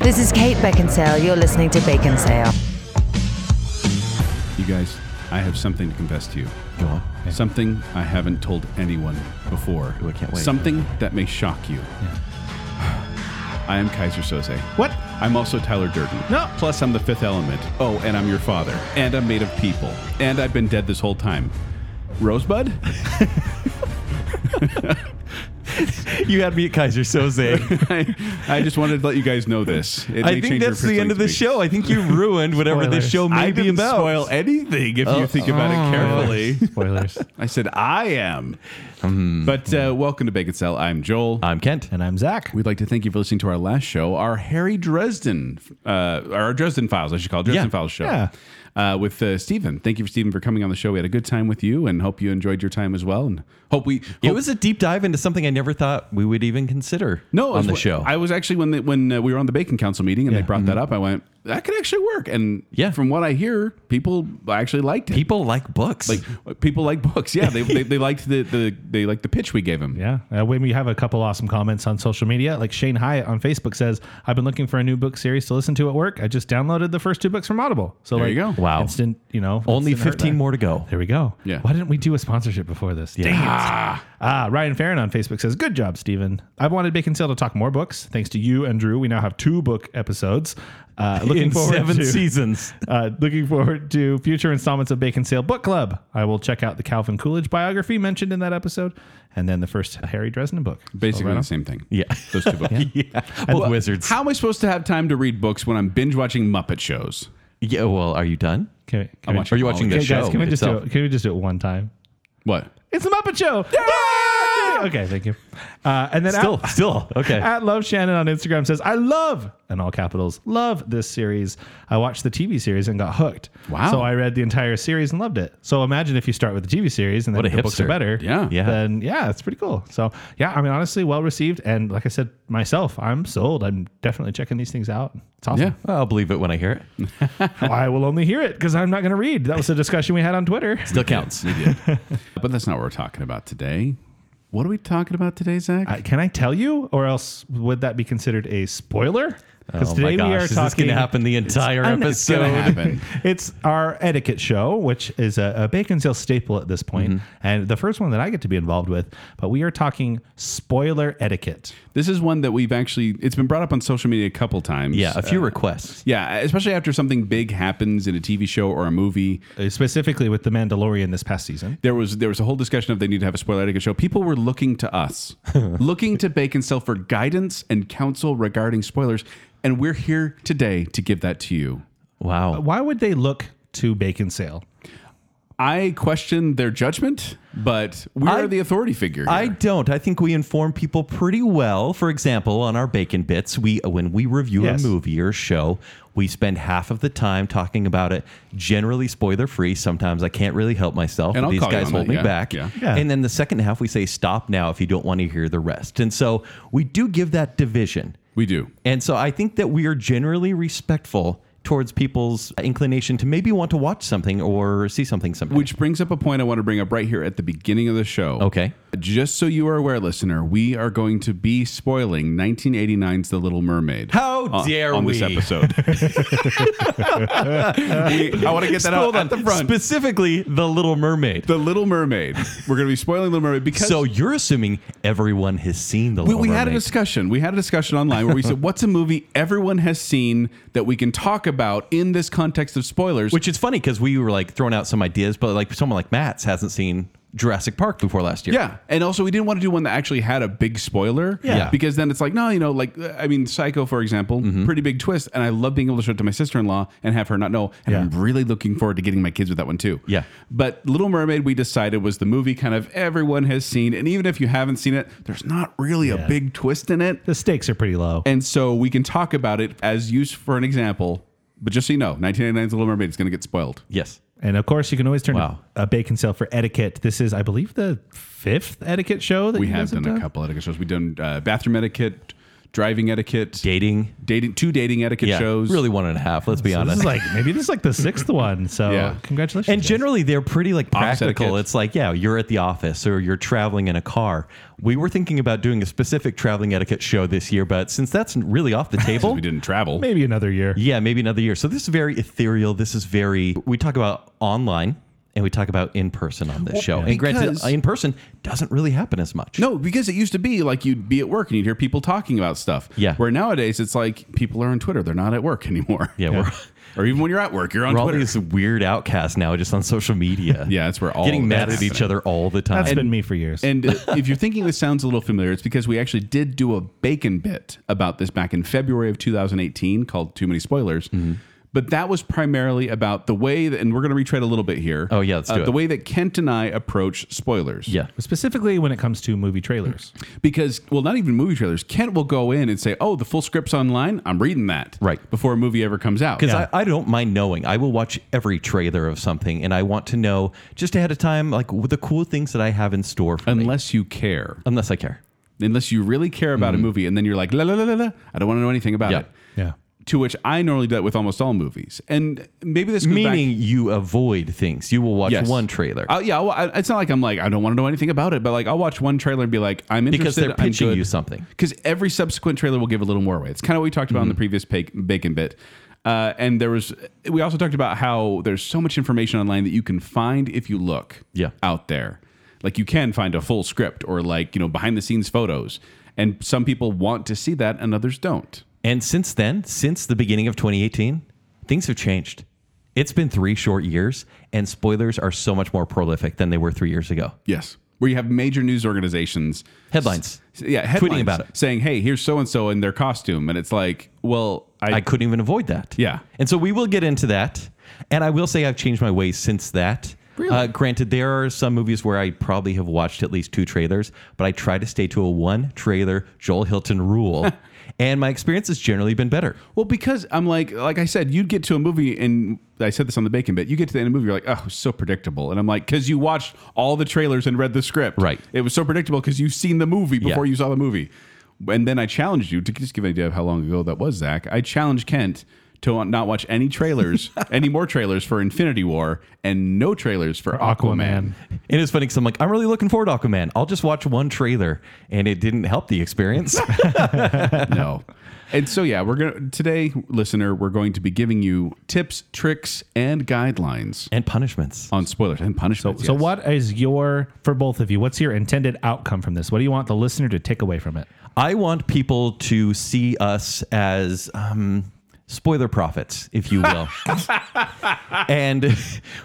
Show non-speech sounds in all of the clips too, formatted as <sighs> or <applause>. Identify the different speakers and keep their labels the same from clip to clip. Speaker 1: This is Kate Beckinsale. You're listening to Bacon Sale.
Speaker 2: You guys, I have something to confess to you.
Speaker 3: Go on.
Speaker 2: Something I haven't told anyone before.
Speaker 3: Ooh, I can't wait.
Speaker 2: Something that may shock you. <sighs> I am Kaiser Soze.
Speaker 3: What?
Speaker 2: I'm also Tyler Durden.
Speaker 3: No.
Speaker 2: Plus, I'm the fifth element. Oh, and I'm your father. And I'm made of people. And I've been dead this whole time. Rosebud? <laughs>
Speaker 3: You had me at
Speaker 2: <laughs>
Speaker 3: Kaiser Soze.
Speaker 2: I, I just wanted to let you guys know this. It may
Speaker 3: I
Speaker 2: change
Speaker 3: think
Speaker 2: your
Speaker 3: that's the end of the
Speaker 2: perspective.
Speaker 3: show. I
Speaker 2: <laughs>
Speaker 3: think you ruined whatever this
Speaker 4: Spoilers.
Speaker 3: show may
Speaker 2: I
Speaker 3: be
Speaker 2: didn't
Speaker 3: about. Oh,
Speaker 2: spoil anything if you think about it carefully.
Speaker 4: Spoilers.
Speaker 2: I said I am.
Speaker 3: Hmm.
Speaker 2: but uh, welcome to Bacon Cell. <laughs> I'm Joel.
Speaker 3: I'm Kent.
Speaker 4: and I'm Zach.
Speaker 2: We'd like to thank you for listening to our last show, our Harry Dresden, uh, our Dresden Files, I should call it Dresden
Speaker 3: Yeah.
Speaker 2: Files show.
Speaker 3: Yeah.
Speaker 2: Uh, with uh, Stephen. Thank you, Stephen, for coming on the show. We had a good time with you and hope you enjoyed your time as well. And hope we. Hope,
Speaker 3: It was a deep dive into something I never thought we would even consider
Speaker 2: no, it was
Speaker 3: on the
Speaker 2: wh-
Speaker 3: show. Mm-hmm.
Speaker 2: I was actually, when, they, when uh, we were on the Bacon Council meeting and
Speaker 4: Yeah.
Speaker 2: they brought that up, I went, that could actually work. And
Speaker 3: Yeah.
Speaker 2: from what I hear, people actually liked it.
Speaker 3: People like books.
Speaker 2: Like people like books, yeah. They, they, they liked the, the they liked the pitch we gave them.
Speaker 4: Yeah. Uh, when we have a couple awesome comments on social media, like Shane Hyatt on Facebook says, I've been looking for a new book series to listen to at work. I just downloaded the first two books from Audible. So,
Speaker 2: There
Speaker 4: like,
Speaker 2: you go.
Speaker 3: Wow.
Speaker 4: Instant, you know,
Speaker 3: Only
Speaker 4: instant heart
Speaker 3: 15
Speaker 4: there.
Speaker 3: more to go.
Speaker 4: There we go.
Speaker 2: Yeah.
Speaker 4: Why didn't we do a sponsorship before this? Dang it. Ah, Ryan Farron on Facebook says, Good job, Steven. I've wanted Bacon Sale to talk more books. Thanks to you and Drew, we now have two book episodes. Uh, looking
Speaker 3: In
Speaker 4: forward
Speaker 3: seven
Speaker 2: <laughs>
Speaker 4: to,
Speaker 3: seasons.
Speaker 4: Uh, looking forward to future installments of Bacon Sale Book Club. I will check out the Calvin Coolidge biography mentioned in that episode, and then the first Harry Dresden book.
Speaker 2: Basically
Speaker 4: right
Speaker 2: the
Speaker 4: on.
Speaker 2: same thing.
Speaker 3: Yeah.
Speaker 2: Those two <laughs> books.
Speaker 3: yeah. Both wizards.
Speaker 2: How am I supposed to have time to read books when I'm binge watching Muppet shows?
Speaker 3: yeah, well, are you done?
Speaker 4: Can we,
Speaker 2: I'm
Speaker 4: can we,
Speaker 2: watching
Speaker 3: Are you watching
Speaker 2: all
Speaker 3: the
Speaker 2: of
Speaker 4: hey,
Speaker 2: it.
Speaker 3: show?
Speaker 4: guys, can we just do
Speaker 3: itself?
Speaker 4: it, can we just do it one time?
Speaker 2: What?
Speaker 4: It's the Muppet Show. Okay, thank you. Uh, and then
Speaker 3: Still,
Speaker 4: at-
Speaker 3: still. Okay.
Speaker 4: At Love Shannon on Instagram says, I love, in all capitals, love this series. I watched the TV series and got hooked.
Speaker 2: Wow.
Speaker 4: So I read the entire series and loved it. So imagine if you start with the TV series and then
Speaker 3: What a
Speaker 4: the books are
Speaker 3: hipster.
Speaker 4: better.
Speaker 2: Yeah.
Speaker 3: Yeah.
Speaker 4: Then, yeah, it's pretty cool. So, yeah, I mean, honestly, well received. And like I said myself, I'm sold. I'm definitely checking these things out. It's awesome.
Speaker 3: I'll believe it when I hear it.
Speaker 4: <laughs> I will only hear it because I'm not going to read. That was a discussion we had on Twitter.
Speaker 2: <laughs>
Speaker 3: Still counts.
Speaker 2: But that's not what we're talking about today. What are we talking about today, Zach?
Speaker 4: Uh, can I tell you, or else would that be considered a spoiler? Because
Speaker 3: Oh
Speaker 4: today
Speaker 3: my gosh,
Speaker 4: we are
Speaker 3: is
Speaker 4: talking.
Speaker 3: this going to happen the entire
Speaker 4: I know
Speaker 2: it's gonna
Speaker 3: episode?
Speaker 2: happen.
Speaker 4: <laughs> It's our etiquette show, which is a, a bacon sale staple at this point,
Speaker 2: Mm-hmm.
Speaker 4: and the first one that I get to be involved with. But we are talking spoiler etiquette.
Speaker 2: This is one that we've actually it's been brought up on social media a couple times.
Speaker 3: <laughs> Yeah, a few
Speaker 2: Uh,
Speaker 3: requests.
Speaker 2: yeah, especially after something big happens in a TV show or a movie.
Speaker 4: Uh, Specifically with The Mandalorian this past season.
Speaker 2: There was there was a whole discussion of they need to have a spoiler etiquette show. People were looking to
Speaker 3: <laughs>
Speaker 2: us, looking to Bacon Cell for guidance and counsel regarding spoilers, and we're here today to give that to you.
Speaker 3: Wow.
Speaker 4: Why would they look to Bacon Sale?
Speaker 2: I question their judgment, but we
Speaker 3: I-
Speaker 2: are the authority figure.
Speaker 3: I
Speaker 2: here.
Speaker 3: don't. I think we inform people pretty well. For example, on our bacon bits, we when we review
Speaker 4: Yes.
Speaker 3: a movie or show, we spend half of the time talking about it, generally spoiler free. Sometimes I can't really help myself,
Speaker 2: And
Speaker 3: but
Speaker 2: I'll
Speaker 3: these
Speaker 2: call you
Speaker 3: guys
Speaker 2: on
Speaker 3: hold
Speaker 2: that,
Speaker 3: me
Speaker 2: yeah,
Speaker 3: back.
Speaker 2: yeah.
Speaker 4: Yeah.
Speaker 3: And then the second half, we say stop now if you don't want to hear the rest. And so we do give that division.
Speaker 2: we do.
Speaker 3: And so I think that we are generally respectful towards people's inclination to maybe want to watch something or see something someday.
Speaker 2: Which brings up a point I want to bring up right here at the beginning of the show.
Speaker 3: Okay.
Speaker 2: Just so you are aware, listener, we are going to be spoiling 1989's The Little Mermaid. Uh,
Speaker 3: How
Speaker 2: on-
Speaker 3: dare
Speaker 2: on this
Speaker 3: we. <laughs>
Speaker 2: episode? We- I want to get that out
Speaker 3: Hold
Speaker 2: at
Speaker 3: on.
Speaker 2: the front.
Speaker 3: Specifically, The Little Mermaid.
Speaker 2: the Little Mermaid. We're going to be spoiling Little Mermaid because
Speaker 3: So you're assuming everyone has seen the
Speaker 2: we,
Speaker 3: Little
Speaker 2: we had a
Speaker 3: Mermaid.
Speaker 2: discussion. We had a discussion online where we
Speaker 3: <laughs>
Speaker 2: said, "What's a movie everyone has seen that we can talk about in this context of spoilers?"
Speaker 3: which is funny because we were like throwing out some ideas, but like someone like Matt's hasn't seen Jurassic Park before last year.
Speaker 2: Yeah, and also we didn't want to do one that actually had a big spoiler.
Speaker 3: Yeah. Mm-hmm.
Speaker 2: because then it's like no, you know, like I mean, Psycho for example, pretty big twist, and I love being able to show it to my sister in law and have her not know. And
Speaker 4: Yeah.
Speaker 2: I'm really looking forward to getting my kids with that one too.
Speaker 3: Yeah.
Speaker 2: but Little Mermaid, we decided was the movie kind of everyone has seen, and even if you haven't seen it, there's not really a
Speaker 4: Yeah.
Speaker 2: big twist in it,
Speaker 4: The stakes are pretty low.
Speaker 2: and so we can talk about it as use for an example. But just so you know, 1989's Little Mermaid is going to get spoiled.
Speaker 3: Yes.
Speaker 4: And of course, you can always turn
Speaker 3: Wow.
Speaker 4: to a bacon sale for etiquette. This is, I believe, the fifth etiquette show that
Speaker 2: We
Speaker 4: you
Speaker 2: have
Speaker 4: guys
Speaker 2: done a couple etiquette shows. We've done uh, bathroom etiquette, driving etiquette,
Speaker 3: dating.
Speaker 2: dating, two dating etiquette
Speaker 3: Yeah,
Speaker 2: shows.
Speaker 3: really one and a half. Let's be
Speaker 4: This
Speaker 3: honest.
Speaker 4: is like maybe this is like
Speaker 2: <laughs>
Speaker 4: the sixth one. So
Speaker 2: Yeah.
Speaker 4: congratulations.
Speaker 3: and
Speaker 4: guys.
Speaker 3: generally, they're pretty like
Speaker 2: Office
Speaker 3: practical.
Speaker 2: etiquette.
Speaker 3: It's like, yeah, you're at the office or you're traveling in a car. We were thinking about doing a specific traveling etiquette show this year, but since that's
Speaker 2: <laughs>
Speaker 3: really off the table,
Speaker 2: we didn't travel.
Speaker 4: maybe another year.
Speaker 3: Yeah, maybe another year. So this is very ethereal. This is very. We talk about online and we talk about in person on this show. And granted,
Speaker 2: because-
Speaker 3: in person doesn't really happen as much.
Speaker 2: No, because it used to be like you'd be at work and you'd hear people talking about stuff.
Speaker 3: Yeah.
Speaker 2: Where nowadays it's like people are on Twitter; they're not at work anymore.
Speaker 3: Yeah, we're,
Speaker 2: <laughs> Or even when you're at work, you're on
Speaker 3: we're all
Speaker 2: Twitter.
Speaker 3: these <laughs> weird outcasts now, just on social media.
Speaker 2: <laughs> Yeah, that's where all
Speaker 3: getting
Speaker 2: of
Speaker 3: mad
Speaker 2: that's
Speaker 3: at each
Speaker 2: happening.
Speaker 3: other all the time.
Speaker 4: That's been me for years.
Speaker 2: And uh, if you're thinking this sounds a little familiar, it's because we actually did do a bacon bit about this back in February of 2018 called Too Many Spoilers.
Speaker 3: Mm-hmm.
Speaker 2: But that was primarily about the way that, and we're going to retread a little bit here. Uh,
Speaker 3: Oh, yeah, let's do it.
Speaker 2: The way that Kent and I approach spoilers.
Speaker 3: yeah,
Speaker 4: Specifically when it comes to movie trailers.
Speaker 2: Because, well, not even movie trailers. Kent will go in and say, oh, the full script's online. I'm reading that.
Speaker 3: Right.
Speaker 2: Before a movie ever comes out.
Speaker 3: because I, I don't mind knowing. I will watch every trailer of something, and I want to know just ahead of time, like w- the cool things that I have in store. For me,
Speaker 2: Unless you care.
Speaker 3: unless I care.
Speaker 2: Unless you really care about a movie and then you're like, la la la la la, I don't want to know anything about
Speaker 3: Mm-hmm. Yeah.
Speaker 2: it.
Speaker 4: Yeah.
Speaker 2: To which I normally do that with almost all movies. And maybe this goes back-
Speaker 3: Meaning you avoid things. You will watch
Speaker 2: Yes.
Speaker 3: one trailer.
Speaker 2: Uh, yeah, well, I, it's not like I'm like I don't want to know anything about it, but like I'll watch one trailer and be like I'm interested.
Speaker 3: because they're pitching you something.
Speaker 2: Because every subsequent trailer will give a little more away. It's kind of what we talked about in the
Speaker 3: Mm-hmm.
Speaker 2: previous bacon, bacon bit. Uh, and there was we also talked about how there's so much information online that you can find if you look
Speaker 3: Yeah.
Speaker 2: out there. Like you can find a full script or like you know behind the scenes photos, and some people want to see that and others don't.
Speaker 3: And since then, since the beginning of 2018, things have changed. It's been three short years, and spoilers are so much more prolific than they were three years ago.
Speaker 2: Yes, where you have major news organizations
Speaker 3: Headlines.
Speaker 2: S- yeah, headlines
Speaker 3: about it.
Speaker 2: saying, "Hey, here's so and so in their costume," and it's like, well, I,
Speaker 3: I couldn't even avoid that.
Speaker 2: Yeah.
Speaker 3: And so we will get into that. And I will say I've changed my ways since that. Really? Uh, granted, there are some movies where I probably have watched at least two trailers, but I try to stay to a one trailer Joel Hilton <laughs> rule. and my experience has generally been better.
Speaker 2: well, because I'm like, like I said, you'd get to a movie, and I said this on the bacon bit. You get to the end of the movie, you're like, oh, so predictable, and I'm like, because you watched all the trailers and read the script,
Speaker 3: Right.
Speaker 2: It was so predictable because you've seen the movie before you saw the movie. And then I challenged you to just give an idea of how long ago that was, Zach. I challenged Kent to not watch any
Speaker 4: <laughs>
Speaker 2: trailers, any more trailers for Infinity War, and no trailers for, Aquaman.
Speaker 4: Aquaman.
Speaker 3: It is funny because I'm like, I'm really looking forward to Aquaman. I'll just watch one trailer, and it didn't help the <laughs> experience.
Speaker 4: <laughs>
Speaker 2: no. And so yeah, we're gonna today, listener, we're going to be giving you tips, tricks, and guidelines
Speaker 3: and punishments.
Speaker 2: on spoilers and punishments.
Speaker 4: So
Speaker 2: yes.
Speaker 4: what is your for both of you, what's your intended outcome from this? What do you want the listener to take away from it?
Speaker 3: I want people to see us as um, spoiler prophets, if you
Speaker 2: <laughs>
Speaker 3: will. and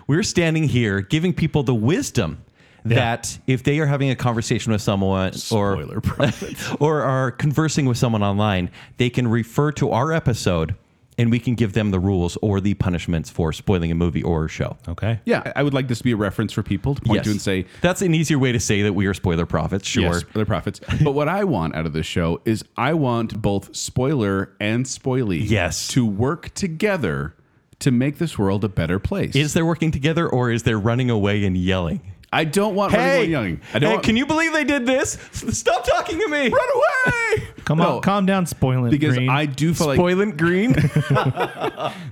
Speaker 3: we're standing here giving people the wisdom that if they are having a conversation with someone
Speaker 2: Spoiler
Speaker 3: or <laughs> or are conversing with someone online, they can refer to our episode and we can give them the rules or the punishments for spoiling a movie or a show.
Speaker 4: Okay.
Speaker 2: Yeah, I would like this to be a reference for people to point to and say,
Speaker 3: That's an easier way to say that we are spoiler prophets, sure.
Speaker 2: yes, spoiler profits. But what I want out of this show is I want both spoiler and spoily
Speaker 3: Yes.
Speaker 2: to work together to make this world a better place.
Speaker 3: Is there working together or is there running away and yelling?
Speaker 2: I don't want
Speaker 3: Hey,
Speaker 2: running young. I don't
Speaker 3: hey
Speaker 2: want,
Speaker 3: can you believe they did this? <laughs> Stop talking to me. Run <laughs> away.
Speaker 4: Come
Speaker 2: No.
Speaker 4: on, calm down, spoiling.
Speaker 2: because
Speaker 4: Green.
Speaker 2: I do feel like
Speaker 3: Boilant <laughs> Green.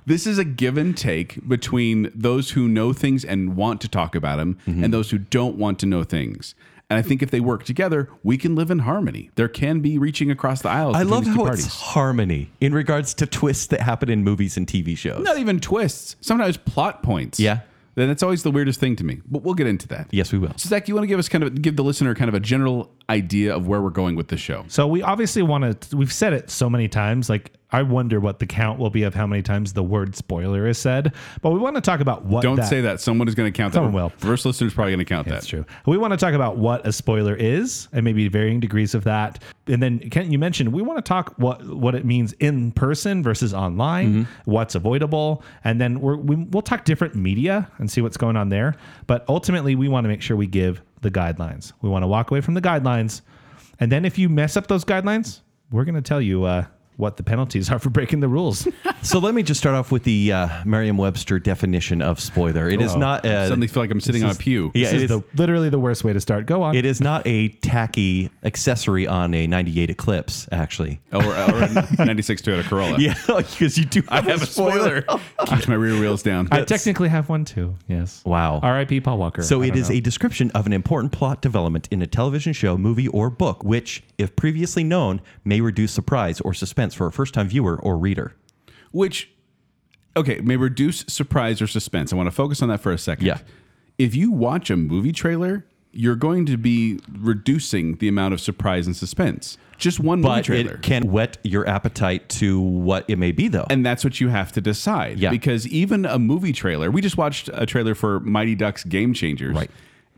Speaker 2: this is a give and take between those who know things and want to talk about them
Speaker 3: Mm-hmm.
Speaker 2: and those who don't want to know things. And I think if they work together, we can live in harmony. There can be reaching across the aisles.
Speaker 3: I
Speaker 2: between
Speaker 3: love
Speaker 2: these two
Speaker 3: how
Speaker 2: parties.
Speaker 3: it's harmony in regards to twists that happen in movies and TV shows.
Speaker 2: not even twists, sometimes plot points.
Speaker 3: Yeah.
Speaker 2: Then it's always the weirdest thing to me. But we'll get into that.
Speaker 3: Yes, we will.
Speaker 2: So Zach, you want to give us kind of give the listener kind of a general idea of where we're going with this show?
Speaker 4: So we obviously want to. We've said it so many times. Like I wonder what the count will be of how many times the word spoiler is said. But we want to talk about what.
Speaker 2: Don't
Speaker 4: that,
Speaker 2: say that. Someone is going to count that.
Speaker 4: Someone will.
Speaker 2: First listener is probably going to count that.
Speaker 4: That's true. We want to talk about what a spoiler is and maybe varying degrees of that. And then Kent, you mentioned we want to talk what what it means in person versus
Speaker 3: Mm-hmm.
Speaker 4: online, what's avoidable, and then we're, we, we'll talk different media and see what's going on there. But ultimately, we want to make sure we give the guidelines. We want to walk away from the guidelines, and then if you mess up those guidelines, we're going to tell you uh, what the penalties are for breaking
Speaker 3: <laughs>
Speaker 4: the rules.
Speaker 3: So let me just start off with the uh, Merriam-Webster definition of spoiler. It is not a,
Speaker 2: Suddenly feel like I'm sitting on a pew.
Speaker 3: yeah,
Speaker 4: this
Speaker 3: it
Speaker 4: is
Speaker 3: is,
Speaker 4: the, literally the worst way to start. Go on.
Speaker 3: it is not a tacky accessory on a '98 Eclipse. Actually,
Speaker 2: Or, or a 96 Toyota Corolla.
Speaker 3: <laughs> yeah, because you do.
Speaker 2: I have a spoiler. Keeps my rear wheels down.
Speaker 4: I technically have one too. Yes.
Speaker 3: Wow.
Speaker 4: R.I.P. Paul Walker.
Speaker 3: So
Speaker 4: I
Speaker 3: it
Speaker 4: don't
Speaker 3: is
Speaker 4: know.
Speaker 3: a description of an important plot development in a television show, movie, or book, which, if previously known, may reduce surprise or suspense for a first-time viewer or reader.
Speaker 2: Which, okay, may reduce surprise or suspense. I want to focus on that for a second.
Speaker 3: Yeah.
Speaker 2: If you watch a movie trailer, you're going to be reducing the amount of surprise and suspense. Just one movie
Speaker 3: But
Speaker 2: trailer.
Speaker 3: it can whet your appetite to what it may be, though.
Speaker 2: and that's what you have to decide.
Speaker 3: Yeah.
Speaker 2: Because even a movie trailer, we just watched a trailer for Mighty Ducks Game Changers.
Speaker 3: Right.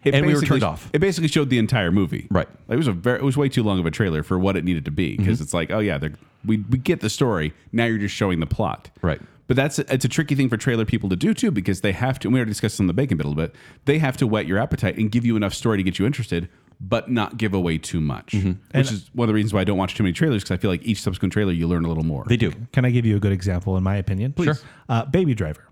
Speaker 2: It
Speaker 3: And we were
Speaker 2: basically-
Speaker 3: turned off.
Speaker 2: It basically showed the entire movie.
Speaker 3: Right. Mm-hmm.
Speaker 2: Like, it was a very, it was way too long of a trailer for what it needed to be because it's like, oh yeah, they're, we we get the story. Now you're just showing the plot.
Speaker 3: Right.
Speaker 2: But that's it's a tricky thing for trailer people to do too because they have to. And we already discussed this on the bacon bit a little bit. They have to whet your appetite and give you enough story to get you interested, but not give away too much.
Speaker 3: Mm-hmm.
Speaker 2: Which is one of the reasons why I don't watch too many trailers because I feel like each subsequent trailer you learn a little more.
Speaker 3: they do.
Speaker 4: Can I give you a good example, in my opinion? Please.
Speaker 3: Sure.
Speaker 4: Uh, Baby Driver.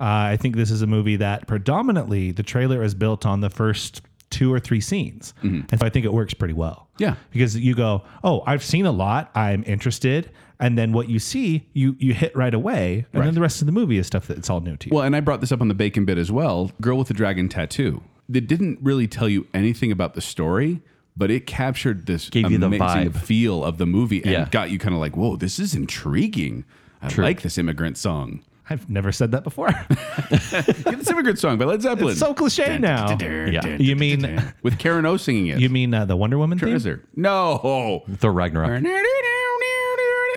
Speaker 4: Uh, I think this is a movie that predominantly the trailer is built on the first two or three scenes. And so I think it works pretty well.
Speaker 2: Mm-hmm. Yeah.
Speaker 4: Because you go, oh, I've seen a lot. I'm interested. And then what you see, you you hit right away. And then the rest of the movie is stuff that's all new to you.
Speaker 2: Well, and I brought this up on the bacon bit as well. Girl with the Dragon Tattoo. It didn't really tell you anything about the story, but it captured this
Speaker 3: Gave you the
Speaker 2: amazing
Speaker 3: vibe.
Speaker 2: feel of the movie and
Speaker 3: Yeah.
Speaker 2: got you kind of like, whoa, this is intriguing. I like this immigrant song.
Speaker 4: I've never said that before. <laughs>
Speaker 2: Yeah, this immigrant song by Led Zeppelin.
Speaker 4: it's so cliche now.
Speaker 3: Yeah.
Speaker 4: You mean
Speaker 2: With Karen O singing
Speaker 3: <laughs>
Speaker 2: it.
Speaker 4: you mean uh, the Wonder Woman
Speaker 2: Or
Speaker 4: theme?
Speaker 2: is there? No.
Speaker 3: Thor Ragnarok.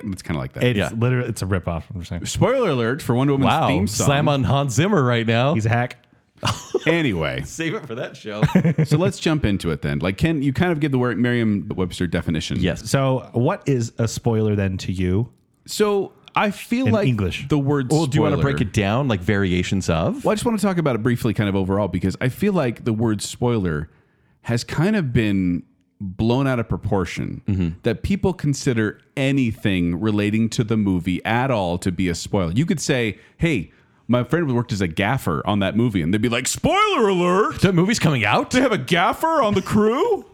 Speaker 2: It's kind of like that.
Speaker 4: It's
Speaker 3: Yeah.
Speaker 4: literally it's a ripoff. I'm just saying.
Speaker 2: Spoiler alert for Wonder Woman's
Speaker 3: Wow.
Speaker 2: theme song.
Speaker 3: Slam on Hans Zimmer right now.
Speaker 4: He's a hack.
Speaker 2: Anyway.
Speaker 3: Save it for that show.
Speaker 2: so let's jump into it then. Like, Ken, you kind of give the word Merriam-Webster definition.
Speaker 3: <laughs>
Speaker 4: <laughs>
Speaker 3: yes.
Speaker 4: So what is a spoiler then to you?
Speaker 2: So I feel
Speaker 4: In
Speaker 2: like
Speaker 4: English.
Speaker 2: the word.
Speaker 3: Well, do you want to
Speaker 2: spoiler-
Speaker 3: break it down, like variations of?
Speaker 2: Well, I just want to talk about it briefly, kind of overall, because I feel like the word spoiler has kind of been blown out of proportion.
Speaker 3: Mm-hmm.
Speaker 2: That people consider anything relating to the movie at all to be a spoiler. You could say, "Hey, my friend worked as a gaffer on that movie," and they'd be like, "Spoiler alert!
Speaker 3: The movie's coming out?
Speaker 2: They have a gaffer on the crew."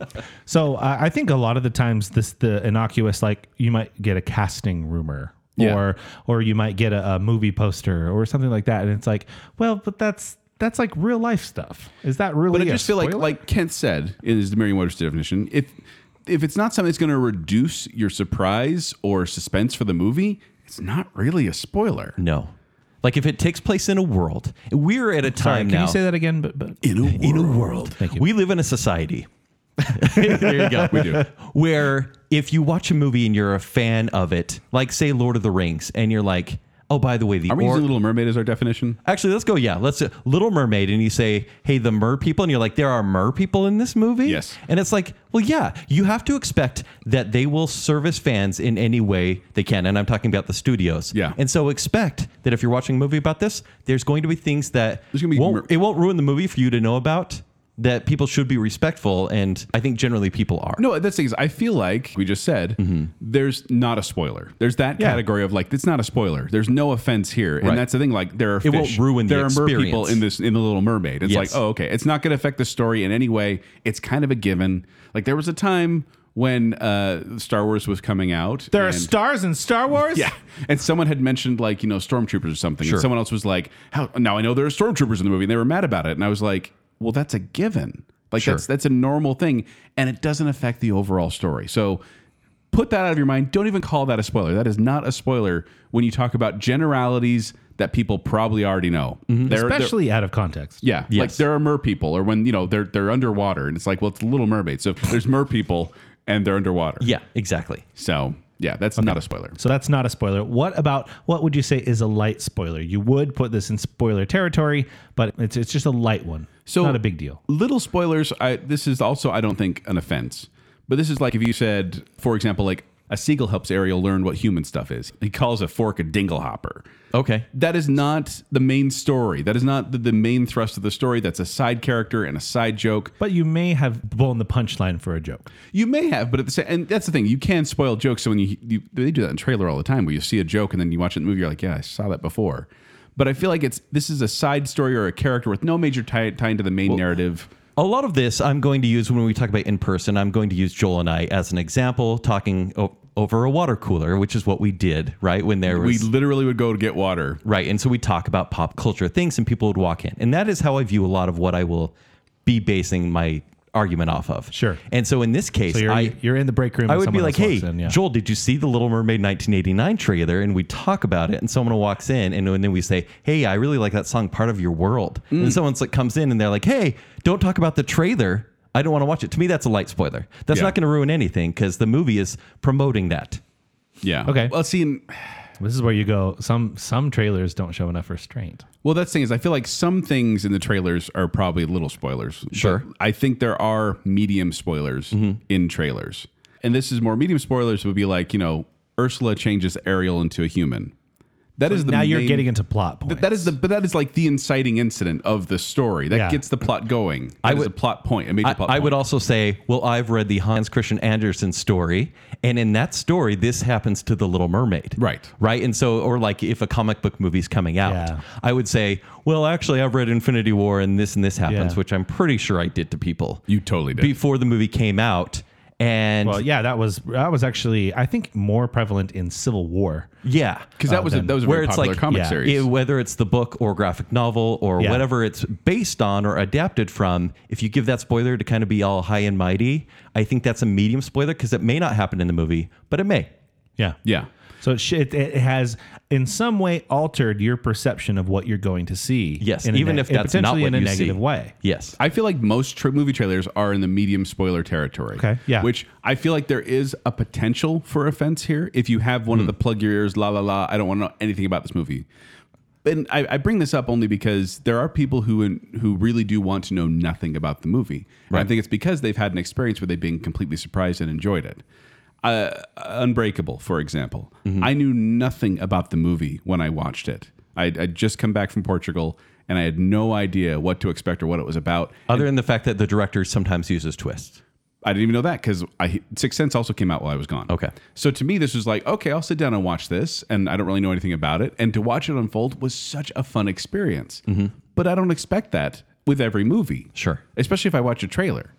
Speaker 4: So uh, I think a lot of the times this the innocuous like you might get a casting rumor
Speaker 2: Yeah.
Speaker 4: or or you might get a, a movie poster or something like that, and it's like, well, but that's that's like real life stuff. Is that really?
Speaker 2: But I
Speaker 4: a
Speaker 2: just feel like,
Speaker 4: spoiler?
Speaker 2: like Kent said, in his Merriam-Webster definition, if if it's not something that's going to reduce your surprise or suspense for the movie, it's not really a spoiler.
Speaker 3: No. Like if it takes place in a world, we're at a
Speaker 4: Sorry,
Speaker 3: time
Speaker 4: can
Speaker 3: now.
Speaker 4: you say that again? But but
Speaker 2: In a world, in a world.
Speaker 4: thank you.
Speaker 3: We live in
Speaker 2: <laughs>
Speaker 3: a society. there you go. We
Speaker 2: do.
Speaker 3: Where if you watch a movie and you're a fan of it, like say Lord of the Rings, and you're like, oh, by the way, the
Speaker 2: Are we
Speaker 3: or-
Speaker 2: using Little Mermaid as our definition?
Speaker 3: actually, let's go. Yeah, let's do Little Mermaid, and you say, hey, the mer people, and you're like, there are mer people in this movie.
Speaker 2: Yes.
Speaker 3: and it's like, well, yeah, you have to expect that they will service fans in any way they can, and I'm talking about the studios.
Speaker 2: Yeah.
Speaker 3: and so expect that if you're watching a movie about this, there's going to be things that
Speaker 2: There's gonna be
Speaker 3: won't,
Speaker 2: mer-
Speaker 3: it won't ruin the movie for you to know about. That people should be respectful, and I think generally people are.
Speaker 2: No, that's the thing is, I feel like we just said
Speaker 3: Mm-hmm.
Speaker 2: there's not a spoiler. There's that category of like it's not a spoiler. There's no offense here, and
Speaker 3: Right.
Speaker 2: that's the thing. Like there are
Speaker 3: It won't
Speaker 2: fish,
Speaker 3: ruin the
Speaker 2: there are mer people
Speaker 3: experience.
Speaker 2: in this in the Little Mermaid. It's
Speaker 3: Yes.
Speaker 2: like oh okay, it's not going to affect the story in any way. It's kind of a given. Like there was a time when uh, Star Wars was coming out.
Speaker 4: there are
Speaker 2: and-
Speaker 4: stars in Star Wars.
Speaker 2: Yeah, and someone had mentioned like you know stormtroopers or something,
Speaker 3: Sure.
Speaker 2: and someone else was like, "How now I know there are stormtroopers in the movie," and they were mad about it, and I was like, "Well, that's a given. Like
Speaker 3: Sure.
Speaker 2: that's that's a normal thing, and it doesn't affect the overall story." So put that out of your mind. Don't even call that a spoiler. That is not a spoiler when you talk about generalities that people probably already know. There- there-
Speaker 4: especially out of context.
Speaker 2: yeah, like
Speaker 3: Mm-hmm. Yes.
Speaker 2: there are mer people, or when you know they're they're underwater, and it's like, well, it's Little Mermaid. So if there's mer people and they're underwater.
Speaker 3: Yeah, exactly.
Speaker 2: So yeah, that's not a spoiler.
Speaker 4: So that's not a spoiler. What about what would you say is a light spoiler? You would put this in spoiler territory, but it's it's just a light one.
Speaker 2: So
Speaker 4: So not a big deal.
Speaker 2: Little spoilers. I, this is also, I don't think, an offense, but this is like if you said, for example, like A seagull helps Ariel learn what human stuff is. He calls a fork a dinglehopper.
Speaker 3: Okay.
Speaker 2: That is not the main story. That is not the, the main thrust of the story. That's a side character and a side joke.
Speaker 4: But you may have blown the punchline for a joke.
Speaker 2: You may have, but at the same, and that's the thing. You can spoil jokes. So when you, you they do that in trailer all the time, where you see a joke and then you watch it in the movie, you're like, yeah, I saw that before. But I feel like it's this is a side story or a character with no major tie, tie into the main narrative.
Speaker 3: A lot of this I'm going to use when we talk about in person. I'm going to use Joel and I as an example, talking o- over a water cooler, which is what we did, right? When there
Speaker 2: We
Speaker 3: was
Speaker 2: literally would go to get water.
Speaker 3: right, and so we talk about pop culture things, and people would walk in, and that is how I view a lot of what I will be basing my argument off of.
Speaker 4: Sure.
Speaker 3: And so in this case,
Speaker 4: So you're,
Speaker 3: I
Speaker 4: you're in the break room.
Speaker 3: I
Speaker 4: and
Speaker 3: would be
Speaker 4: someone
Speaker 3: like,
Speaker 4: else
Speaker 3: hey,
Speaker 4: walks in, yeah.
Speaker 3: Joel, did you see the Little Mermaid 1989 trailer? And we talk about it, and someone walks in, and, and then we say, hey, I really like that song, Part of Your World. And someone like, comes in, and they're like, hey, don't talk about the trailer. I don't want to watch it. To me, that's a light spoiler. That's
Speaker 2: Yeah.
Speaker 3: not going to ruin anything because the movie is promoting that.
Speaker 2: Yeah.
Speaker 4: Okay.
Speaker 2: Well, see, and-
Speaker 4: This is where you go. Some some trailers don't show enough restraint.
Speaker 2: Well, that's the thing is, I feel like some things in the trailers are probably little spoilers.
Speaker 3: Sure. Mm-hmm.
Speaker 2: But I think there are medium spoilers in trailers. And this is more medium spoilers would be like, you know, Ursula changes Ariel into a human. That is the
Speaker 4: now you're
Speaker 2: main-
Speaker 4: getting into plot
Speaker 2: Th-
Speaker 4: points.
Speaker 2: that is the but that is like the inciting incident of the story that
Speaker 4: Yeah.
Speaker 2: gets the plot going. That
Speaker 3: I
Speaker 2: is
Speaker 3: would-
Speaker 2: a plot point, a major
Speaker 3: I,
Speaker 2: plot.
Speaker 3: I would
Speaker 2: point.
Speaker 3: also say, well, I've read the Hans Christian Andersen story, and in that story, this happens to the Little Mermaid.
Speaker 2: Right.
Speaker 3: Right. And so, or like if a comic book movie's coming out,
Speaker 4: Yeah.
Speaker 3: I would say, well, actually, I've read Infinity War, and this and this happens,
Speaker 4: Yeah.
Speaker 3: which I'm pretty sure I did to people
Speaker 2: you totally did.
Speaker 3: before the movie came out. And
Speaker 4: well, yeah, that was that was actually I think more prevalent in Civil War.
Speaker 3: yeah.
Speaker 2: because that was a, that was a
Speaker 3: Oh, where
Speaker 2: very
Speaker 3: it's
Speaker 2: popular
Speaker 3: like,
Speaker 2: comic
Speaker 4: yeah,
Speaker 2: series.
Speaker 3: It- whether it's the book or graphic novel or
Speaker 4: Yeah.
Speaker 3: whatever it's based on or adapted from, if you give that spoiler to kind of be all high and mighty, I think that's a medium spoiler because it may not happen in the movie, but it may.
Speaker 4: Yeah,
Speaker 2: yeah,
Speaker 4: So it, sh- it, it has in some way altered your perception of what you're going to see.
Speaker 3: Yes,
Speaker 4: in a
Speaker 3: even
Speaker 4: neg-
Speaker 3: if that's not
Speaker 4: potentially
Speaker 3: what
Speaker 4: in a
Speaker 3: you
Speaker 4: negative
Speaker 3: see.
Speaker 4: way.
Speaker 3: Yes.
Speaker 2: I feel like most tra- movie trailers are in the medium spoiler territory.
Speaker 4: Okay, yeah.
Speaker 2: Which I feel like there is a potential for offense here if you have one of
Speaker 4: Hmm.
Speaker 2: the plug your ears, la la la. I don't want to know anything about this movie. And I, I bring this up only because there are people who in, who really do want to know nothing about the movie. And I
Speaker 3: Right.
Speaker 2: think it's because they've had an experience where they've been completely surprised and enjoyed it. Uh, Unbreakable, for example.
Speaker 4: Mm-hmm.
Speaker 2: I knew nothing about the movie when I watched it. I'd, I'd just come back from Portugal and I had no idea what to expect or what it was about.
Speaker 3: Other than the fact that the director sometimes uses twists.
Speaker 2: I didn't even know that because I Sixth Sense also came out while I was gone.
Speaker 3: Okay.
Speaker 2: So to me, this was like, okay, I'll sit down and watch this, and I don't really know anything about it. And to watch it unfold was such a fun experience. But I don't expect that with every movie.
Speaker 3: Mm-hmm. Sure.
Speaker 2: Especially if I watch a trailer.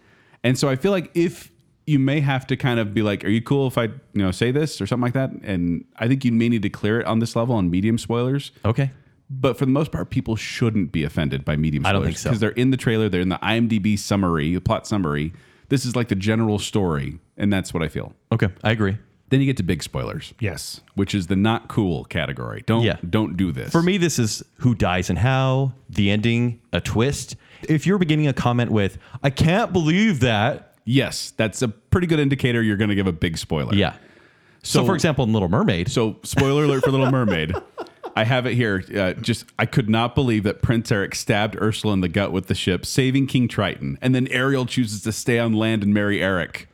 Speaker 2: And so I feel like if you may have to kind of be like, are you cool if I, you know, say this or something like that? And I think you may need to clear it on this level on medium spoilers.
Speaker 3: Okay.
Speaker 2: But for the most part, people shouldn't be offended by medium spoilers.
Speaker 3: I don't think so.
Speaker 2: Because they're in the trailer, they're in the IMDb summary, the plot summary. This is like the general story, and that's what I feel.
Speaker 3: Okay. I agree.
Speaker 2: Then you get to big spoilers,
Speaker 4: Yes.
Speaker 2: which is the not cool category. Don't
Speaker 3: Yeah.
Speaker 2: don't do this.
Speaker 3: For me, this is who dies and how, the ending, a twist. If you're beginning a comment with, I can't believe that.
Speaker 2: yes, that's a pretty good indicator you're going to give a big spoiler.
Speaker 3: Yeah. So,
Speaker 2: So-
Speaker 3: for example, in Little Mermaid,
Speaker 2: So, spoiler alert for Little Mermaid. I have it here. Uh, just, I could not believe that Prince Eric stabbed Ursula in the gut with the ship, saving King Triton, and then Ariel chooses to stay on land and marry Eric.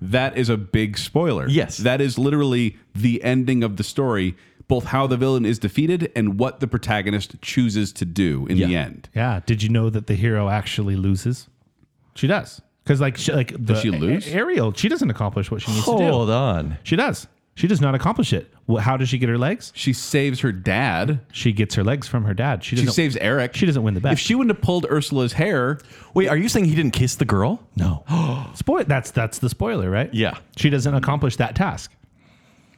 Speaker 2: That is a big spoiler.
Speaker 3: Yes.
Speaker 2: That is literally the ending of the story, both how the villain is defeated and what the protagonist chooses to do in the
Speaker 3: Yeah.
Speaker 2: end.
Speaker 4: Yeah. Did you know that the hero actually loses? She does. Because like she, like the,
Speaker 2: she lose?
Speaker 4: A- Ariel, she doesn't accomplish what she needs to do.
Speaker 3: hold on.
Speaker 4: She does. She does not accomplish it. Wh- How does she get her legs?
Speaker 2: She saves her dad.
Speaker 4: She gets her legs from her dad. She
Speaker 2: She
Speaker 4: doesn't.
Speaker 2: saves Eric.
Speaker 4: she doesn't win the bet.
Speaker 2: If she wouldn't have pulled Ursula's hair,
Speaker 3: Wait, are you saying he didn't kiss the girl?
Speaker 4: <gasps> no. Spoil. That's that's the spoiler, right?
Speaker 3: Yeah.
Speaker 4: She doesn't accomplish that task.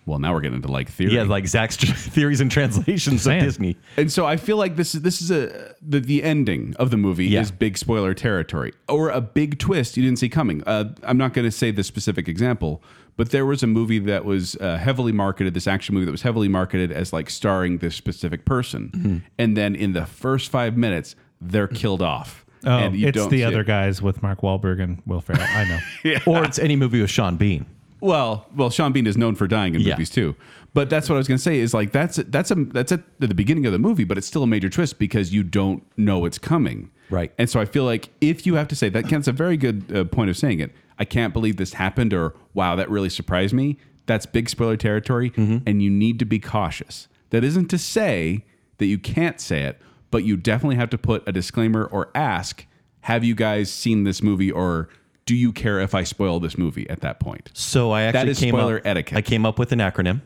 Speaker 2: well, now we're getting into like theory.
Speaker 3: Yeah, like Zach's <laughs> theories and translations of
Speaker 4: Saying.
Speaker 3: Disney.
Speaker 2: And so I feel like this is this is a the, the ending of the movie
Speaker 3: Yeah.
Speaker 2: is big spoiler territory or a big twist you didn't see coming. Uh, I'm not going to say the specific example, but there was a movie that was uh, heavily marketed, this action movie that was heavily marketed as like starring this specific person,
Speaker 4: Mm-hmm.
Speaker 2: and then in the first five minutes they're killed off.
Speaker 4: Oh,
Speaker 2: and you
Speaker 4: it's
Speaker 2: don't see
Speaker 4: the other
Speaker 2: it.
Speaker 4: guys with Mark Wahlberg and Will Ferrell. I
Speaker 3: <laughs>
Speaker 4: know.
Speaker 3: Or it's any movie with Sean Bean.
Speaker 2: Well, well, Sean Bean is known for dying in
Speaker 3: Yeah.
Speaker 2: movies too. But that's what I was going to say is like that's that's a that's at the beginning of the movie, but it's still a major twist because you don't know it's coming.
Speaker 3: Right.
Speaker 2: And so I feel like if you have to say that, that's a very good uh, point of saying it. I can't believe this happened, or wow, that really surprised me. that's big spoiler territory,
Speaker 3: Mm-hmm.
Speaker 2: and you need to be cautious. That isn't to say that you can't say it, but you definitely have to put a disclaimer or ask, have you guys seen this movie or do you care if I spoil this movie at that point?
Speaker 3: So I actually
Speaker 2: That is
Speaker 3: came
Speaker 2: spoiler
Speaker 3: up,
Speaker 2: etiquette.
Speaker 3: I came up with an acronym.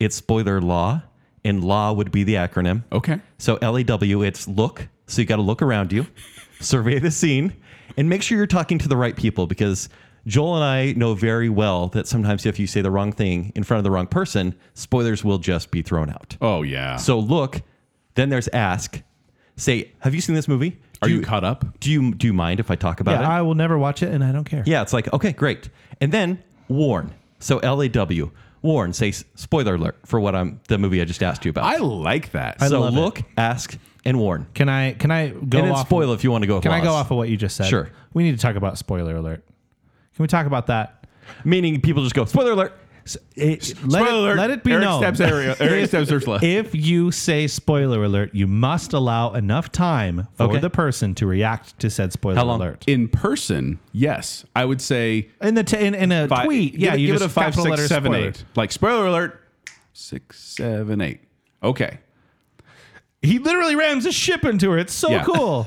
Speaker 3: It's spoiler law, and law would be the acronym.
Speaker 2: Okay.
Speaker 3: So LAW, it's look. So you got to look around you, survey the scene, and make sure you're talking to the right people because Joel and I know very well that sometimes if you say the wrong thing in front of the wrong person, spoilers will just be thrown out.
Speaker 2: Oh, yeah.
Speaker 3: So look, then there's ask. Say, have you seen this movie?
Speaker 2: Are
Speaker 3: Do
Speaker 2: you caught up?
Speaker 3: Do you do you mind if I talk about
Speaker 4: Yeah,
Speaker 3: it?
Speaker 4: I will never watch it, and I don't care.
Speaker 3: Yeah, it's like, okay, great. And then warn. So L A W. Warn. Say s- spoiler alert for what I'm the movie I just asked you about.
Speaker 2: I like that.
Speaker 3: so
Speaker 4: love it.
Speaker 3: look, ask, and warn.
Speaker 4: Can I? Can I go
Speaker 3: and then
Speaker 4: off?
Speaker 3: spoil if you want to go.
Speaker 4: Can I go
Speaker 3: loss.
Speaker 4: off of what you just said?
Speaker 3: Sure.
Speaker 4: We need to talk about spoiler alert. Can we talk about that?
Speaker 3: Meaning people just go spoiler alert.
Speaker 4: S- it- let, it,
Speaker 2: Spoiler alert,
Speaker 4: let it be
Speaker 2: Eric
Speaker 4: known.
Speaker 2: Steps
Speaker 4: <laughs>
Speaker 2: Ariel- Eric steps Ursula.
Speaker 4: If you say spoiler alert, you must allow enough time for
Speaker 3: Okay.
Speaker 4: the person to react to said spoiler
Speaker 3: How long?
Speaker 4: alert.
Speaker 2: in person, yes, I would say
Speaker 4: In the t- in, in a
Speaker 2: fi-
Speaker 4: tweet, yeah,
Speaker 2: give, it-
Speaker 4: you
Speaker 2: give
Speaker 4: just
Speaker 2: it a five,
Speaker 4: capital letter
Speaker 2: six, seven,
Speaker 4: spoiler.
Speaker 2: eight. Like spoiler alert, six, seven, eight. Okay,
Speaker 4: He literally rams a ship into her. It's so
Speaker 2: Yeah. <laughs>
Speaker 4: cool.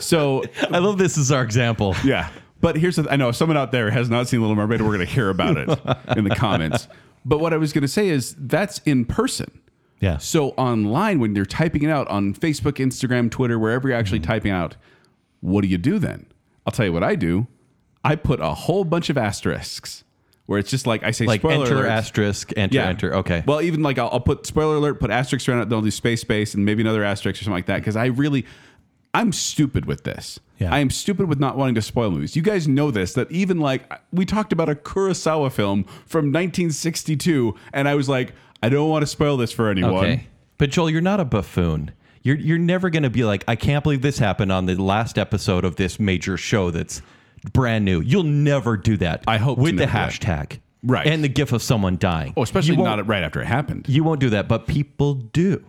Speaker 2: so
Speaker 3: I love this as our example.
Speaker 2: yeah, but here's the. I know if someone out there has not seen Little Mermaid. We're going to hear about <laughs> it in the comments. But what I was going to say is that's in person.
Speaker 4: yeah.
Speaker 2: So online, when you're typing it out on Facebook, Instagram, Twitter, wherever you're actually
Speaker 3: Mm-hmm.
Speaker 2: typing out, what do you do then? I'll tell you what I do. I put a whole bunch of asterisks where it's just like I say
Speaker 3: Like
Speaker 2: spoiler
Speaker 3: enter
Speaker 2: alert.
Speaker 3: asterisk, enter enter. Okay.
Speaker 2: Well, even like I'll, I'll put spoiler alert, put asterisks around it, then I'll do space space and maybe another asterisk or something like that because I really, I'm stupid with this.
Speaker 4: Yeah.
Speaker 2: I am stupid with not wanting to spoil movies. You guys know this that even like we talked about a Kurosawa film from 1962, and I was like, I don't want to spoil this for anyone.
Speaker 3: okay. But Joel, you're not a buffoon. You're you're never gonna be like, I can't believe this happened on the last episode of this major show that's brand new. You'll never do that.
Speaker 2: I hope to
Speaker 3: with the
Speaker 2: never do
Speaker 3: hashtag.
Speaker 2: Right.
Speaker 3: And the gif of someone dying.
Speaker 2: Oh, especially
Speaker 3: You won't-
Speaker 2: not right after it happened.
Speaker 3: You won't do that, but people do.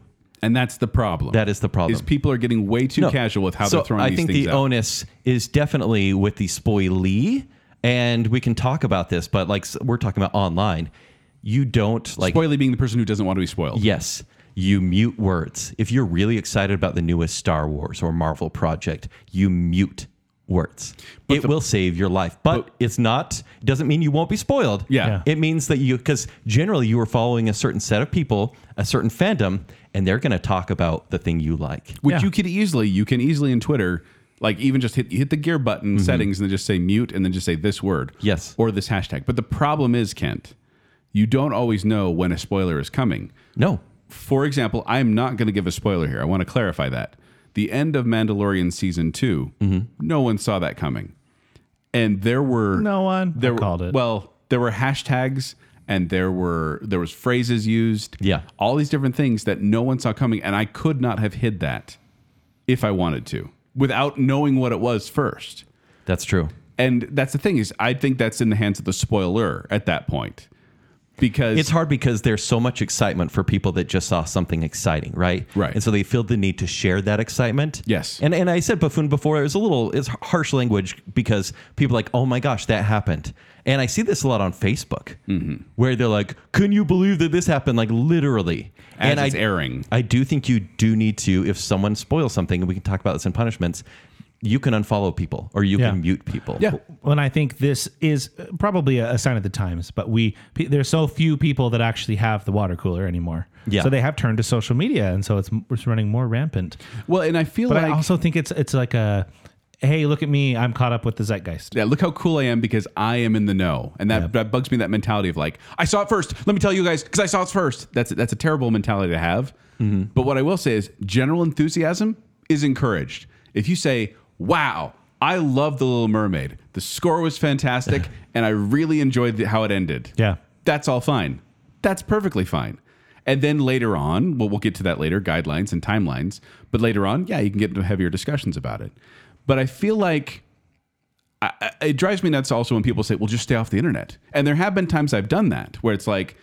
Speaker 2: and that's the problem.
Speaker 3: That is the problem.
Speaker 2: Is people are getting way too
Speaker 3: No.
Speaker 2: casual with how
Speaker 3: so
Speaker 2: they're throwing
Speaker 3: I
Speaker 2: these
Speaker 3: think
Speaker 2: things
Speaker 3: the
Speaker 2: out.
Speaker 3: onus is definitely with the spoilee, and we can talk about this, but like s- we're talking about online, you don't like.
Speaker 2: Spoiler being the person who doesn't want to be spoiled.
Speaker 3: yes, you mute words. If you're really excited about the newest Star Wars or Marvel project, you mute words. it will save your life, but, it's not. It doesn't mean you won't be spoiled.
Speaker 2: Yeah.
Speaker 3: it means that you because generally you are following a certain set of people, a certain fandom, and they're going to talk about the thing you like.
Speaker 2: which
Speaker 4: Yeah.
Speaker 2: you could easily you can easily in Twitter like even just hit hit the gear button settings and then just say mute and then just say this word
Speaker 3: Mm-hmm. Yes.
Speaker 2: or this hashtag. But the problem is Kent, you don't always know when a spoiler is coming.
Speaker 3: No,
Speaker 2: For example, I'm not going to give a spoiler here. I want to clarify that the end of Mandalorian season 2 no one saw that coming, and there were
Speaker 4: No one?
Speaker 2: there
Speaker 4: I
Speaker 2: were-
Speaker 4: called it.
Speaker 2: Well, there were hashtags and there were there was phrases used.
Speaker 3: Yeah.
Speaker 2: all these different things that no one saw coming, and I could not have hid that if I wanted to without knowing what it was first.
Speaker 3: that's true.
Speaker 2: And that's the thing is, I think that's in the hands of the spoiler at that point because
Speaker 3: It's hard because there's so much excitement for people that just saw something exciting, right?
Speaker 2: Right.
Speaker 3: And so they feel the need to share that excitement.
Speaker 2: Yes.
Speaker 3: And and I said buffoon before. It was a little it's harsh language because people are like, oh my gosh, that happened. And I see this a lot on Facebook
Speaker 2: Mm-hmm.
Speaker 3: where they're like, can you believe that this happened? Like literally.
Speaker 2: as
Speaker 3: and
Speaker 2: it's
Speaker 3: I
Speaker 2: airing.
Speaker 3: I do think you do need to if someone spoils something, and we can talk about this in punishments. You can unfollow people or you
Speaker 4: Yeah.
Speaker 3: can mute people.
Speaker 2: Yeah.
Speaker 4: Well, and I think this is uh, probably a, a sign of the times, but we pe- there's so few people that actually have the water cooler anymore.
Speaker 3: Yeah.
Speaker 4: So they have turned to social media, and so it's m- it's running more rampant.
Speaker 2: Well, and I feel
Speaker 4: But
Speaker 2: like
Speaker 4: I also think it's it's like a hey, look at me, I'm caught up with the zeitgeist.
Speaker 2: Yeah, look how cool I am because I am in the know, and that, that bugs me. That mentality of like, I saw it first. Let me tell you guys because I saw it first. That's that's a terrible mentality to have. But what I will say is, general enthusiasm is encouraged. If you say, "Wow, I love the Little Mermaid. The score was fantastic, and I really enjoyed the, how it ended."
Speaker 4: Yeah.
Speaker 2: that's all fine. That's perfectly fine. And then later on, well, we'll get to that later, guidelines and timelines. But later on, yeah, you can get into heavier discussions about it. But I feel like I, I- it drives me nuts also when people say, well, just stay off the internet. And there have been times I've done that where it's like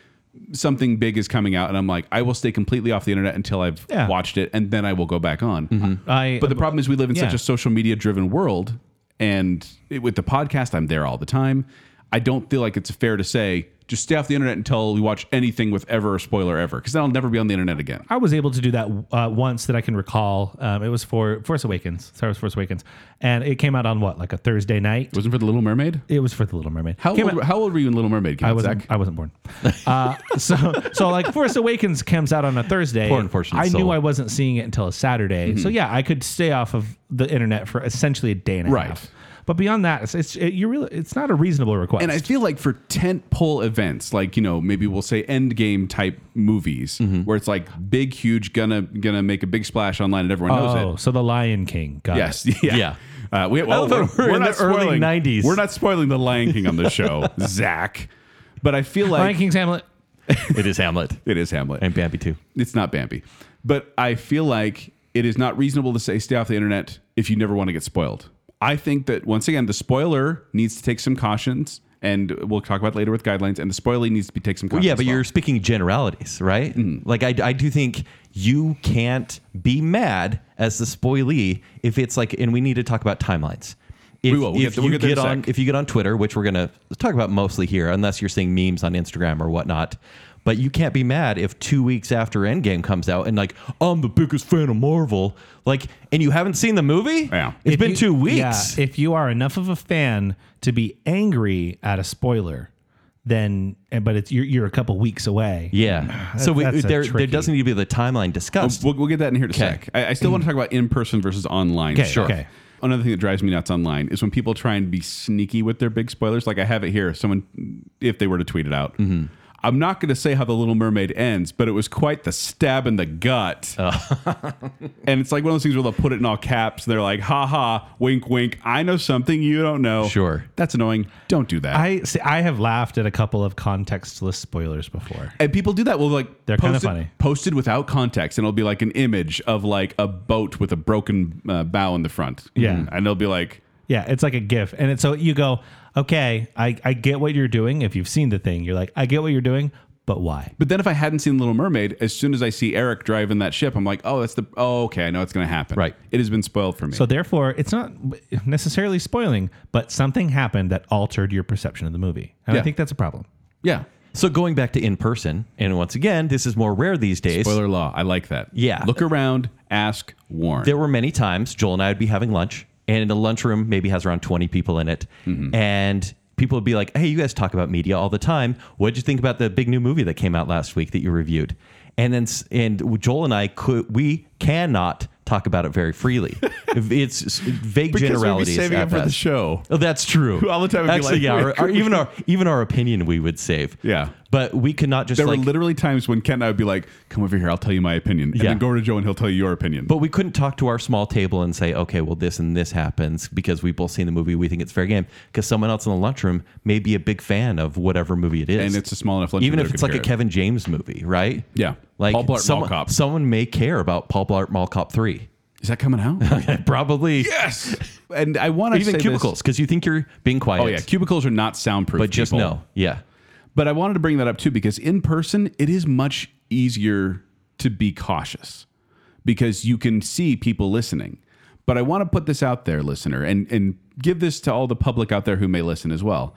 Speaker 2: something big is coming out and I'm like, I will stay completely off the internet until I've
Speaker 4: Yeah. Mm-hmm.
Speaker 2: watched it and then I will go back on. Uh,
Speaker 4: I
Speaker 2: But the problem is we live in such
Speaker 4: Yeah.
Speaker 2: a social media driven world. And it- with the podcast, I'm there all the time. I don't feel like it's fair to say just stay off the internet until you watch anything with ever a spoiler ever, because then I'll never be on the internet again.
Speaker 4: I was able to do that uh, once that I can recall. Um, it was for Force Awakens, Star Wars Force Awakens, and it came out on what, like a Thursday night.
Speaker 2: Wasn't for the Little Mermaid.
Speaker 4: It was for The Little Mermaid.
Speaker 2: How
Speaker 4: Came
Speaker 2: old,
Speaker 4: out-
Speaker 2: how old were you in Little Mermaid? Came
Speaker 4: I
Speaker 2: out,
Speaker 4: wasn't.
Speaker 2: Zach?
Speaker 4: I wasn't born. Uh, so, <laughs> so like Force Awakens comes out on a Thursday.
Speaker 3: Poor unfortunate
Speaker 4: I knew
Speaker 3: soul.
Speaker 4: I wasn't seeing it until a Saturday.
Speaker 2: Mm-hmm.
Speaker 4: So yeah, I could stay off of the internet for essentially a day and a
Speaker 2: Right.
Speaker 4: half. But beyond that, it's, it's it, you really it's not a reasonable request.
Speaker 2: And I feel like for tent pole events, like you know, maybe we'll say end game type movies, where it's like big, huge, gonna gonna make a big splash online, and everyone
Speaker 4: oh,
Speaker 2: knows it.
Speaker 4: so the Lion King. Got
Speaker 2: Yes,
Speaker 4: it.
Speaker 2: yeah.
Speaker 3: Yeah.
Speaker 2: Uh, we, well,
Speaker 3: love that
Speaker 2: we're,
Speaker 3: we're
Speaker 2: we're
Speaker 3: in
Speaker 2: not
Speaker 3: the early
Speaker 2: spoiling-
Speaker 3: 90s.
Speaker 2: We're not spoiling the Lion King on the show, Zach. But I feel <laughs> like
Speaker 4: Lion King's Hamlet.
Speaker 3: it is Hamlet
Speaker 2: it is Hamlet.
Speaker 3: and Bambi too.
Speaker 2: it's not Bambi. But I feel like it is not reasonable to say stay off the internet if you never want to get spoiled. I think that once again, the spoiler needs to take some cautions, and we'll talk about it later with guidelines. And the spoiler needs to be take some cautions.
Speaker 3: yeah, but
Speaker 2: as well.
Speaker 3: you're speaking generalities, right?
Speaker 2: Mm-hmm.
Speaker 3: Like I, I do think you can't be mad as the spoilee if it's like, and we need to talk about timelines. If,
Speaker 2: We will. We'll
Speaker 3: if
Speaker 2: get- we'll
Speaker 3: you
Speaker 2: get there
Speaker 3: get,
Speaker 2: in a
Speaker 3: on,
Speaker 2: sec.
Speaker 3: if you get on Twitter, which we're gonna talk about mostly here, unless you're seeing memes on Instagram or whatnot. But you can't be mad if two weeks after Endgame comes out and like I'm the biggest fan of Marvel, like, and you haven't seen the movie.
Speaker 2: Yeah.
Speaker 3: it's
Speaker 4: If
Speaker 3: been
Speaker 4: you-
Speaker 3: two weeks.
Speaker 4: Yeah, if you are enough of a fan to be angry at a spoiler, then eh, but it's you're, you're a couple weeks away.
Speaker 3: Yeah. so we,
Speaker 4: that's a
Speaker 3: there, there
Speaker 4: tricky-
Speaker 3: doesn't need to be the timeline discussed.
Speaker 2: We'll, we'll get that in here in a
Speaker 3: Okay.
Speaker 2: sec. I, I still want to talk about in person versus online.
Speaker 4: Okay,
Speaker 2: stuff.
Speaker 4: okay.
Speaker 2: Another thing that drives me nuts online is when people try and be sneaky with their big spoilers. Like I have it here. Someone, if they were to tweet it out, I'm not going to say how the Little Mermaid ends, but it was quite the stab in the gut. and it's like one of those things where they'll put it in all caps. And they're like, "Ha ha, wink, wink. I know something you don't know."
Speaker 3: Sure.
Speaker 2: that's annoying. Don't do that.
Speaker 4: I see, I have laughed at a couple of contextless spoilers before.
Speaker 2: And people do that. Well, like
Speaker 4: They're kinda
Speaker 2: posted-
Speaker 4: funny.
Speaker 2: Posted without context, and it'll be like an image of like a boat with a broken uh, bow in the front. Mm.
Speaker 4: Yeah.
Speaker 2: and they'll be like,
Speaker 4: Yeah, it's like a GIF, and it's, so you go, okay, I, I get what you're doing. If you've seen the thing, you're like, I get what you're doing, but why?
Speaker 2: but then if I hadn't seen Little Mermaid, as soon as I see Eric driving that ship, I'm like, oh, that's the. Oh, okay, I know it's going to happen.
Speaker 3: Right.
Speaker 2: It has been spoiled for me.
Speaker 4: So therefore, it's not necessarily spoiling, but something happened that altered your perception of the movie, and
Speaker 2: Yeah.
Speaker 4: I think that's a problem.
Speaker 2: yeah.
Speaker 3: So going back to in person, and once again, this is more rare these days.
Speaker 2: Spoiler law. I like that.
Speaker 3: Yeah.
Speaker 2: Look around. Ask. Warn.
Speaker 3: There were many times Joel and I would be having lunch, and the lunchroom maybe has around 20 people in it.
Speaker 2: Mm-hmm.
Speaker 3: And people would be like, Hey, you guys talk about media all the time. What'd you think about the big new movie that came out last week that you reviewed? And then, s- and Joel and I could, we cannot talk about it very freely.
Speaker 2: <laughs>
Speaker 3: it's s- vague
Speaker 2: because we'd be
Speaker 3: generalities.
Speaker 2: saving
Speaker 3: at
Speaker 2: it for the
Speaker 3: best.
Speaker 2: show.
Speaker 3: Oh, that's true.
Speaker 2: <laughs> All the time we'd be
Speaker 3: Actually,
Speaker 2: like,
Speaker 3: yeah. Our, our- even our even our opinion we would save.
Speaker 2: Yeah.
Speaker 3: But we could not just
Speaker 2: There
Speaker 3: like
Speaker 2: were literally times when Kent and I would be like, "Come over here, I'll tell you my opinion," and
Speaker 3: Yeah.
Speaker 2: then go over to Joe and he'll tell you your opinion.
Speaker 3: But we couldn't talk to our small table and say, okay, well, this and this happens because we've both seen the movie. We think it's fair game because someone else in the lunchroom may be a big fan of whatever movie it is.
Speaker 2: and it's a small enough lunch.
Speaker 3: even
Speaker 2: that
Speaker 3: if
Speaker 2: they
Speaker 3: it's
Speaker 2: could
Speaker 3: like a
Speaker 2: hear it.
Speaker 3: Kevin James movie, right?
Speaker 2: Yeah.
Speaker 3: Like
Speaker 2: Paul Blart Mall
Speaker 3: someone,
Speaker 2: Cop.
Speaker 3: someone may care about Paul Blart Mall Cop 3.
Speaker 2: Is that coming out?
Speaker 3: <laughs> Probably
Speaker 2: yes. And I want to
Speaker 3: even cubicles because you think you're being quiet.
Speaker 2: Oh yeah, cubicles are not soundproof.
Speaker 3: But just
Speaker 2: people.
Speaker 3: know. Yeah.
Speaker 2: But I wanted to bring that up too because in person it is much easier to be cautious because you can see people listening. But I want to put this out there, listener, and and give this to all the public out there who may listen as well.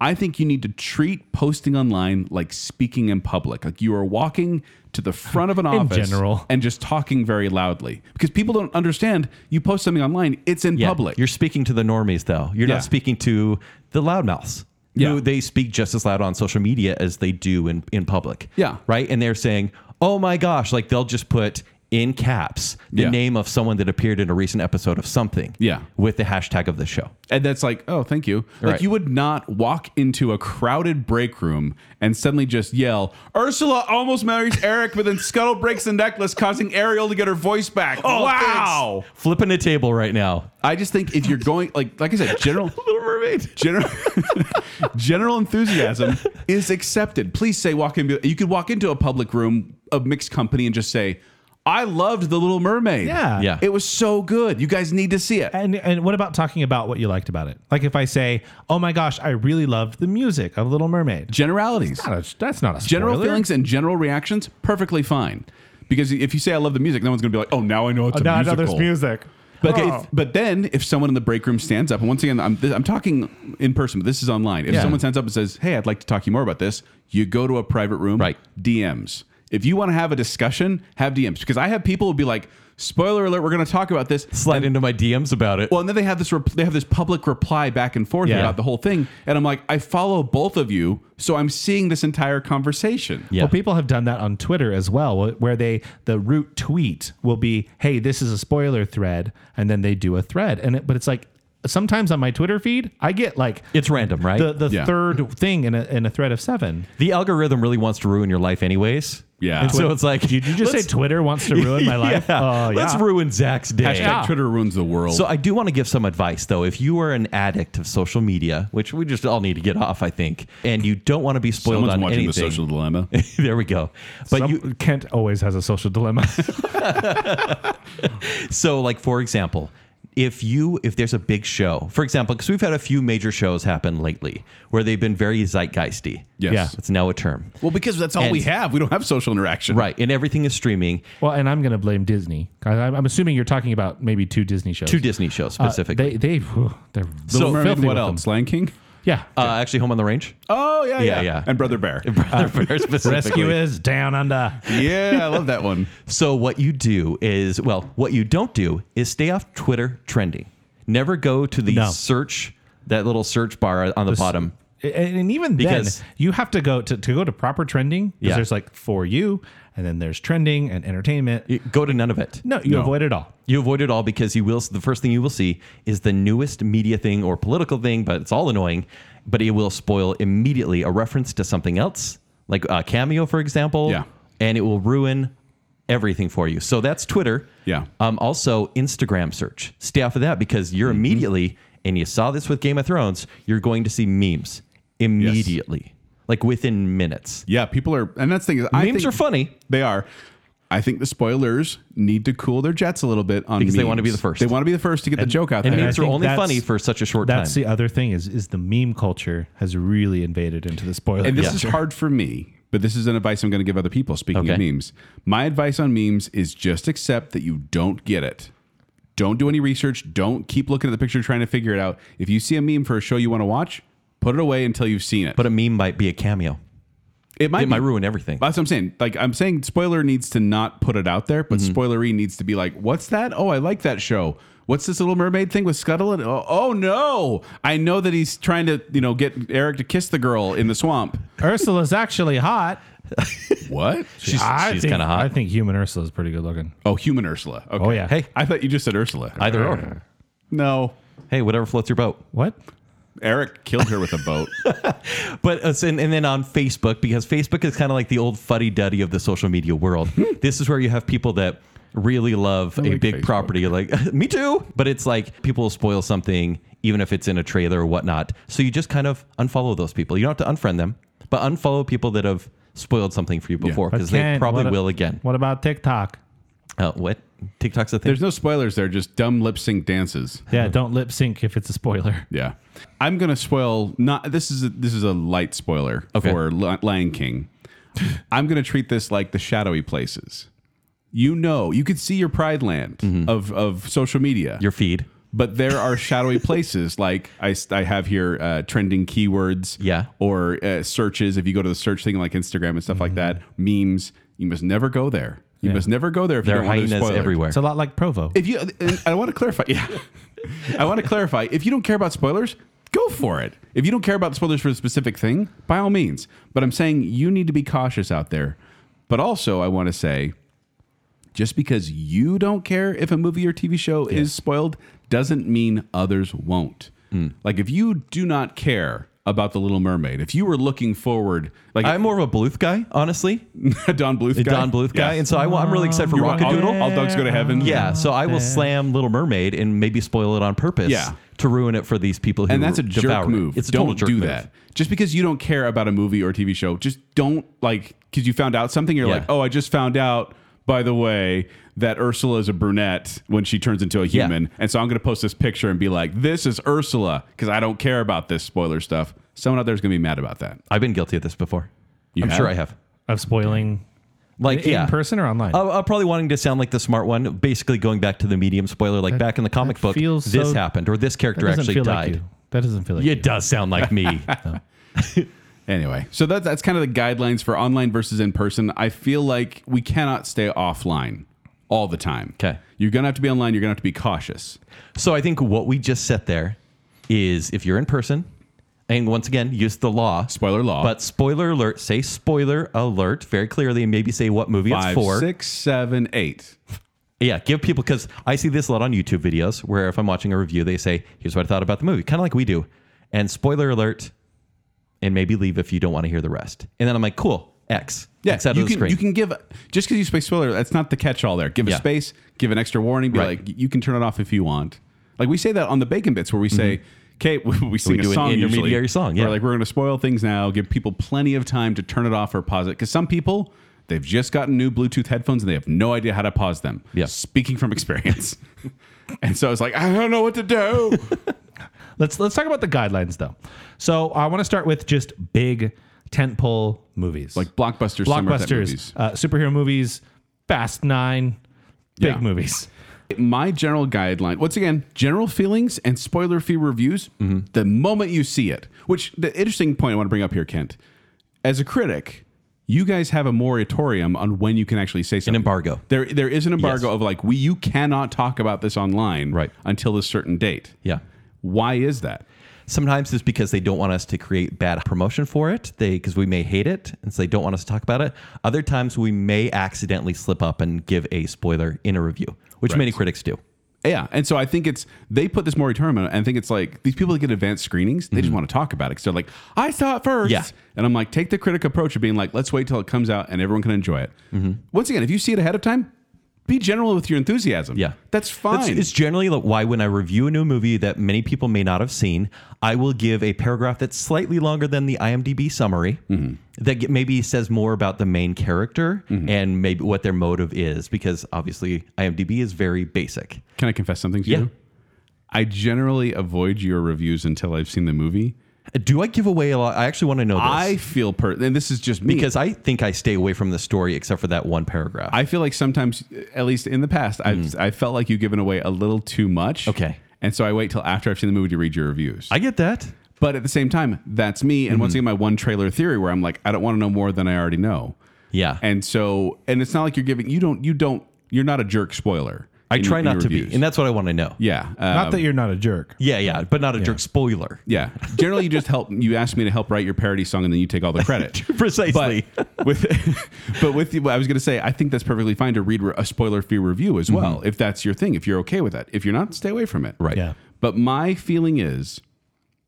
Speaker 2: I think you need to treat posting online like speaking in public, like you are walking to the front
Speaker 3: <laughs>
Speaker 2: of an office
Speaker 4: general.
Speaker 2: and just talking very loudly because people don't understand. You post something online, it's in
Speaker 3: Yeah.
Speaker 2: public.
Speaker 3: You're speaking to the normies, though. You're
Speaker 2: Yeah.
Speaker 3: not speaking to the loudmouths.
Speaker 2: Yeah.
Speaker 3: Who they speak just as loud on social media as they do in, in public.
Speaker 2: Yeah.
Speaker 3: Right. And they're saying, oh my gosh, like they'll just put in caps the
Speaker 2: Yeah.
Speaker 3: name of someone that appeared in a recent episode of something.
Speaker 2: Yeah.
Speaker 3: With the hashtag of the show.
Speaker 2: And that's like, oh, thank you. Like
Speaker 3: Right.
Speaker 2: you would not walk into a crowded break room and suddenly just yell, Ursula almost marries Eric, but then Scuttle breaks the necklace, causing Ariel to get her voice back. wow.
Speaker 3: Oh, Thanks. Flipping a table right now.
Speaker 2: I just think if you're going like like I said, general
Speaker 3: Little Mermaid.
Speaker 2: general <laughs> general enthusiasm is accepted. Please say walk in you could walk into a public room of mixed company and just say, I loved The Little Mermaid.
Speaker 4: Yeah.
Speaker 3: Yeah.
Speaker 2: It was so good. You guys need to see it.
Speaker 4: And and what about talking about what you liked about it? Like if I say, oh my gosh, I really loved the music of Little Mermaid.
Speaker 2: Generalities.
Speaker 4: That's not a, that's not a
Speaker 2: general
Speaker 4: spoiler.
Speaker 2: feelings and general reactions perfectly fine because if you say i love the music no one's going to be like oh now i know it's a
Speaker 4: now I know
Speaker 2: musical
Speaker 4: there's music.
Speaker 2: But,
Speaker 4: Oh.
Speaker 2: if- but then if someone in the break room stands up, and once again, I'm, I'm talking in person, but this is online. If
Speaker 3: Yeah.
Speaker 2: someone stands up and says, "Hey, I'd like to talk to you more about this," you go to a private room,
Speaker 3: Right.
Speaker 2: DMs. If you want to have a discussion, have DMs because I have people who be like, "Spoiler alert, we're going to talk about this."
Speaker 3: Slide into my DMs about it.
Speaker 2: Well, and then they have this rep- they have this public reply back and forth
Speaker 4: Yeah.
Speaker 2: about the whole thing, and I'm like, I follow both of you, so I'm seeing this entire conversation.
Speaker 3: yeah.
Speaker 4: Well, people have done that on Twitter as well, wh- where they the root tweet will be, "Hey, this is a spoiler thread," and then they do a thread, and it, but it's like sometimes on my Twitter feed, I get like
Speaker 3: it's random, right?
Speaker 4: the
Speaker 3: The,
Speaker 4: the
Speaker 2: Yeah.
Speaker 4: third thing in a in a thread of seven.
Speaker 3: algorithm really wants to ruin your life, anyways.
Speaker 2: Yeah.
Speaker 3: And so it's like,
Speaker 4: Did you just say
Speaker 3: let's-
Speaker 4: Twitter wants to
Speaker 3: <laughs>
Speaker 4: ruin my life?
Speaker 3: Yeah,
Speaker 4: Oh,
Speaker 3: Let's
Speaker 4: yeah.
Speaker 3: ruin Zach's day.
Speaker 2: Hashtag Twitter ruins the world.
Speaker 3: So I do want to give some advice though. If you are an addict of social media, which we just all need to get off, I think, and you don't want to be spoiled
Speaker 2: Someone's
Speaker 3: on
Speaker 2: watching
Speaker 3: anything.
Speaker 2: the social dilemma.
Speaker 3: <laughs> there we go. But
Speaker 4: Some-
Speaker 3: you
Speaker 4: Kent always has a social dilemma.
Speaker 3: so like for example if you if there's a big show for example because we've had a few major shows happen lately where they've been very zeitgeisty
Speaker 2: Yes.
Speaker 4: Yeah.
Speaker 3: it's now a term
Speaker 2: Well, because that's all
Speaker 3: And-
Speaker 2: we have. We don't have social interaction.
Speaker 3: right and everything is streaming
Speaker 4: well, and I'm going to blame Disney. I- I'm, I'm assuming you're talking about maybe two Disney shows.
Speaker 3: two disney shows
Speaker 4: Uh,
Speaker 3: specifically
Speaker 4: they they whew, they're
Speaker 2: So, Mermaid,
Speaker 4: filthy
Speaker 2: what
Speaker 4: with
Speaker 2: else?
Speaker 4: them.
Speaker 2: Lion King?
Speaker 4: Yeah.
Speaker 3: uh, actually home on the range
Speaker 2: Oh, yeah,
Speaker 3: Yeah, yeah.
Speaker 2: And Brother
Speaker 3: <laughs>
Speaker 2: Bear.
Speaker 4: <laughs>
Speaker 3: Very specifically.
Speaker 4: Uh, Rescue is down under.
Speaker 2: yeah, I love that one.
Speaker 3: So what you do is, well, what you don't do is stay off Twitter trending. Never go to the
Speaker 4: No.
Speaker 3: search that little search bar on the bottom.
Speaker 4: And, and even
Speaker 3: Because-
Speaker 4: then, you have to go to, to go to proper trending because
Speaker 3: Yeah.
Speaker 4: there's like for you, and then there's trending and entertainment.
Speaker 3: You- Go to none of it.
Speaker 4: no, you
Speaker 2: No.
Speaker 4: avoid it all.
Speaker 3: You avoid it all because you will. The first thing you will see is the newest media thing or political thing, but it's all annoying. But it will spoil immediately a reference to something else, like uh, Cameo, for example.
Speaker 2: Yeah.
Speaker 3: And it will ruin everything for you. So that's Twitter.
Speaker 2: Yeah.
Speaker 3: Um, also, Instagram search. Stay off of that because you're
Speaker 2: Mm-hmm.
Speaker 3: immediately, and you saw this with Game of Thrones, you're going to see memes immediately, like within minutes.
Speaker 2: Yeah, people are, and that's the thing. Is, I
Speaker 3: memes
Speaker 2: think
Speaker 3: are funny.
Speaker 2: They are. I think the spoilers need to cool their jets a little bit on
Speaker 3: Because they
Speaker 2: memes.
Speaker 3: want to be the first.
Speaker 2: They want to be the first to get the joke out
Speaker 3: And
Speaker 2: there.
Speaker 3: memes are
Speaker 4: think
Speaker 3: only
Speaker 4: that's-
Speaker 3: funny for such a short
Speaker 4: That's
Speaker 3: time.
Speaker 4: the other thing is is the meme culture has really invaded into the spoiler.
Speaker 2: and this is
Speaker 4: <laughs> culture.
Speaker 2: hard for me, but this is an advice I'm going to give other people. Speaking of
Speaker 3: Okay.
Speaker 2: memes, my advice on memes is just accept that you don't get it. Don't do any research. Don't keep looking at the picture trying to figure it out. If you see a meme for a show you want to watch, put it away until you've seen it.
Speaker 3: but a meme might be a cameo.
Speaker 2: it might
Speaker 3: It might
Speaker 2: be-
Speaker 3: ruin everything.
Speaker 2: That's what I'm saying. Like I'm saying, spoiler needs to not put it out there, but
Speaker 3: Mm-hmm.
Speaker 2: spoilery needs to be like, "What's that? Oh, I like that show. What's this Little Mermaid thing with Scuttle? And oh, oh no, I know that he's trying to, you know, get Eric to kiss the girl in the swamp.
Speaker 4: Ursula's actually hot.
Speaker 2: What?
Speaker 3: She's,
Speaker 4: I
Speaker 3: she's
Speaker 4: think-
Speaker 3: kind of hot.
Speaker 4: I think human Ursula is pretty good looking.
Speaker 2: Oh, human Ursula. Okay.
Speaker 4: Oh, yeah.
Speaker 3: Hey.
Speaker 2: I thought you just said Ursula.
Speaker 3: Either or.
Speaker 2: no,
Speaker 3: Hey, whatever floats your boat.
Speaker 4: What?
Speaker 2: Eric killed her with a
Speaker 4: <laughs>
Speaker 2: boat.
Speaker 3: But uh, and, and then on Facebook, because Facebook is kind of like the old fuddy duddy of the social media world. this is where you have people that really love a
Speaker 2: like
Speaker 3: big
Speaker 2: Facebook.
Speaker 3: property, like <laughs> me too. But it's like people will spoil something, even if it's in a trailer or whatnot. So you just kind of unfollow those people. You don't have to unfriend them, but unfollow people that have spoiled something for you before
Speaker 4: But
Speaker 3: because they
Speaker 4: Ken,
Speaker 3: probably
Speaker 4: what a-
Speaker 3: will again.
Speaker 4: What about TikTok?
Speaker 3: Uh, what TikTok's a thing?
Speaker 2: There's no spoilers there, just dumb lip sync dances.
Speaker 3: <laughs>
Speaker 4: Yeah, don't lip sync if it's a spoiler.
Speaker 2: Yeah, I'm gonna spoil. Not this is a, this is a light spoiler
Speaker 3: Okay.
Speaker 2: for Li- Lion King. I'm gonna treat this like the shadowy places. You know, you could see your pride land
Speaker 4: Mm-hmm.
Speaker 2: of of social media,
Speaker 3: your feed.
Speaker 2: but there are shadowy places like I, s- I have here uh, trending keywords,
Speaker 3: Yeah.
Speaker 2: or uh, searches. If you go to the search thing like Instagram and stuff like
Speaker 3: Mm-hmm.
Speaker 2: that, memes. You must never go there. You must never go there if
Speaker 3: There
Speaker 2: you
Speaker 3: are
Speaker 2: don't want to
Speaker 3: hyenas
Speaker 2: spoil
Speaker 3: everywhere.
Speaker 4: It's a lot like Provo.
Speaker 2: if you and i want to clarify yeah i want to clarify if you don't care about spoilers go for it if you don't care about spoilers for a specific thing by all means but i'm saying you need to be cautious out there but also i want to say just because you don't care if a movie or tv show is spoiled doesn't mean others won't
Speaker 3: Hmm.
Speaker 2: like if you do not care about the little mermaid if you were looking forward like <laughs>
Speaker 3: I'm more of a Bluth guy, honestly.
Speaker 2: don bluth
Speaker 3: A
Speaker 2: guy
Speaker 3: Don Bluth guy.
Speaker 2: Yeah.
Speaker 3: And so I, am really excited for
Speaker 2: You're all-
Speaker 3: Rockadoodle.
Speaker 2: all dogs go to heaven
Speaker 3: Yeah, so I will slam Little Mermaid and maybe spoil it on purpose.
Speaker 2: Yeah.
Speaker 3: to ruin it for these people who
Speaker 2: and that's a
Speaker 3: devour
Speaker 2: jerk
Speaker 3: it.
Speaker 2: move.
Speaker 3: It's a total
Speaker 2: don't
Speaker 3: jerk
Speaker 2: do
Speaker 3: move.
Speaker 2: that. Just because you don't care about a movie or TV show, just don't like because you found out something. You're
Speaker 3: Yeah.
Speaker 2: like, oh, I just found out. By the way, that Ursula is a brunette when she turns into a
Speaker 3: Yeah.
Speaker 2: human, and so I'm going to post this picture and be like, "This is Ursula," because I don't care about this spoiler stuff. Someone out there is going to be mad about that.
Speaker 3: I've been guilty of this before.
Speaker 2: You
Speaker 3: I'm
Speaker 2: have?
Speaker 3: sure I have.
Speaker 4: of spoiling
Speaker 3: Like
Speaker 4: in
Speaker 3: yeah. Oh,
Speaker 4: person or online?
Speaker 3: I'm probably wanting to sound like the smart one, basically going back to the medium spoiler, like back in the comic
Speaker 4: that
Speaker 3: book,
Speaker 4: feels
Speaker 3: this
Speaker 4: so-
Speaker 3: happened or this
Speaker 4: that
Speaker 3: character
Speaker 4: doesn't
Speaker 3: actually
Speaker 4: feel
Speaker 3: died.
Speaker 4: like you. That doesn't feel like you.
Speaker 3: It does sound
Speaker 2: <laughs>
Speaker 3: like me.
Speaker 2: Anyway, so that, that's kind of the guidelines for online versus in person. I feel like we cannot stay offline all the time.
Speaker 3: 'Kay.
Speaker 2: You're going to have to be online. You're going to have to be cautious.
Speaker 3: So I think what we just said there is if you're in person, and once again, use the law.
Speaker 2: Spoiler law.
Speaker 3: But spoiler alert, say spoiler alert very clearly and maybe say what movie
Speaker 2: Five,
Speaker 3: it's for.
Speaker 2: six, seven, eight.
Speaker 3: Yeah, give people, because I see this a lot on YouTube videos where if I'm watching a review, they say, here's what I thought about the movie, kind of like we do. And spoiler alert, and maybe leave if you don't want to hear the rest. And then I'm like, cool, X.
Speaker 2: Yeah,
Speaker 3: X out
Speaker 2: you
Speaker 3: of the
Speaker 2: can
Speaker 3: screen.
Speaker 2: you can give just because you space spoiler. That's not the catch all. There, give
Speaker 3: Yeah.
Speaker 2: a space, give an extra warning. Be
Speaker 3: Right.
Speaker 2: like, you can turn it off if you want. Like we say that on the bacon bits where we say, "Okay, <laughs> we, we sing
Speaker 3: Mm-hmm. do
Speaker 2: a
Speaker 3: an
Speaker 2: song
Speaker 3: intermediary
Speaker 2: usually.
Speaker 3: song, yeah.
Speaker 2: We're like, we're going to spoil things now. Give people plenty of time to turn it off or pause it because some people they've just gotten new Bluetooth headphones and they have no idea how to pause them.
Speaker 3: Yeah.
Speaker 2: speaking from experience. <laughs> and so I was like, I don't know what to
Speaker 3: <laughs>
Speaker 2: do.
Speaker 4: Let's let's talk about the guidelines though. So I want to start with just big tentpole movies
Speaker 2: like blockbuster, summer type movies.
Speaker 4: blockbusters, uh, superhero movies, Fast Nine, big
Speaker 2: Yeah.
Speaker 4: movies.
Speaker 2: my general guideline once again general feelings and spoiler free reviews the moment you see it which the interesting point i want to bring up here kent as a critic you guys have a moratorium on when you can actually say something
Speaker 3: embargo.
Speaker 2: there there is an embargo of like we you cannot talk about this online
Speaker 3: Right.
Speaker 2: until this certain date
Speaker 3: yeah.
Speaker 2: why is that
Speaker 3: Sometimes it's because they don't want us to create bad promotion for it, they because we may hate it, and so they don't want us to talk about it. Other times we may accidentally slip up and give a spoiler in a review, which many critics do.
Speaker 2: yeah and so i think it's they put this moratorium on, and i think it's like these people that get advanced screenings they just want to talk about it because they're like i saw it first
Speaker 3: Mm-hmm. Yeah.
Speaker 2: and i'm like take the critic approach of being like let's wait till it comes out and everyone can enjoy it
Speaker 3: Mm-hmm.
Speaker 2: once again if you see it ahead of time be general with your enthusiasm
Speaker 3: Yeah.
Speaker 2: that's
Speaker 3: That's-
Speaker 2: fine
Speaker 3: it's generally like why when I review a new movie that many people may not have seen, I will give a paragraph that's slightly longer than the IMDb summary
Speaker 2: Mm-hmm.
Speaker 3: that get- maybe says more about the main character and maybe what their motive is, because obviously IMDb is very basic.
Speaker 2: can i confess something to
Speaker 3: Yeah.
Speaker 2: you i generally avoid your reviews until i've seen the movie
Speaker 3: Do I give away a lot? I actually want to know this.
Speaker 2: i feel per and this is just me
Speaker 3: because I think I stay away from the story except for that one paragraph.
Speaker 2: I feel like sometimes, at least in the past, I've I felt like you've given away a little too much.
Speaker 3: Mm-hmm. Okay.
Speaker 2: And so I wait till after I've seen the movie to read your reviews.
Speaker 3: I get that.
Speaker 2: but at the same time, that's me. And once
Speaker 3: Mm-hmm.
Speaker 2: again, my one trailer theory where I'm like, I don't want to know more than I already know.
Speaker 3: Yeah.
Speaker 2: And so, and it's not like you're giving, you don't, you don't, you're not a jerk spoiler.
Speaker 3: I
Speaker 2: in your-
Speaker 3: try
Speaker 2: in
Speaker 3: not
Speaker 2: your
Speaker 3: to
Speaker 2: reviews.
Speaker 3: be. And that's what I want to know.
Speaker 2: yeah.
Speaker 4: Not
Speaker 2: um,
Speaker 4: that you're not a jerk.
Speaker 3: Yeah, yeah, but not a jerk spoiler. <laughs>
Speaker 2: Yeah. Generally, you just help. You ask me to help write your parody song, and then you take
Speaker 3: <laughs>
Speaker 2: all the credit.
Speaker 3: Precisely.
Speaker 2: But <laughs> with, but with you, I was going to say, I think that's perfectly fine to read a spoiler-free review as well, if that's your thing. If you're okay with that, if you're not, stay away from it.
Speaker 3: Right.
Speaker 4: Yeah.
Speaker 2: But my feeling is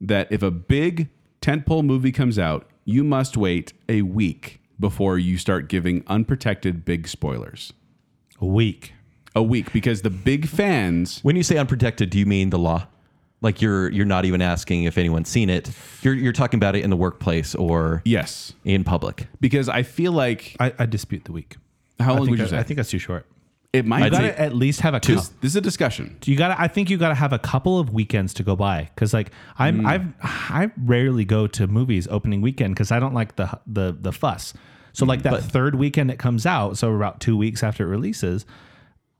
Speaker 2: that if a big tentpole movie comes out, you must wait a week before you start giving unprotected big spoilers.
Speaker 4: Weak.
Speaker 2: A week, because the big fans
Speaker 3: When you say unprotected, do you mean the law? Like you're you're not even asking if anyone's seen it. You're you're talking about it in the workplace or
Speaker 2: Yes,
Speaker 3: in public.
Speaker 2: because I feel like
Speaker 4: I, I dispute the weak.
Speaker 2: How
Speaker 4: I
Speaker 2: long
Speaker 4: think
Speaker 2: would you
Speaker 4: that-
Speaker 2: say?
Speaker 4: I think that's too short.
Speaker 2: it might
Speaker 4: You
Speaker 3: I'd
Speaker 2: be.
Speaker 3: say-
Speaker 4: gotta at least have a couple.
Speaker 2: This this is a discussion.
Speaker 4: You gotta. I think you gotta have a couple of weekends to go by because, like,
Speaker 2: Mm.
Speaker 4: I'm I've I rarely go to movies opening weekend because I don't like the the the fuss. So
Speaker 2: Mm,
Speaker 4: like that third weekend it comes out, so about two weeks after it releases,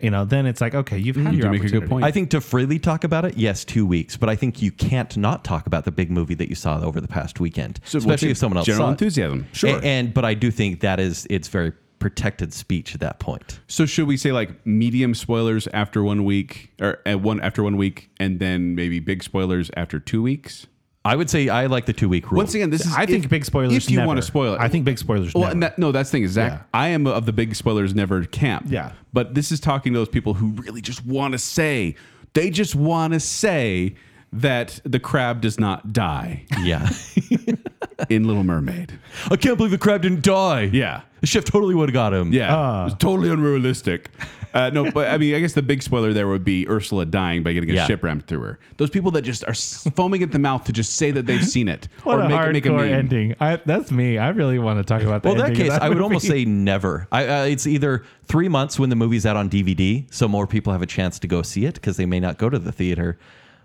Speaker 4: you know, then it's like okay, you've had your
Speaker 2: Mm. you make a good
Speaker 4: opportunity.
Speaker 2: point.
Speaker 3: I think to freely talk about it, yes, two weeks. But I think you can't not talk about the big movie that you saw over the past weekend,
Speaker 2: what's
Speaker 3: especially
Speaker 2: your
Speaker 3: if someone else
Speaker 2: general
Speaker 3: saw it.
Speaker 2: enthusiasm. Sure.
Speaker 3: A- and but I do think that is it's very protected speech at that point.
Speaker 2: so should we say like medium spoilers after one week, or at one after one week, and then maybe big spoilers after two weeks?
Speaker 3: I would say I like the two week rule.
Speaker 2: Once again, this is
Speaker 4: I think
Speaker 2: if-
Speaker 4: big spoilers.
Speaker 2: If you
Speaker 4: never.
Speaker 2: want to spoil it,
Speaker 4: I think big spoilers.
Speaker 2: Well,
Speaker 4: never.
Speaker 2: and that, no, that's the thing is Zach.
Speaker 4: Yeah.
Speaker 2: I am of the big spoilers never camp.
Speaker 4: Yeah.
Speaker 2: But this is talking to those people who really just want to say, they just want to say that the crab does not die
Speaker 3: yeah, <laughs>
Speaker 2: in Little Mermaid.
Speaker 3: I can't believe the crab didn't die.
Speaker 2: Yeah.
Speaker 3: the chef totally would have got him.
Speaker 2: Yeah,
Speaker 4: Uh.
Speaker 2: it's totally unrealistic. Uh, no, but I mean, I guess the big spoiler there would be Ursula dying by getting a
Speaker 3: Yeah.
Speaker 2: ship rammed through her. Those people that just are s- foaming at the mouth to just say that they've seen it
Speaker 4: What
Speaker 2: or
Speaker 4: a
Speaker 2: make
Speaker 4: hardcore
Speaker 2: make a meme.
Speaker 4: ending. I, that's me. I really want to talk about that.
Speaker 3: Well, in that case, I would almost say never. I, uh, it's either three months when the movie's out on DVD, so more people have a chance to go see it because they may not go to the theater.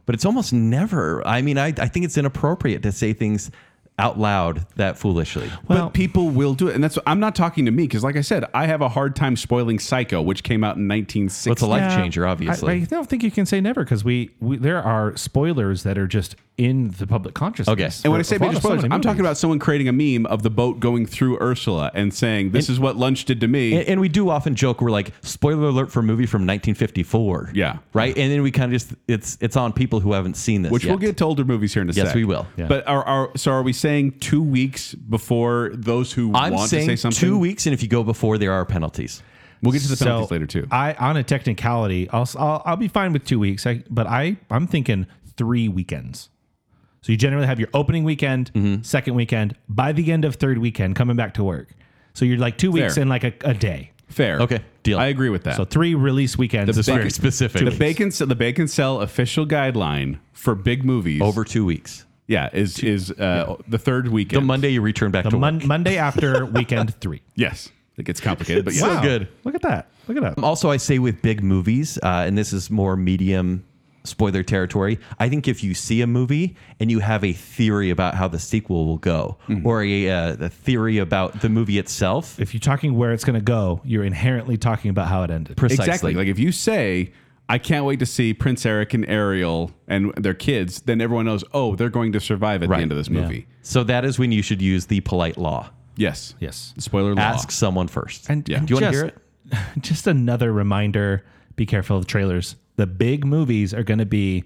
Speaker 3: But it's almost never. I mean, I, I think it's inappropriate to say things out loud that foolishly.
Speaker 4: Well-
Speaker 2: but people will do it, and that's I'm not talking to me because, like I said, I have a hard time spoiling Psycho, which came out in 1960.
Speaker 3: It's a life
Speaker 4: Yeah.
Speaker 3: changer, obviously.
Speaker 4: I, I don't think you can say never because we, we there are spoilers that are just in the public consciousness.
Speaker 3: Okay.
Speaker 2: And when
Speaker 4: for-
Speaker 2: I say
Speaker 4: of a lot
Speaker 2: major
Speaker 4: of so
Speaker 2: spoilers,
Speaker 4: many
Speaker 2: I'm talking
Speaker 4: movies.
Speaker 2: about someone creating a meme of the boat going through Ursula and saying, "This is what lunch did to me."
Speaker 3: and, and we do often joke we're like spoiler alert for a movie from 1954
Speaker 2: Yeah.
Speaker 3: right and then we kind of just it's it's on people who haven't seen this
Speaker 2: which we'll
Speaker 3: yet.
Speaker 2: get to older movies here in a
Speaker 3: Yes,
Speaker 2: sec.
Speaker 3: we will.
Speaker 4: Yeah.
Speaker 2: But are, are so are we saying two weeks before those who
Speaker 3: i'm
Speaker 2: want
Speaker 3: saying
Speaker 2: to say something?
Speaker 3: two weeks and if you go before there are penalties
Speaker 2: We'll get to the
Speaker 4: So,
Speaker 2: penalties later too.
Speaker 4: I on a technicality, I'll s- I'll, I'll be fine with two weeks. I, but I I'm thinking three weekends. So you generally have your opening weekend,
Speaker 3: Mm-hmm.
Speaker 4: second weekend, by the end of third weekend, coming back to work. So you're like two weeks
Speaker 2: Fair.
Speaker 4: in like a, a day.
Speaker 2: Fair.
Speaker 3: Okay, deal.
Speaker 2: I agree with that.
Speaker 4: So three release weekends. is
Speaker 3: very
Speaker 4: fine.
Speaker 3: specific
Speaker 2: the bacon the bacon cell official guideline for big movies
Speaker 3: over two weeks
Speaker 2: yeah is is uh, the third
Speaker 3: the
Speaker 2: weekend.
Speaker 3: monday you return back to
Speaker 4: Mon-
Speaker 3: work.
Speaker 4: Monday after weekend three.
Speaker 2: yes, it gets complicated, but
Speaker 3: It's
Speaker 2: yeah.
Speaker 3: <laughs> so good
Speaker 4: Look at that. Look at that.
Speaker 3: also i say with big movies uh, and this is more medium spoiler territory i think if you see a movie and you have a theory about how the sequel will go or a, uh, a theory about the movie itself
Speaker 4: Mm-hmm. if you're talking where it's going to go, you're inherently talking about how it ended.
Speaker 3: precisely
Speaker 2: Exactly. Like if you say, I can't wait to see Prince Eric and Ariel and their kids, then everyone knows, oh, they're going to survive at
Speaker 3: Right.
Speaker 2: the end of this movie.
Speaker 3: So that is when you should use the polite law.
Speaker 2: Yes.
Speaker 4: Yes.
Speaker 2: Spoiler law.
Speaker 3: Ask someone first.
Speaker 4: And,
Speaker 2: Yeah.
Speaker 4: and
Speaker 3: Do you wanna
Speaker 4: just,
Speaker 3: hear it?
Speaker 4: <laughs> Just another reminder be careful of trailers. The big movies are going to be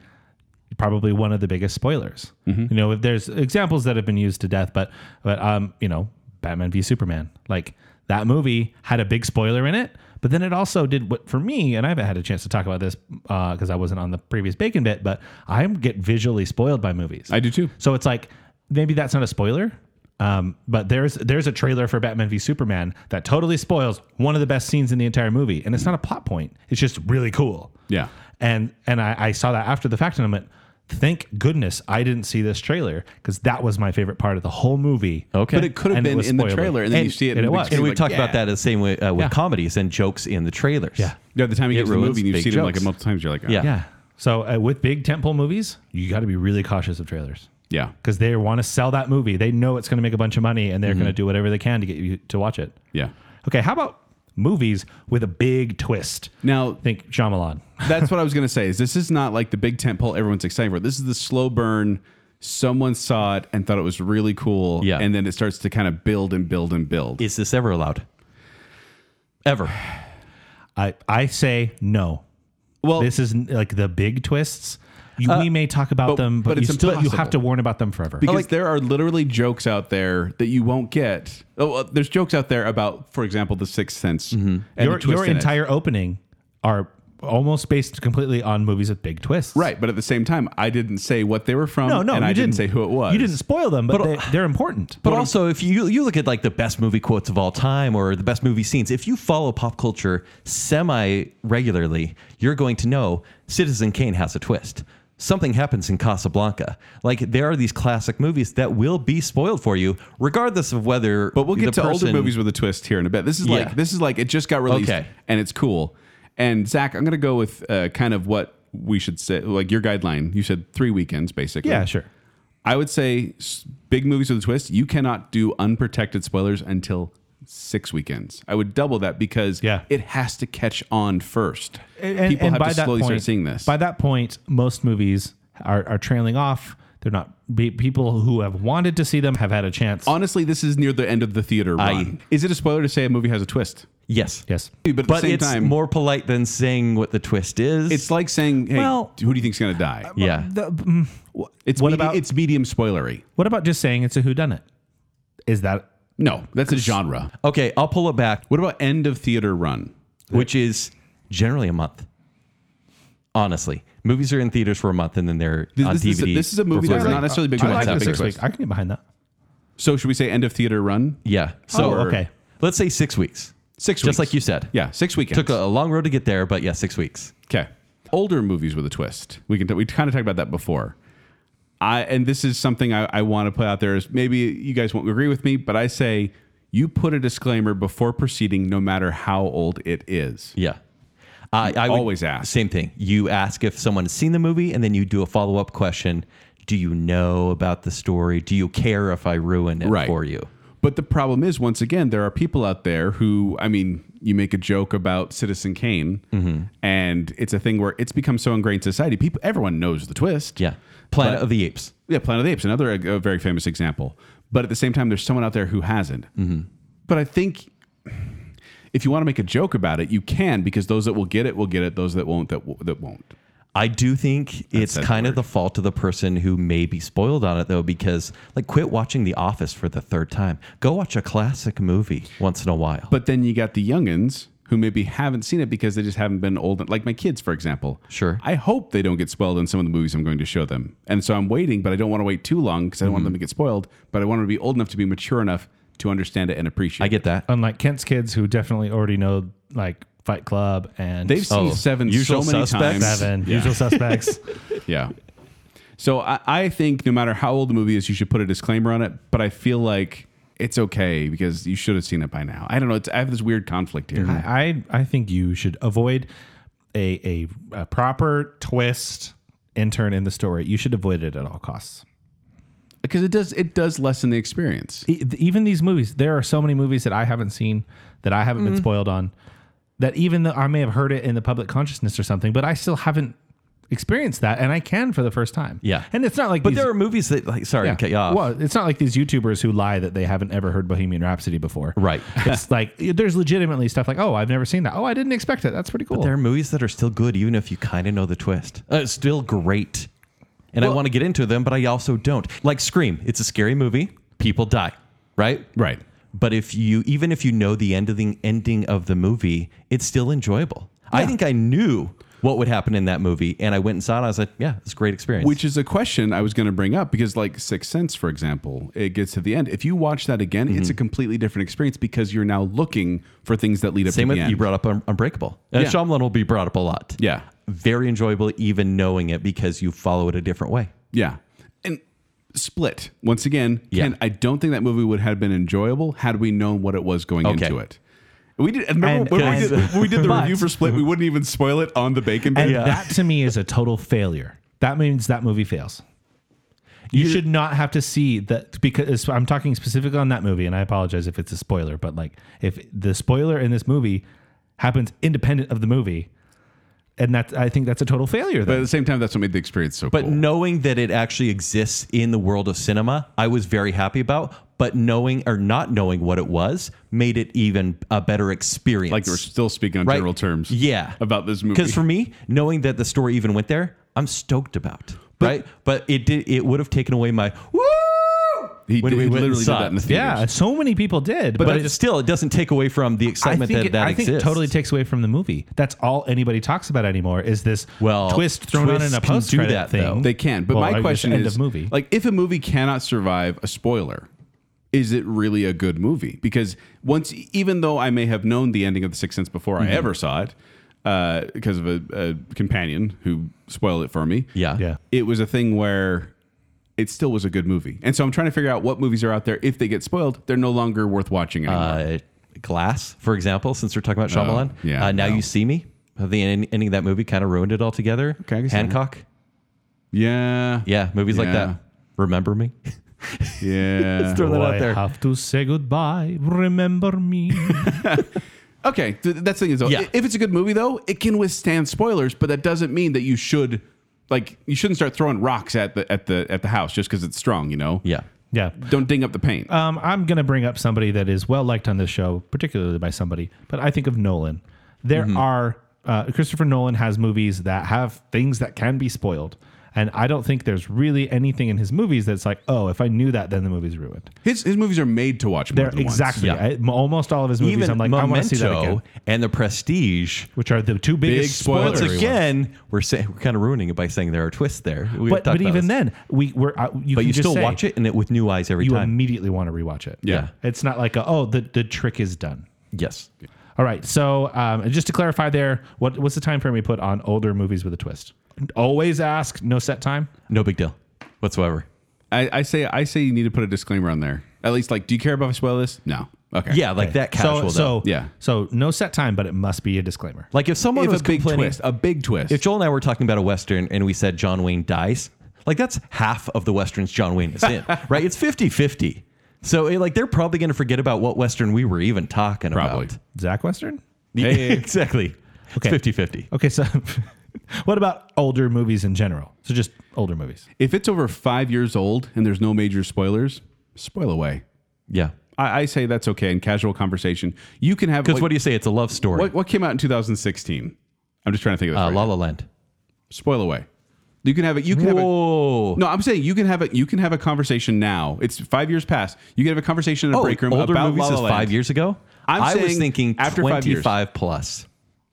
Speaker 4: probably one of the biggest spoilers.
Speaker 3: Mm-hmm.
Speaker 4: You know, if there's examples that have been used to death, but, but, um, you know, Batman v Superman, like that movie had a big spoiler in it, but then it also did what for me, and I haven't had a chance to talk about this because I wasn't on the previous bacon bit, but I get visually spoiled by movies.
Speaker 2: I do too.
Speaker 4: So it's like maybe that's not a spoiler, um, but there's there's a trailer for Batman v Superman that totally spoils one of the best scenes in the entire movie, and it's not a plot point. It's just really cool.
Speaker 2: Yeah.
Speaker 4: And and I, I saw that after the fact, and I went, thank goodness I didn't see this trailer because that was my favorite part of the whole movie.
Speaker 3: Okay.
Speaker 2: But it could have
Speaker 4: And it
Speaker 2: been
Speaker 4: was
Speaker 2: in the
Speaker 4: spoiler.
Speaker 2: trailer, and then you
Speaker 3: And-
Speaker 2: see it.
Speaker 4: and it
Speaker 2: in the big
Speaker 4: was.
Speaker 2: screen,
Speaker 3: and we
Speaker 2: like,
Speaker 3: talked
Speaker 2: yeah.
Speaker 3: about that the same way uh, with
Speaker 4: Yeah.
Speaker 3: comedies and jokes in the trailers.
Speaker 4: Yeah.
Speaker 2: Yeah, the time you
Speaker 3: It
Speaker 2: get to the
Speaker 3: ruins
Speaker 2: movie and you've
Speaker 3: big
Speaker 2: seen it like
Speaker 3: jokes.
Speaker 2: a multiple times, you're like, oh,
Speaker 3: Yeah.
Speaker 4: Yeah. So uh, with big temple movies, you got to be really cautious of trailers.
Speaker 2: yeah,
Speaker 4: Because they want to sell that movie. They know it's going to make a bunch of money and they're
Speaker 2: Mm-hmm.
Speaker 4: going to do whatever they can to get you to watch it.
Speaker 2: yeah.
Speaker 4: Okay, how about movies with a big twist?
Speaker 2: Now
Speaker 4: Think Shyamalan.
Speaker 2: that's what I was gonna say. Is this is not like the big tent pole everyone's excited for. This is the slow burn. Someone saw it and thought it was really cool,
Speaker 3: Yeah.
Speaker 2: and then it starts to kind of build and build and build.
Speaker 3: Is this ever allowed? Ever.
Speaker 4: I, I say no.
Speaker 2: well, Uh,
Speaker 4: This is like the big twists. You, we may talk about
Speaker 2: but-
Speaker 4: them, but,
Speaker 2: but it's
Speaker 4: you still you have
Speaker 2: impossible.
Speaker 4: to warn about them forever.
Speaker 2: because there are literally jokes out there that you won't get. Oh, uh, there's jokes out there about, for example, The Sixth Sense.
Speaker 3: Mm-hmm.
Speaker 2: And the
Speaker 4: your
Speaker 2: twist
Speaker 4: your
Speaker 2: in it.
Speaker 4: entire opening are almost based completely on movies with big twists.
Speaker 2: right, but at the same time, I didn't say what they were from.
Speaker 4: No, no,
Speaker 2: and
Speaker 4: you
Speaker 2: I didn't. say who it was.
Speaker 4: You didn't spoil them, but, they, they're important.
Speaker 3: But also, if you you look at like the best movie quotes of all time or the best movie scenes, if you follow pop culture semi regularly, you're going to know Citizen Kane has a twist. Something happens in Casablanca. Like there are these classic movies that will be spoiled for you, regardless of whether.
Speaker 2: But we'll get to older movies with a twist here in a bit. This is
Speaker 3: Yeah.
Speaker 2: like this is like it just got released
Speaker 3: Okay.
Speaker 2: and it's cool. And Zach, I'm gonna go with uh, kind of what we should say, like your guideline. You said three weekends, basically.
Speaker 4: yeah, sure.
Speaker 2: I would say s- big movies with a twist. You cannot do unprotected spoilers until six weekends. I would double that because
Speaker 4: Yeah.
Speaker 2: it has to catch on first.
Speaker 4: And- and-
Speaker 2: People
Speaker 4: and
Speaker 2: have
Speaker 4: by
Speaker 2: to
Speaker 4: that
Speaker 2: slowly
Speaker 4: point,
Speaker 2: start seeing this.
Speaker 4: By that point, most movies are, are trailing off. They're not be, people who have wanted to see them have had a chance.
Speaker 2: Honestly, this is near the end of the theater
Speaker 3: I-
Speaker 2: run. Is it a spoiler to say a movie has a twist?
Speaker 3: yes,
Speaker 4: yes.
Speaker 2: But at
Speaker 3: but
Speaker 2: the same
Speaker 3: it's
Speaker 2: time,
Speaker 3: more polite than saying what the twist is.
Speaker 2: it's like saying, "Hey,
Speaker 4: Well-
Speaker 2: who do you think's gonna die?"
Speaker 3: yeah,
Speaker 4: The- mm,
Speaker 2: It's
Speaker 4: What
Speaker 2: medi-
Speaker 4: about-
Speaker 2: it's medium spoilery.
Speaker 4: what about just saying it's a whodunit? Is that
Speaker 2: No, that's a genre.
Speaker 3: okay. I'll pull it back,
Speaker 2: What about end of theater run?
Speaker 3: which is generally a month. Honestly, movies are in theaters for a month and then they're
Speaker 2: This,
Speaker 3: on
Speaker 2: this
Speaker 3: DVD.
Speaker 2: is, a, this is a movie
Speaker 3: for
Speaker 2: that's
Speaker 3: Blu-ray.
Speaker 2: not necessarily big.
Speaker 4: I
Speaker 2: but
Speaker 4: like
Speaker 2: has a
Speaker 4: the
Speaker 2: big
Speaker 4: six week?
Speaker 2: twist.
Speaker 4: I can get behind that.
Speaker 2: So should we say end of theater run?
Speaker 3: Yeah. So
Speaker 4: Oh, okay.
Speaker 3: Let's say six weeks.
Speaker 2: Six
Speaker 3: Just
Speaker 2: weeks.
Speaker 3: like you said.
Speaker 2: Yeah, six weekends.
Speaker 3: Took a, a long road to get there, but yeah, six weeks.
Speaker 2: Okay. Older movies with a twist. We can t- we kind of talked about that before. I and this is something I, I want to put out there is maybe you guys won't agree with me, but I say you put a disclaimer before proceeding, no matter how old it is.
Speaker 3: Yeah. I, I would-
Speaker 2: Always ask.
Speaker 3: Same thing. You ask if someone has seen the movie, and then you do a follow up question. do you know about the story? Do you care if I ruin it
Speaker 2: Right.
Speaker 3: for you?
Speaker 2: But the problem is, once again, there are people out there who, I mean, you make a joke about Citizen Kane,
Speaker 3: Mm-hmm.
Speaker 2: and it's a thing where it's become so ingrained in society. People, everyone knows the twist.
Speaker 3: Yeah. Planet
Speaker 2: But-
Speaker 3: of the Apes.
Speaker 2: yeah. Planet of the Apes, another uh, very famous example. But at the same time, there's someone out there who hasn't.
Speaker 3: Mm-hmm.
Speaker 2: But I think if you want to make a joke about it, you can because those that will get it will get it. Those that won't, that w- that won't.
Speaker 3: I do think it's
Speaker 2: that
Speaker 3: kind of
Speaker 2: word.
Speaker 3: the fault of the person who may be spoiled on it though, because like quit watching The Office for the third time. Go watch a classic movie once in a while.
Speaker 2: But then you got the youngins who maybe haven't seen it because they just haven't been old. Like my kids, for example.
Speaker 3: Sure.
Speaker 2: I hope they don't get spoiled in some of the movies I'm going to show them. And so I'm waiting, but I don't want to wait too long because I don't want
Speaker 3: Mm-hmm.
Speaker 2: them to get spoiled. But I want them to be old enough to be mature enough to understand it and appreciate.
Speaker 3: I get that.
Speaker 4: Unlike Kent's kids who definitely already know like Fight Club and
Speaker 2: it. They've seen
Speaker 3: Oh,
Speaker 2: Seven
Speaker 3: Usual
Speaker 2: so many
Speaker 3: Suspects?
Speaker 2: times.
Speaker 4: Seven
Speaker 2: Yeah. Mm-hmm. <laughs>
Speaker 4: Usual Suspects.
Speaker 2: yeah. So I, I think no matter how old the movie is, you should put a disclaimer on it. But I feel like it's okay because you should have seen it by now. I don't know. It's, I have this weird conflict here.
Speaker 3: Mm-hmm.
Speaker 4: I, I I think you should avoid a, a a proper twist intern in the story. You should avoid it at all costs.
Speaker 2: Because it does it does lessen the experience.
Speaker 4: E- Even these movies, there are so many movies that I haven't seen that I haven't
Speaker 3: Mm-hmm.
Speaker 4: been spoiled on. That even though I may have heard it in the public consciousness or something, but I still haven't experienced that, and I can for the first time.
Speaker 3: Yeah.
Speaker 4: and it's not like
Speaker 3: But
Speaker 4: these-
Speaker 3: there are movies that like sorry,
Speaker 4: yeah.
Speaker 3: to cut you off.
Speaker 4: Well, it's not like these YouTubers who lie that they haven't ever heard Bohemian Rhapsody before.
Speaker 3: Right. <laughs>
Speaker 4: It's like there's legitimately stuff like, oh, I've never seen that. Oh, I didn't expect it. That's pretty cool.
Speaker 3: There are movies that are still good, even if you kind of know the twist. Uh, it's still great. And I want to get into them, but I also don't. Like Scream, it's a scary movie. People die, right?
Speaker 2: Right.
Speaker 3: But if you, even if you know the end of the ending of the movie, it's still enjoyable. I think I knew what would happen in that movie, and I went and saw it. And I was like, yeah, it's a great experience.
Speaker 2: Which is a question I was going to bring up because, like Sixth Sense, for example, it gets to the end. If you watch that again,
Speaker 3: Mm-hmm.
Speaker 2: it's a completely different experience because you're now looking for things that lead up
Speaker 3: same
Speaker 2: to
Speaker 3: with
Speaker 2: the end.
Speaker 3: you brought up Un- Unbreakable. And
Speaker 2: Yeah.
Speaker 3: Shyamalan will be brought up a lot.
Speaker 2: Yeah.
Speaker 3: very enjoyable, even knowing it because you follow it a different way.
Speaker 2: yeah, and Split once again.
Speaker 3: Yeah.
Speaker 2: Ken, I don't think that movie would have been enjoyable had we known what it was going
Speaker 3: Okay.
Speaker 2: into it. We did. Remember
Speaker 4: And-
Speaker 2: when, we
Speaker 4: and-
Speaker 2: did, when we did the
Speaker 4: but-
Speaker 2: review for Split, we wouldn't even spoil it on the Bacon Bit.
Speaker 4: And that to me is a total failure. That means that movie fails. You should not have to see that because I'm talking specifically on that movie, and I apologize if it's a spoiler, but like if the spoiler in this movie happens independent of the movie, and that's I think that's a total failure.
Speaker 2: But at
Speaker 4: Then.
Speaker 2: the same time, that's what made the experience so
Speaker 3: But
Speaker 2: cool.
Speaker 3: knowing that it actually exists in the world of cinema, I was very happy about. But knowing or not knowing what it was made it even a better experience.
Speaker 2: like we're still speaking on
Speaker 3: Right.
Speaker 2: general terms.
Speaker 3: Yeah.
Speaker 2: about this movie.
Speaker 3: Because for me, knowing that the story even went there, I'm stoked about. right? But it did. It would have taken away my woo.
Speaker 2: he,
Speaker 3: when
Speaker 2: did,
Speaker 3: we
Speaker 2: he
Speaker 3: went
Speaker 2: literally
Speaker 3: and
Speaker 2: did
Speaker 3: saw
Speaker 2: that in the
Speaker 3: it.
Speaker 2: theaters.
Speaker 4: yeah, so many people did, but,
Speaker 3: But
Speaker 4: it-
Speaker 3: it still, it doesn't take away from the
Speaker 4: I
Speaker 3: excitement
Speaker 4: think,
Speaker 3: that
Speaker 4: it,
Speaker 3: that
Speaker 4: I think
Speaker 3: exists.
Speaker 4: it totally takes away from the movie. That's all anybody talks about anymore is this
Speaker 3: Well,
Speaker 4: twist thrown on in
Speaker 3: twists
Speaker 4: a
Speaker 3: can do
Speaker 4: post credit
Speaker 3: that,
Speaker 4: thing.
Speaker 3: though.
Speaker 2: They can, but
Speaker 4: Well, I
Speaker 2: my
Speaker 4: guess
Speaker 2: question
Speaker 4: end
Speaker 2: is,
Speaker 4: of movie.
Speaker 2: like, if a movie cannot survive a spoiler, is it really a good movie? Because once, even though I may have known the ending of The Sixth Sense before
Speaker 4: Mm-hmm.
Speaker 2: I ever saw it, uh, because of a, a companion who spoiled it for me,
Speaker 3: Yeah.
Speaker 4: yeah.
Speaker 2: it was a thing where it still was a good movie. And so I'm trying to figure out what movies are out there. If they get spoiled, they're no longer worth watching anymore.
Speaker 3: Uh, Glass, for example, since we're talking about Shyamalan.
Speaker 2: Oh, yeah,
Speaker 3: Uh, now
Speaker 2: no.
Speaker 3: you see me. The en- ending of that movie kind of ruined it altogether.
Speaker 2: Okay, I can see that.
Speaker 3: Hancock.
Speaker 2: yeah,
Speaker 3: Yeah, movies like
Speaker 2: Yeah.
Speaker 3: that. Remember me.
Speaker 4: <laughs>
Speaker 2: yeah.
Speaker 3: Throw that out
Speaker 4: I
Speaker 3: there.
Speaker 4: have to say goodbye. Remember me.
Speaker 2: Okay, th- that's the thing is, though,
Speaker 3: Yeah.
Speaker 2: if it's a good movie though, it can withstand spoilers, but that doesn't mean that you should like you shouldn't start throwing rocks at the at the at the house just because it's strong, you know.
Speaker 3: <laughs> yeah. Uh,
Speaker 4: yeah.
Speaker 2: Don't ding up the paint.
Speaker 4: Um, I'm going to bring up somebody that is well liked on this show, particularly by somebody, but I think of Nolan. There
Speaker 3: Mm-hmm.
Speaker 4: are, uh, Christopher Nolan has movies that have things that can be spoiled. And I don't think there's really anything in his movies that's like, oh, if I knew that, then the movie's ruined.
Speaker 2: his his movies are made to watch more
Speaker 4: They're
Speaker 2: than
Speaker 4: exactly.
Speaker 3: Yeah.
Speaker 4: I- m- almost all of his movies,
Speaker 3: Even
Speaker 4: I'm like, I want to
Speaker 3: Memento
Speaker 4: see that again.
Speaker 3: and The Prestige.
Speaker 4: Which are the two biggest
Speaker 2: spoiler.
Speaker 3: Once
Speaker 4: spoilers.
Speaker 2: Very well.
Speaker 3: again, we're saying we're kind of ruining it by saying there are twists there. We've talked
Speaker 4: But,
Speaker 3: about
Speaker 4: but even
Speaker 3: this.
Speaker 4: then, we, we're, uh, you
Speaker 3: but
Speaker 4: can
Speaker 3: you
Speaker 4: just
Speaker 3: still
Speaker 4: say,
Speaker 3: watch it and it with new eyes every
Speaker 4: you
Speaker 3: time.
Speaker 4: immediately want to rewatch
Speaker 2: once.
Speaker 4: it.
Speaker 2: Yeah.
Speaker 4: It's not like, a, oh, the, the trick is done.
Speaker 3: Yes.
Speaker 4: All right. So um, and just to clarify there, what, what's the time frame we put on older movies with a twist? Always ask, no set time.
Speaker 3: No big deal whatsoever.
Speaker 2: I, I say I say you need to put a disclaimer on there. At least like, do you care about if I spoil this? No. Okay.
Speaker 3: Yeah, like that casual.
Speaker 4: So, so
Speaker 3: though.
Speaker 2: Yeah.
Speaker 4: So no set time, but it must be a disclaimer.
Speaker 3: like if someone
Speaker 2: If
Speaker 3: was
Speaker 2: a big
Speaker 3: complaining,
Speaker 2: twist, a big twist.
Speaker 3: if Joel and I were talking about a western and we said John Wayne dies, Like that's half of the westerns John Wayne is
Speaker 4: <laughs>
Speaker 3: in, right? It's 50-50. So eh, like they're probably going to forget about what western we were even talking
Speaker 2: Probably.
Speaker 3: about.
Speaker 4: Zach Western?
Speaker 3: Yeah,
Speaker 2: Hey.
Speaker 3: <laughs> exactly.
Speaker 4: Okay.
Speaker 3: It's 50-50.
Speaker 4: Okay, so <laughs> what about older movies in general? So just older movies.
Speaker 2: If it's over five years old and there's no major spoilers, spoil away.
Speaker 3: Yeah.
Speaker 2: I, I say that's okay in casual conversation. You can have
Speaker 3: Cuz
Speaker 2: like,
Speaker 3: what do you say it's a love story?
Speaker 2: what, what came out in 2016? I'm just trying to think of this.
Speaker 3: uh,
Speaker 2: right
Speaker 3: La
Speaker 2: now.
Speaker 3: La Land.
Speaker 2: Spoil away. You can have it. You can have it.
Speaker 3: Whoa.
Speaker 2: No, I'm saying you can have it. You can have a conversation now. It's five years past. You can have a conversation in a
Speaker 3: Oh,
Speaker 2: break room
Speaker 3: older
Speaker 2: about
Speaker 3: movies
Speaker 2: La La
Speaker 3: is
Speaker 2: Land.
Speaker 3: five years ago.
Speaker 2: I'm
Speaker 3: I was
Speaker 2: saying
Speaker 3: thinking
Speaker 2: after five years.
Speaker 3: 25 plus.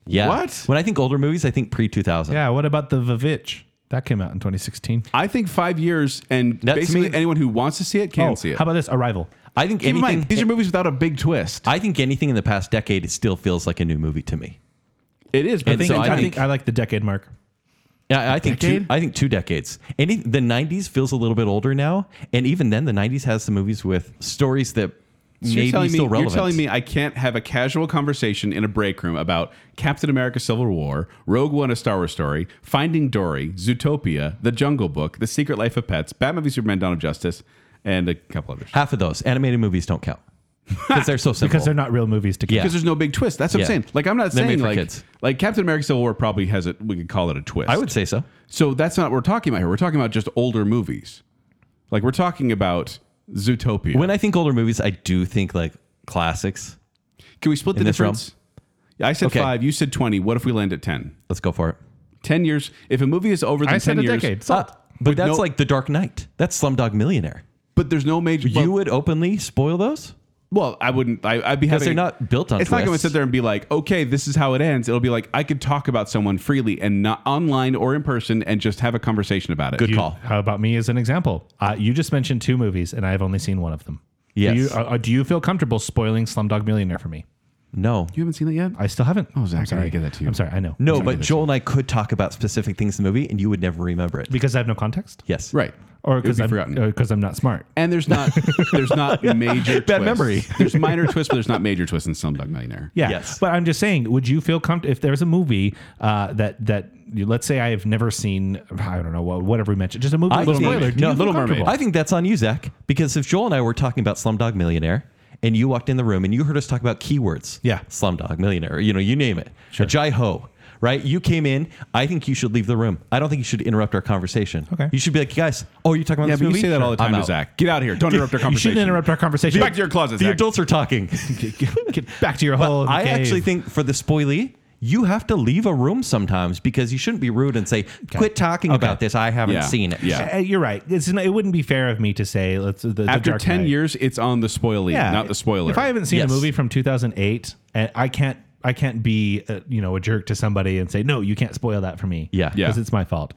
Speaker 3: Yeah.
Speaker 2: What?
Speaker 3: When I think older movies, I think pre 2000.
Speaker 4: Yeah, what about The Vavitch? That came out in 2016.
Speaker 2: I think five years, and
Speaker 3: That to
Speaker 2: basically
Speaker 3: me-
Speaker 2: anyone who wants to see it can
Speaker 4: oh,
Speaker 2: see it.
Speaker 4: how about this? Arrival.
Speaker 3: I think
Speaker 2: Keep in
Speaker 3: anything.
Speaker 2: mind, these are movies without a big twist.
Speaker 3: I think anything in the past decade it still feels like a new movie to me.
Speaker 2: it is, but at
Speaker 3: And
Speaker 2: the
Speaker 3: so
Speaker 2: same
Speaker 3: I
Speaker 2: time,
Speaker 4: I
Speaker 3: think-
Speaker 4: think I like the decade mark.
Speaker 3: Yeah, I think two,
Speaker 2: decade?
Speaker 3: I think two decades. Any the '90s feels a little bit older now, and even then, the '90s has some movies with stories that
Speaker 2: So
Speaker 3: may be
Speaker 2: telling
Speaker 3: still
Speaker 2: me,
Speaker 3: relevant.
Speaker 2: You're telling me I can't have a casual conversation in a break room about Captain America Civil War, Rogue One, A Star Wars Story, Finding Dory, Zootopia, The Jungle Book, The Secret Life of Pets, Batman v Superman, Dawn of Justice, and a couple others.
Speaker 3: half of those animated movies
Speaker 2: <laughs>
Speaker 3: don't count because they're so simple.
Speaker 4: Because they're not real movies to
Speaker 3: Yeah.
Speaker 2: Because there's no big twist. That's what
Speaker 3: Yeah.
Speaker 2: I'm saying. Like I'm not
Speaker 3: They're made
Speaker 2: saying
Speaker 3: for
Speaker 2: like
Speaker 3: kids.
Speaker 2: like Captain America Civil War probably has it. We could call it a twist.
Speaker 3: I would say so.
Speaker 2: So that's not what we're talking about here. We're talking about just older movies. Like we're talking about Zootopia.
Speaker 3: When I think older movies, I do think like classics.
Speaker 2: Can we split the
Speaker 3: in this realm?
Speaker 2: difference? Yeah, I said
Speaker 3: Okay.
Speaker 2: five. You said twenty. What if we land at ten?
Speaker 3: Let's go for it.
Speaker 2: 10 years. If a movie is over than
Speaker 4: I
Speaker 2: 10
Speaker 4: said a
Speaker 2: years,
Speaker 4: decade.
Speaker 3: Uh, but
Speaker 2: With
Speaker 3: that's
Speaker 2: no-
Speaker 3: like The Dark Knight. That's Slumdog Millionaire.
Speaker 2: but there's no major.
Speaker 3: you
Speaker 2: well,
Speaker 3: would openly spoil those?
Speaker 2: well, I wouldn't. I, I'd be having.
Speaker 3: they're not built on
Speaker 2: It's not going to
Speaker 3: twists.
Speaker 2: sit there and be like, okay, this is how it ends. It'll be like I could talk about someone freely and not online or in person and just have a conversation about it.
Speaker 3: Good
Speaker 4: You-
Speaker 3: call.
Speaker 4: How about me as an example? Uh, you just mentioned two movies, and I have only seen one of them.
Speaker 3: Yes.
Speaker 4: Do you, uh, do you feel comfortable spoiling Slumdog Millionaire for me?
Speaker 3: No.
Speaker 2: You haven't seen it yet.
Speaker 4: I still haven't. Oh,
Speaker 2: Zach, I
Speaker 4: I'm sorry.
Speaker 2: gotta give that to you.
Speaker 4: I'm sorry. I know.
Speaker 3: No,
Speaker 4: I'm sorry.
Speaker 3: but Joel and I could talk about specific things in the movie and you would never remember it.
Speaker 4: because I have no context,
Speaker 3: Yes.
Speaker 2: right.
Speaker 4: or
Speaker 2: It would
Speaker 4: because
Speaker 2: be
Speaker 4: I'm
Speaker 2: forgotten.
Speaker 4: because I'm not smart.
Speaker 2: and there's not there's <laughs> not major
Speaker 3: Bad
Speaker 2: twists.
Speaker 3: memory.
Speaker 2: There's minor twists, but there's not major twists in Slumdog Millionaire.
Speaker 4: Yeah.
Speaker 3: Yes.
Speaker 4: But I'm just saying, would you feel comfortable if there's a movie uh, that that you, let's say I have never seen? I don't know what whatever we mentioned, just a movie.
Speaker 3: I
Speaker 4: with a
Speaker 3: think-
Speaker 4: spoiler. Do
Speaker 3: no,
Speaker 4: you feel
Speaker 2: Little Mermaid.
Speaker 4: comfortable?
Speaker 3: I think that's on you, Zach, because if Joel and I were talking about Slumdog Millionaire and you walked in the room and you heard us talk about keywords,
Speaker 4: Yeah.
Speaker 3: Slumdog Millionaire, you know, you name it, sure. Jai Ho, right? You came in. I think you should leave the room. I don't think you should interrupt our conversation.
Speaker 4: Okay.
Speaker 3: You should be like, guys, oh, you're talking about
Speaker 2: Yeah,
Speaker 3: this
Speaker 2: but you
Speaker 3: movie?
Speaker 2: say that all the
Speaker 3: Sure.
Speaker 2: time to
Speaker 3: I'm out.
Speaker 2: Zach. Get out of here. Don't interrupt our
Speaker 4: you
Speaker 2: conversation.
Speaker 4: shouldn't interrupt our conversation.
Speaker 2: Back to your closet,
Speaker 3: The
Speaker 2: Zach.
Speaker 3: adults
Speaker 2: <laughs>
Speaker 3: are talking. <laughs>
Speaker 4: Get back to your
Speaker 2: Oh,
Speaker 4: hole. in the
Speaker 3: I actually
Speaker 4: cave.
Speaker 3: think for the spoilee, you have to leave a room sometimes because you shouldn't be rude and say, "Quit talking about this. I haven't
Speaker 2: Yeah.
Speaker 3: seen it."
Speaker 2: Yeah.
Speaker 4: Uh, you're right. It's not, it wouldn't be fair of me to say let's the, the
Speaker 2: After
Speaker 4: Dark
Speaker 2: 10
Speaker 4: Knight.
Speaker 2: years, it's on the spoiler,
Speaker 4: yeah,
Speaker 2: not the spoiler.
Speaker 4: If I haven't seen
Speaker 3: Yes.
Speaker 4: a movie from 2008, and I can't I can't be uh you know a jerk to somebody and say no, you can't spoil that for me.
Speaker 3: Yeah.
Speaker 2: Yeah.
Speaker 4: because it's my fault.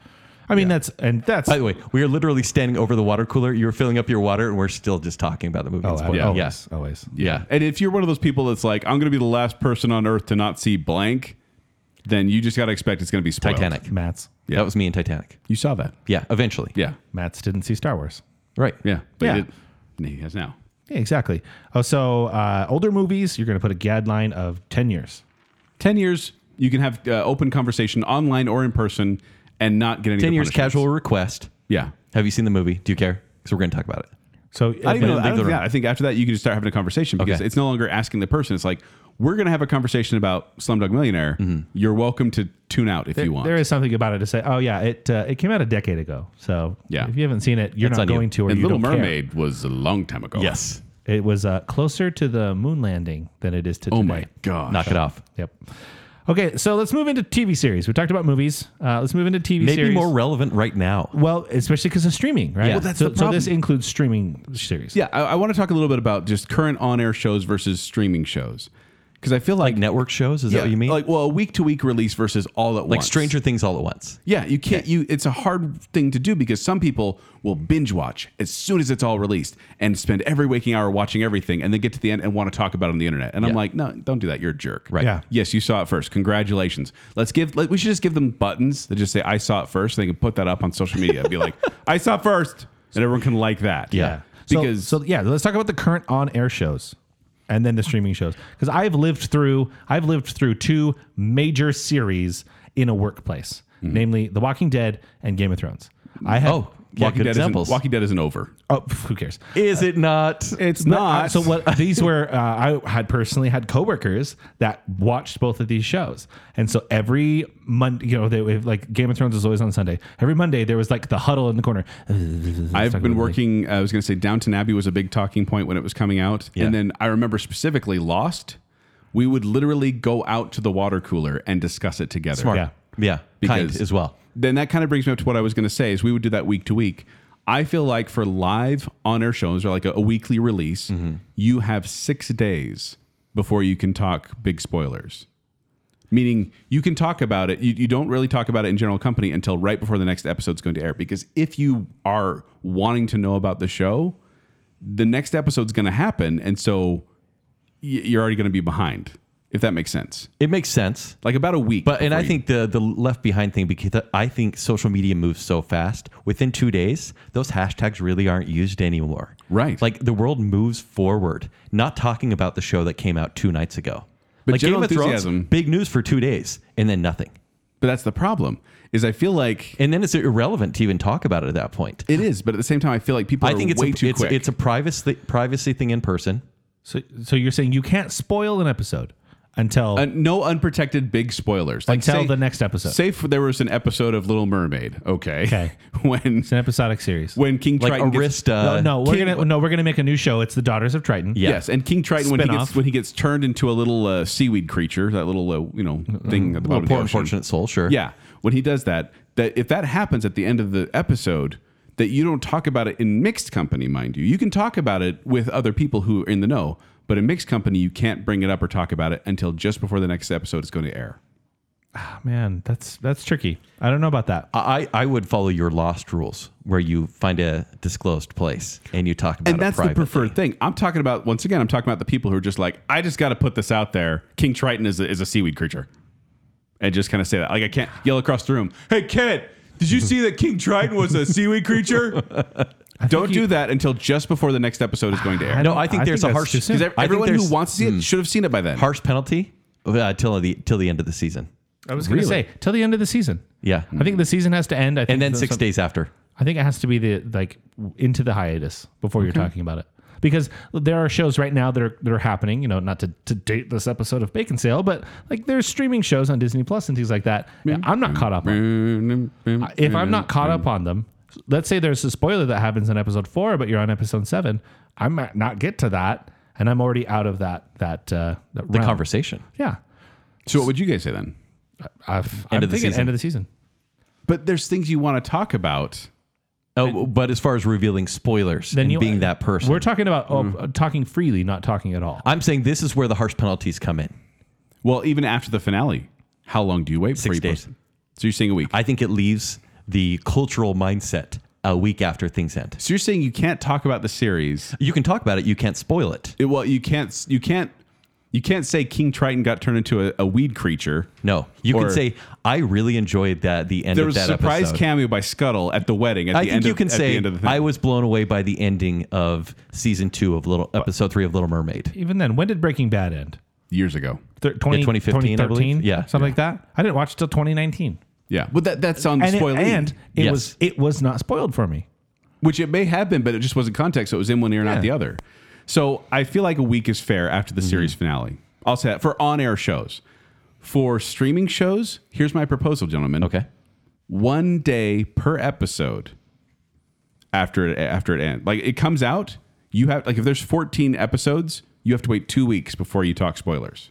Speaker 4: I mean that's and that's
Speaker 3: By the way, we are literally standing over the water cooler. You were filling up your water, and we're still just talking about the movie. and
Speaker 4: Oh, I-
Speaker 3: spoil-
Speaker 2: Oh, yeah.
Speaker 4: always,
Speaker 3: Yes.
Speaker 4: always.
Speaker 3: Yeah.
Speaker 2: And if you're one of those people that's like, I'm going to be the last person on earth to not see blank, then you just got to expect it's going to be spoiled.
Speaker 3: Titanic.
Speaker 4: Mats
Speaker 3: That was me in Titanic.
Speaker 2: You saw that.
Speaker 3: Yeah, eventually.
Speaker 2: mm, Yeah.
Speaker 4: Mats didn't see Star Wars.
Speaker 3: Right.
Speaker 2: Yeah. But
Speaker 4: Yeah.
Speaker 2: He, did- and he has now.
Speaker 4: Yeah, exactly. Oh, so uh, older movies, you're going to put a guideline of 10 years.
Speaker 2: 10 years, you can have uh, open conversation online or in person and not get any
Speaker 3: Ten
Speaker 2: of the
Speaker 3: years
Speaker 2: punishments.
Speaker 3: casual request.
Speaker 2: Yeah.
Speaker 3: Have you seen the movie? Do you care? Because we're going to talk about it.
Speaker 4: So
Speaker 2: I, don't even know,
Speaker 3: leave
Speaker 2: I, don't
Speaker 3: the
Speaker 2: think
Speaker 3: room.
Speaker 2: that. I think after that, you can just start having a conversation because
Speaker 3: Okay.
Speaker 2: it's no longer asking the person. It's like, we're going to have a conversation about Slumdog Millionaire.
Speaker 3: Mm-hmm.
Speaker 2: You're welcome to tune out if you want.
Speaker 4: there is something about it to say, oh, yeah, it uh, it came out a decade ago. So
Speaker 2: Yeah.
Speaker 4: if you haven't seen it, you're
Speaker 3: That's
Speaker 4: not
Speaker 3: on you.
Speaker 4: going to. Or
Speaker 2: and
Speaker 4: you
Speaker 2: Little
Speaker 4: don't care.
Speaker 2: Mermaid was a long time ago.
Speaker 3: Yes.
Speaker 4: It was uh, closer to the moon landing than it is to
Speaker 2: Oh
Speaker 4: today.
Speaker 2: my gosh.
Speaker 3: Knock it off.
Speaker 4: Yep. Okay, so let's move into TV series. We talked about movies. Uh, let's move into TV
Speaker 3: Maybe
Speaker 4: series.
Speaker 3: more relevant right now.
Speaker 4: well, especially because of streaming, right?
Speaker 3: Yeah. Well, that's
Speaker 4: so,
Speaker 2: the
Speaker 4: so
Speaker 2: problem.
Speaker 4: this includes streaming series.
Speaker 2: Yeah, I, I want to talk a little bit about just current on-air shows versus streaming shows, because I feel like,
Speaker 3: Like network shows. Is that what you mean?
Speaker 2: Like, well, a week-to-week release versus all at once.
Speaker 3: Like Stranger Things all at once.
Speaker 2: Yeah, you can't. You it's a hard thing to do because some people will binge watch as soon as it's all released and spend every waking hour watching everything, and then get to the end and want to talk about it on the internet. And I'm
Speaker 3: Yeah.
Speaker 2: like, no, don't do that. You're a jerk.
Speaker 3: Right.
Speaker 4: Yeah.
Speaker 2: Yes, you saw it first. Congratulations. Let's give. Let, we should just give them buttons that just say "I saw it first. and They can put that up on social media and be
Speaker 3: <laughs>
Speaker 2: like, "I saw it first. and everyone can like that.
Speaker 3: Yeah.
Speaker 4: So-
Speaker 2: Because
Speaker 4: so, yeah, let's talk about the current on-air shows and then the streaming shows because I've lived through I've lived through two major series in a workplace, namely The Walking Dead and Game of Thrones. I have
Speaker 3: Hmm. Oh,
Speaker 2: Walking
Speaker 3: good
Speaker 2: Dead
Speaker 3: examples.
Speaker 2: isn't Walking Dead isn't over.
Speaker 4: Oh, <laughs> pff, who cares?
Speaker 3: Is it
Speaker 2: <laughs>
Speaker 3: not?
Speaker 2: It's
Speaker 4: But, uh,
Speaker 2: not.
Speaker 4: So what these were, uh, I had personally had coworkers that watched both of these shows, and so every Monday, you know, they would- like Game of Thrones is always on Sunday. Every Monday there was like the huddle in the corner.
Speaker 2: I've been working. I was going to say Downton Abbey was a big talking point when it was coming out,
Speaker 3: Yeah.
Speaker 2: and then I remember specifically Lost. We would literally go out to the water cooler and discuss it together.
Speaker 3: Smart.
Speaker 4: Yeah.
Speaker 3: yeah. Kind
Speaker 2: Because-
Speaker 3: as well.
Speaker 2: Then that kind of brings me up to what I was going to say is we would do that week to week. I feel like for live on air shows or like a, a weekly release,
Speaker 3: Mm-hmm.
Speaker 2: you have six days before you can talk big spoilers. Meaning you can talk about it. You, you don't really talk about it in general company until right before the next episode's going to air. Because if you are wanting to know about the show, the next episode's going to happen. And so y- you're already going to be behind, if that makes sense.
Speaker 3: It makes sense.
Speaker 2: Like about a week.
Speaker 3: But and
Speaker 2: before
Speaker 3: I
Speaker 2: you-
Speaker 3: think the the left behind thing because I think social media moves so fast. Within two days, those hashtags really aren't used anymore.
Speaker 2: Right.
Speaker 3: Like the world moves forward. Not talking about the show that came out two nights ago.
Speaker 2: But
Speaker 3: like
Speaker 2: general enthusiasm-
Speaker 3: Thrones, big news for two days and then nothing.
Speaker 2: But that's the problem. Is I feel like
Speaker 3: And then it's irrelevant to even talk about it at that point.
Speaker 2: It is, but at the same time, I feel like people
Speaker 3: I
Speaker 2: are
Speaker 3: think it's
Speaker 2: way
Speaker 3: a,
Speaker 2: too
Speaker 3: it's,
Speaker 2: quick.
Speaker 3: it's a privacy privacy thing in person.
Speaker 4: So, so you're saying you can't spoil an episode until
Speaker 2: Uh, no unprotected big spoilers. Like
Speaker 4: Until the next episode.
Speaker 2: Say if there was an episode of Little Mermaid. Okay.
Speaker 4: Okay.
Speaker 2: <laughs> when
Speaker 4: it's an episodic series.
Speaker 2: when King
Speaker 3: Like
Speaker 2: Triton gets,
Speaker 3: Arista.
Speaker 4: no, no, we're
Speaker 2: King-
Speaker 4: gonna no, we're gonna make a new show. It's the Daughters of Triton.
Speaker 3: yeah.
Speaker 2: Yes, and King Triton when he
Speaker 4: Spin-off.
Speaker 2: gets when he gets turned into a little uh, seaweed creature, that little uh, you know thing at the bottom
Speaker 3: Well,
Speaker 2: of the
Speaker 3: poor
Speaker 2: ocean.
Speaker 3: unfortunate soul, sure.
Speaker 2: Yeah, when he does that, that if that happens at the end of the episode, that you don't talk about it in mixed company, mind you. You can talk about it with other people who are in the know, but in mixed company, you can't bring it up or talk about it until just before the next episode is going to air.
Speaker 4: Ah, man, that's that's tricky. I don't know about that.
Speaker 3: I, I would follow your lost rules where you find a disclosed place and you talk about
Speaker 2: And
Speaker 3: it
Speaker 2: that's the
Speaker 3: privately.
Speaker 2: preferred thing. I'm talking about once again. I'm talking about the people who are just like, I just got to put this out there. King Triton is a, is a seaweed creature, and just kind of say that. Like I can't yell across the room. Hey, kid, did you see that King Triton was a seaweed <laughs> creature? Don't do that until just before the next episode is going to air.
Speaker 3: No, I think
Speaker 4: I
Speaker 3: there's
Speaker 4: think
Speaker 3: a
Speaker 4: that's
Speaker 3: harsh
Speaker 4: too soon. 'Cause
Speaker 2: Because
Speaker 3: I
Speaker 2: ev-
Speaker 3: think
Speaker 2: everyone who
Speaker 3: there's
Speaker 2: wants to see it should have seen it by then.
Speaker 3: harsh penalty uh, till the till the end of the season.
Speaker 4: I was gonna say till the end of the season.
Speaker 3: Yeah,
Speaker 4: I think the season has to end. I think
Speaker 3: and then
Speaker 4: the-
Speaker 3: six
Speaker 4: some-
Speaker 3: days after.
Speaker 4: I think it has to be the like into the hiatus before you're talking about it. Because there are shows right now that are that are happening, you know, not to, to date this episode of Bacon Sale, but like there's streaming shows on Disney Plus and things like that. I'm not caught up on. If I'm not caught up on them, let's say there's a spoiler that happens in episode four, but you're on episode seven, I might not get to that, and I'm already out of that that uh, that
Speaker 3: The
Speaker 4: realm.
Speaker 3: conversation.
Speaker 4: Yeah,
Speaker 2: So what would you guys say then?
Speaker 4: I've, I'm
Speaker 3: End of the
Speaker 4: thinking
Speaker 3: season.
Speaker 4: end of the season.
Speaker 2: But there's things you want to talk about.
Speaker 3: Oh, but as far as revealing spoilers
Speaker 4: Then
Speaker 3: and
Speaker 4: you- uh,
Speaker 3: being that person,
Speaker 4: We're talking about oh, talking freely, not talking at all.
Speaker 3: I'm saying this is where the harsh penalties come in.
Speaker 2: Well, even after the finale, how long do you wait? before
Speaker 3: Six
Speaker 2: you
Speaker 3: days.
Speaker 2: Post? it? So you're saying a week.
Speaker 3: I think it leaves the cultural mindset a week after things end.
Speaker 2: so you're saying you can't talk about the series.
Speaker 3: You can talk about it. You can't spoil it.
Speaker 2: It- well, you can't. You can't. You can't say King Triton got turned into a, a weed creature.
Speaker 3: No, you
Speaker 2: Or-
Speaker 3: can say I really enjoyed that the end
Speaker 2: There
Speaker 3: of
Speaker 2: was a
Speaker 3: that
Speaker 2: surprise
Speaker 3: episode.
Speaker 2: cameo by Scuttle at the wedding. At
Speaker 3: I
Speaker 2: the
Speaker 3: think
Speaker 2: end
Speaker 3: you
Speaker 2: of,
Speaker 3: can
Speaker 2: at the
Speaker 3: say
Speaker 2: end of the thing.
Speaker 3: I was blown away by the ending of season two of Little episode three of Little Mermaid.
Speaker 4: Even then, when did Breaking Bad end?
Speaker 2: years ago.
Speaker 4: Thir- 20,
Speaker 3: 2015, I
Speaker 4: 2013,
Speaker 3: believe. Yeah.
Speaker 4: something like that. I didn't watch till 2019,
Speaker 2: Yeah, but that that's on
Speaker 4: and it,
Speaker 2: spoiling,
Speaker 4: and it
Speaker 3: Yes.
Speaker 4: was it was not spoiled for me.
Speaker 2: which it may have been, but it just wasn't context. So it was in one ear,
Speaker 4: Yeah.
Speaker 2: not the other. So I feel like a week is fair after
Speaker 3: Mm-hmm.
Speaker 2: the series finale. I'll say that for on-air shows. For streaming shows, here's my proposal, gentlemen.
Speaker 3: Okay,
Speaker 2: one day per episode after it after it ends. Like it comes out, you have like if there's 14 episodes, you have to wait two weeks before you talk spoilers.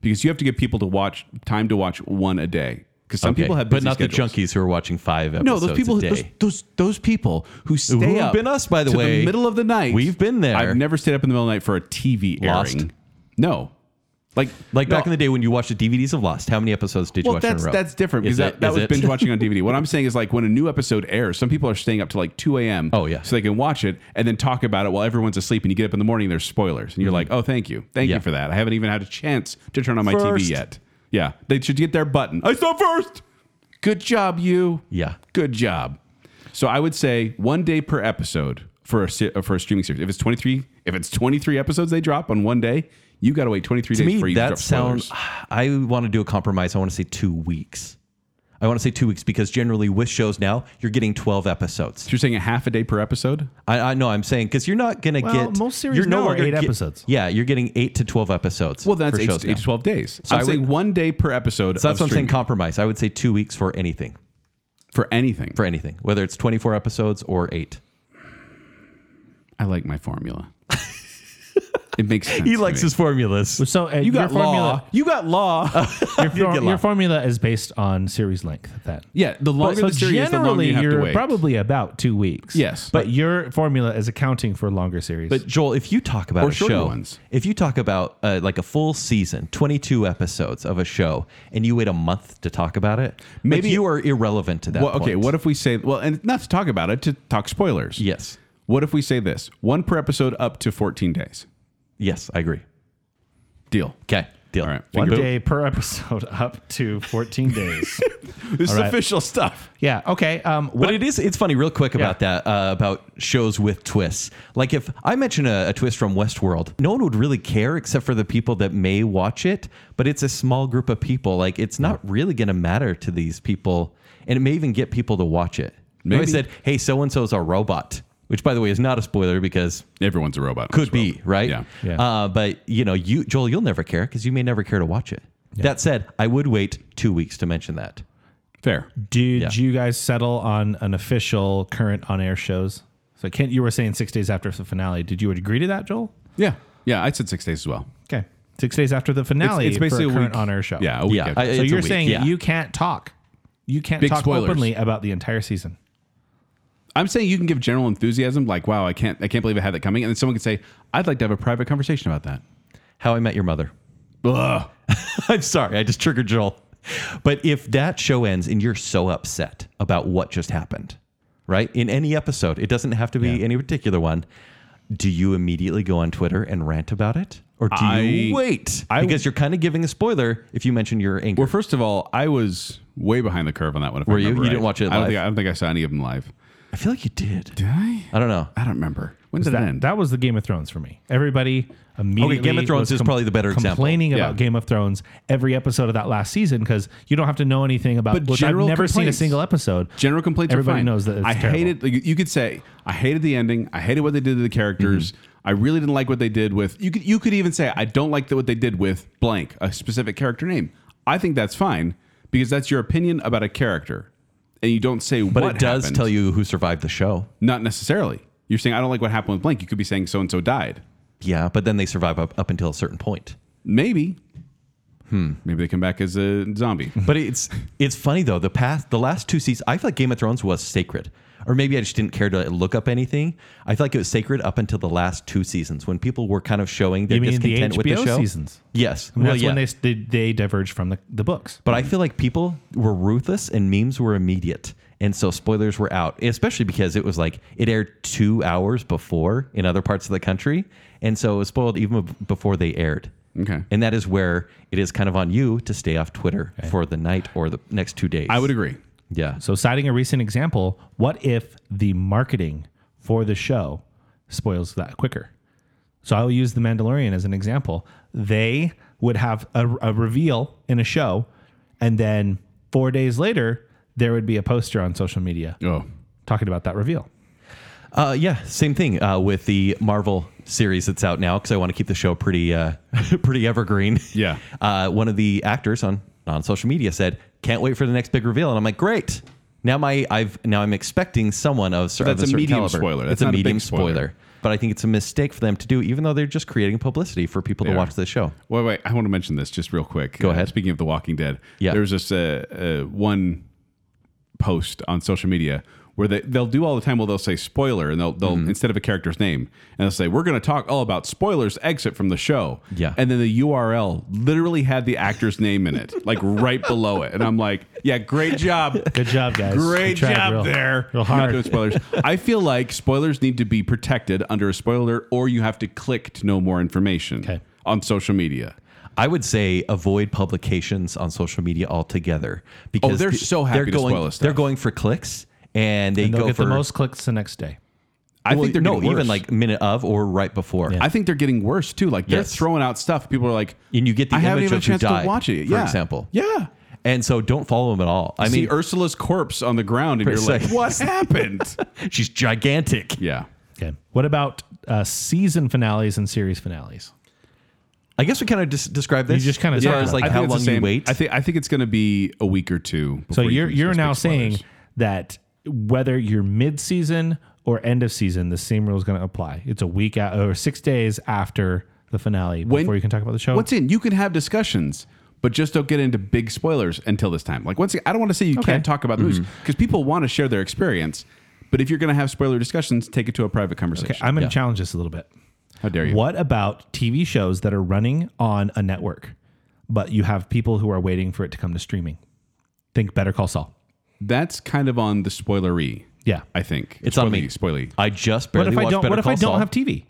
Speaker 2: Because you have to give people to watch time to watch one a day. Because some
Speaker 3: Okay.
Speaker 2: people have busy
Speaker 3: but not
Speaker 2: schedules.
Speaker 3: the junkies who are watching five episodes.
Speaker 2: No, those people
Speaker 3: a
Speaker 2: those,
Speaker 3: day.
Speaker 2: those those people who stay
Speaker 3: Who've
Speaker 2: up
Speaker 3: been us, by the
Speaker 2: to
Speaker 3: way.
Speaker 2: middle of the night.
Speaker 3: We've been there.
Speaker 2: I've never stayed up in the middle of the night for a TV
Speaker 3: Lost?
Speaker 2: airing. No. Like
Speaker 3: like
Speaker 2: no,
Speaker 3: back in the day when you watched the DVDs of Lost. How many episodes did you
Speaker 2: well,
Speaker 3: watch
Speaker 2: that's
Speaker 3: in a row?
Speaker 2: that's different because
Speaker 3: Is
Speaker 2: that,
Speaker 3: it-
Speaker 2: that
Speaker 3: is
Speaker 2: was
Speaker 3: it?
Speaker 2: binge watching
Speaker 3: <laughs>
Speaker 2: on DVD. What I'm saying is like when a new episode airs, some people are staying up to like 2 a.m.
Speaker 3: Oh, yeah.
Speaker 2: so they can watch it and then talk about it while everyone's asleep. And you get up in the morning, there's spoilers, and you're like, oh, thank you, thank
Speaker 3: Mm-hmm. Yeah.
Speaker 2: you for that. I haven't even had a chance to turn on my
Speaker 3: First.
Speaker 2: TV yet. Yeah, they should get their button. I saw first. Good job, you.
Speaker 3: Yeah.
Speaker 2: good job. So I would say one day per episode for a se- for a streaming series. If it's 23, if it's 23 episodes they drop on one day, you got to wait 23
Speaker 3: to
Speaker 2: days for you
Speaker 3: me
Speaker 2: to
Speaker 3: that
Speaker 2: drop
Speaker 3: sounds.
Speaker 2: spoilers.
Speaker 3: I want to do a compromise. I want to say two weeks. I want to say two weeks because generally with shows now you're getting twelve episodes.
Speaker 2: So you're saying a half a day per episode?
Speaker 3: I, I know I'm saying because you're not gonna
Speaker 4: Well,
Speaker 3: get
Speaker 4: most series
Speaker 3: you're
Speaker 4: now are
Speaker 3: longer
Speaker 4: eight
Speaker 3: get-
Speaker 4: episodes.
Speaker 3: Yeah, you're getting eight to twelve episodes.
Speaker 2: Well, that's
Speaker 3: for
Speaker 2: eight,
Speaker 3: shows
Speaker 2: to- eight
Speaker 3: now.
Speaker 2: to twelve days. So I'm
Speaker 3: I
Speaker 2: saying
Speaker 3: would-
Speaker 2: one day per episode. of
Speaker 3: So that's what I'm saying.
Speaker 2: streaming
Speaker 3: Compromise. I would say two weeks for anything,
Speaker 2: for anything.
Speaker 3: for anything, whether it's 24 episodes or eight.
Speaker 2: I like my
Speaker 3: <laughs>
Speaker 2: formula. it makes sense.
Speaker 3: He
Speaker 2: to
Speaker 3: likes
Speaker 2: me.
Speaker 3: his formulas.
Speaker 4: So uh,
Speaker 2: You got
Speaker 4: your
Speaker 2: law.
Speaker 4: formula,
Speaker 2: You got
Speaker 3: <laughs> Uh,
Speaker 2: law.
Speaker 4: <laughs> your, for-
Speaker 3: get
Speaker 4: your
Speaker 3: law.
Speaker 4: formula is based on series length. Then
Speaker 2: yeah, the longer
Speaker 4: so
Speaker 2: the series, the longer
Speaker 4: generally
Speaker 2: you have
Speaker 4: are
Speaker 2: to wait.
Speaker 4: probably about two weeks.
Speaker 2: Yes.
Speaker 4: but, your formula is accounting for longer series.
Speaker 3: But Joel, if you talk about
Speaker 2: Or
Speaker 3: a
Speaker 2: shorter
Speaker 3: show,
Speaker 2: ones.
Speaker 3: if you talk about uh, like a full season, 22 episodes of a show, and you wait a month to talk about it, maybe
Speaker 2: Maybe-
Speaker 3: you are irrelevant to that.
Speaker 2: well, okay,
Speaker 3: point.
Speaker 2: what if we say well, and not to talk about it, to talk spoilers.
Speaker 3: Yes,
Speaker 2: What if we say this? One per episode up to 14 days.
Speaker 3: yes, I agree.
Speaker 2: Deal.
Speaker 3: Okay, deal.
Speaker 2: All right.
Speaker 4: one
Speaker 2: Finger-
Speaker 4: day per <laughs> episode, up to fourteen
Speaker 2: <laughs>
Speaker 4: days.
Speaker 2: This is
Speaker 4: All right.
Speaker 2: official stuff.
Speaker 4: yeah. Okay. Um. What,
Speaker 3: But it is it's funny real quick about that uh, about shows with twists. Like if I mention a, a twist from Westworld, no one would really care except for the people that may watch it, but it's a small group of people. Like it's not really going to matter to these people and it may even get people to watch it. Maybe I
Speaker 2: Maybe.
Speaker 3: said, "Hey, so and so's a robot." Which by the way is not a spoiler because
Speaker 2: Everyone's a robot. in this
Speaker 3: could
Speaker 2: world.
Speaker 3: be, right?
Speaker 2: Yeah.
Speaker 4: Yeah.
Speaker 3: Uh, but you know, you Joel, you'll never care because you may never care to watch it. That said, I would wait 2 weeks to mention that.
Speaker 2: Fair.
Speaker 4: did
Speaker 3: Yeah.
Speaker 4: you guys settle on an official current on air shows? So Kent, you were saying six days after the finale. Did you agree to that, Joel?
Speaker 2: Yeah. Yeah. I said six days as well.
Speaker 4: Okay. Six days after the finale, it's, basically for a current
Speaker 2: week-
Speaker 4: on air show.
Speaker 2: Yeah. A week
Speaker 3: Yeah,
Speaker 2: after.
Speaker 3: I-
Speaker 4: So
Speaker 3: It's a
Speaker 4: you're
Speaker 3: week,
Speaker 4: saying
Speaker 3: yeah.
Speaker 4: you can't talk. You can't
Speaker 2: Big
Speaker 4: talk
Speaker 2: spoilers.
Speaker 4: openly about the entire season.
Speaker 2: I'm saying you can give general enthusiasm, like, "Wow, I can't, I can't believe I had that coming," and then someone can say, "I'd like to have a private conversation about that."
Speaker 3: How I met your mother.
Speaker 2: Ugh.
Speaker 3: <laughs> I'm sorry, I just triggered Joel. But if that show ends and you're so upset about what just happened, right? In any episode, it doesn't have to be any particular one. Do you immediately go on Twitter and rant about it? Or do
Speaker 2: I-
Speaker 3: you wait?
Speaker 4: I-
Speaker 3: because you're kind of giving a spoiler if you mention your anger.
Speaker 2: Well, first of all, I was way behind the curve on that one. If
Speaker 3: Were
Speaker 2: I
Speaker 3: you?
Speaker 2: remember
Speaker 3: You didn't
Speaker 2: right.
Speaker 3: watch it
Speaker 2: I don't,
Speaker 3: live?
Speaker 2: think, I don't think I saw any of them live.
Speaker 3: I feel like you did.
Speaker 2: Did I?
Speaker 3: I don't know.
Speaker 2: I don't remember. When did it
Speaker 4: That,
Speaker 2: end?
Speaker 4: that was the Game of Thrones for me. Everybody immediately.
Speaker 3: Game of Thrones
Speaker 4: was
Speaker 3: is probably the better example.
Speaker 4: Complaining
Speaker 2: Yeah.
Speaker 4: about Game of Thrones every episode of that last season because you don't have to know anything about.
Speaker 2: But
Speaker 4: which I've
Speaker 2: general
Speaker 4: never seen a
Speaker 2: complaints.
Speaker 4: single episode.
Speaker 2: General complaints
Speaker 4: Everybody
Speaker 2: are fine.
Speaker 4: knows that it's
Speaker 2: I
Speaker 4: terrible.
Speaker 2: hated. Like, you could say I hated the ending. I hated what they did to the characters. I really didn't like what they did with. You could you could even say I don't like the, what they did with blank a specific character name. I think that's fine because that's your opinion about a character, and you don't say
Speaker 3: But
Speaker 2: what
Speaker 3: it does
Speaker 2: happened.
Speaker 3: tell you who survived the show.
Speaker 2: Not necessarily. You're saying I don't like what happened with blank. You could be saying so and so died.
Speaker 3: Yeah, but then they survive up, up until a certain point.
Speaker 2: Maybe. Hmm. Maybe they come back as a zombie.
Speaker 3: But it's it's funny though. The past the last two seasons, I feel like Game of Thrones was sacred, or maybe I just didn't care to look up anything. I feel like it was sacred up until the last two seasons when people were kind of showing their
Speaker 4: You mean the
Speaker 3: discontent with the
Speaker 4: HBO
Speaker 3: show.
Speaker 4: seasons?
Speaker 3: Yes,
Speaker 4: And
Speaker 3: well,
Speaker 4: that's
Speaker 3: yeah.
Speaker 4: when they, they they diverged from the, the books.
Speaker 3: but I feel like people were ruthless and memes were immediate. And so spoilers were out, especially because it was like it aired two hours before in other parts of the country. And so it was spoiled even b- before they aired.
Speaker 2: Okay.
Speaker 3: And that is where it is kind of on you to stay off Twitter for the night or the next two days.
Speaker 2: I would agree.
Speaker 3: Yeah.
Speaker 4: So, citing a recent example, what if the marketing for the show spoils that quicker? So, I will use The Mandalorian as an example. They would have a, a reveal in a show, and then four days later, there would be a poster on social media
Speaker 2: Oh.
Speaker 4: talking about that reveal.
Speaker 3: Uh, yeah, same thing uh, with the Marvel series that's out now because I want to keep the show pretty, uh, <laughs> pretty evergreen.
Speaker 2: Yeah.
Speaker 3: <laughs> Uh, one of the actors on on social media said, "Can't wait for the next big reveal," and I'm like, "Great." Now my I've now I'm expecting someone of, cer-
Speaker 2: That's
Speaker 3: of a
Speaker 2: a
Speaker 3: certain
Speaker 2: medium
Speaker 3: caliber.
Speaker 2: spoiler.
Speaker 3: it's
Speaker 2: That's
Speaker 3: a
Speaker 2: not a big
Speaker 3: medium
Speaker 2: spoiler.
Speaker 3: but I think it's a mistake for them to do, even though they're just creating publicity for people
Speaker 2: They
Speaker 3: to
Speaker 2: are.
Speaker 3: watch the show.
Speaker 2: Wait, wait. I want to mention this just real quick. Go
Speaker 3: ahead.
Speaker 2: Speaking of The Walking Dead,
Speaker 3: Yeah.
Speaker 2: there was this uh, uh, one post on social media where they, they'll do all the time. Well, they'll say spoiler, and they'll, they'll
Speaker 3: Mm-hmm.
Speaker 2: instead of a character's name, and they'll say we're going to talk all about spoilers exit from the show.
Speaker 3: Yeah.
Speaker 2: And then the URL literally had the actor's name in it, like right below it. And I'm like, yeah, great job.
Speaker 4: Good job, guys. You
Speaker 2: Great
Speaker 4: tried
Speaker 2: job
Speaker 4: real-
Speaker 2: there.
Speaker 4: Real
Speaker 2: I'm not
Speaker 4: hard.
Speaker 2: doing spoilers. I feel like spoilers need to be protected under a spoiler, or you have to click to know more information
Speaker 4: Okay.
Speaker 2: on social media.
Speaker 3: I would say avoid publications on social media altogether because
Speaker 2: Oh, they're
Speaker 3: pe-
Speaker 2: so happy
Speaker 3: they're
Speaker 2: to
Speaker 3: going,
Speaker 2: spoil us
Speaker 3: They're
Speaker 2: stuff.
Speaker 3: going for clicks and they
Speaker 4: And they'll
Speaker 3: go
Speaker 4: get
Speaker 3: for
Speaker 4: the most clicks the next day.
Speaker 2: I
Speaker 3: Well,
Speaker 2: think they're
Speaker 3: no,
Speaker 2: getting worse.
Speaker 3: even like minute of or right before.
Speaker 2: I think they're getting worse too. Like they're
Speaker 3: Yes.
Speaker 2: throwing out stuff. People are like,
Speaker 3: And you get the
Speaker 2: I haven't
Speaker 3: image
Speaker 2: even
Speaker 3: of
Speaker 2: a
Speaker 3: who
Speaker 2: chance
Speaker 3: died,
Speaker 2: to watch it.
Speaker 3: for
Speaker 2: Yeah.
Speaker 3: example.
Speaker 2: Yeah.
Speaker 3: And so don't follow him at all. I
Speaker 2: see er-
Speaker 3: mean,
Speaker 2: Ursula's corpse on the ground, and you're like,
Speaker 3: Precise.
Speaker 2: what
Speaker 3: <laughs>
Speaker 2: happened?
Speaker 3: she's gigantic.
Speaker 2: yeah.
Speaker 4: Okay. What about uh, season finales and series finales?
Speaker 3: I guess we kind of just described this.
Speaker 4: You just kinda
Speaker 3: as far
Speaker 4: did.
Speaker 3: as like
Speaker 2: I think
Speaker 3: how
Speaker 2: it's the
Speaker 3: long you
Speaker 2: same.
Speaker 3: wait.
Speaker 2: I think I think it's going to be a week or two.
Speaker 4: So
Speaker 2: before you
Speaker 4: you're
Speaker 2: can
Speaker 4: you're
Speaker 2: discuss
Speaker 4: now
Speaker 2: big spoilers.
Speaker 4: saying that whether you're mid season or end of season, the same rule is going to apply. It's a week out or six days after the finale
Speaker 2: When-
Speaker 4: before you can talk about the show.
Speaker 2: What's in? You can have discussions, but just don't get into big spoilers until this time. Like once again, I don't want to say you
Speaker 4: Okay. Mm-hmm.
Speaker 2: can't talk about the movies because people want to share their experience. But if you're going to have spoiler discussions, take it to a private conversation.
Speaker 4: Okay, I'm going to
Speaker 3: Yeah.
Speaker 4: challenge this a little bit.
Speaker 2: How dare you?
Speaker 4: What about TV shows that are running on a network, but you have people who are waiting for it to come to streaming? Think Better Call Saul.
Speaker 2: That's kind of on the spoilery.
Speaker 4: Yeah.
Speaker 2: I think
Speaker 3: It's on
Speaker 2: Spoily-
Speaker 3: me.
Speaker 2: Spoily.
Speaker 3: I just
Speaker 4: What
Speaker 3: barely
Speaker 4: if I
Speaker 3: watched
Speaker 4: don't?
Speaker 3: Better
Speaker 4: What if
Speaker 3: Call
Speaker 4: I
Speaker 3: Saul.
Speaker 4: don't have TV?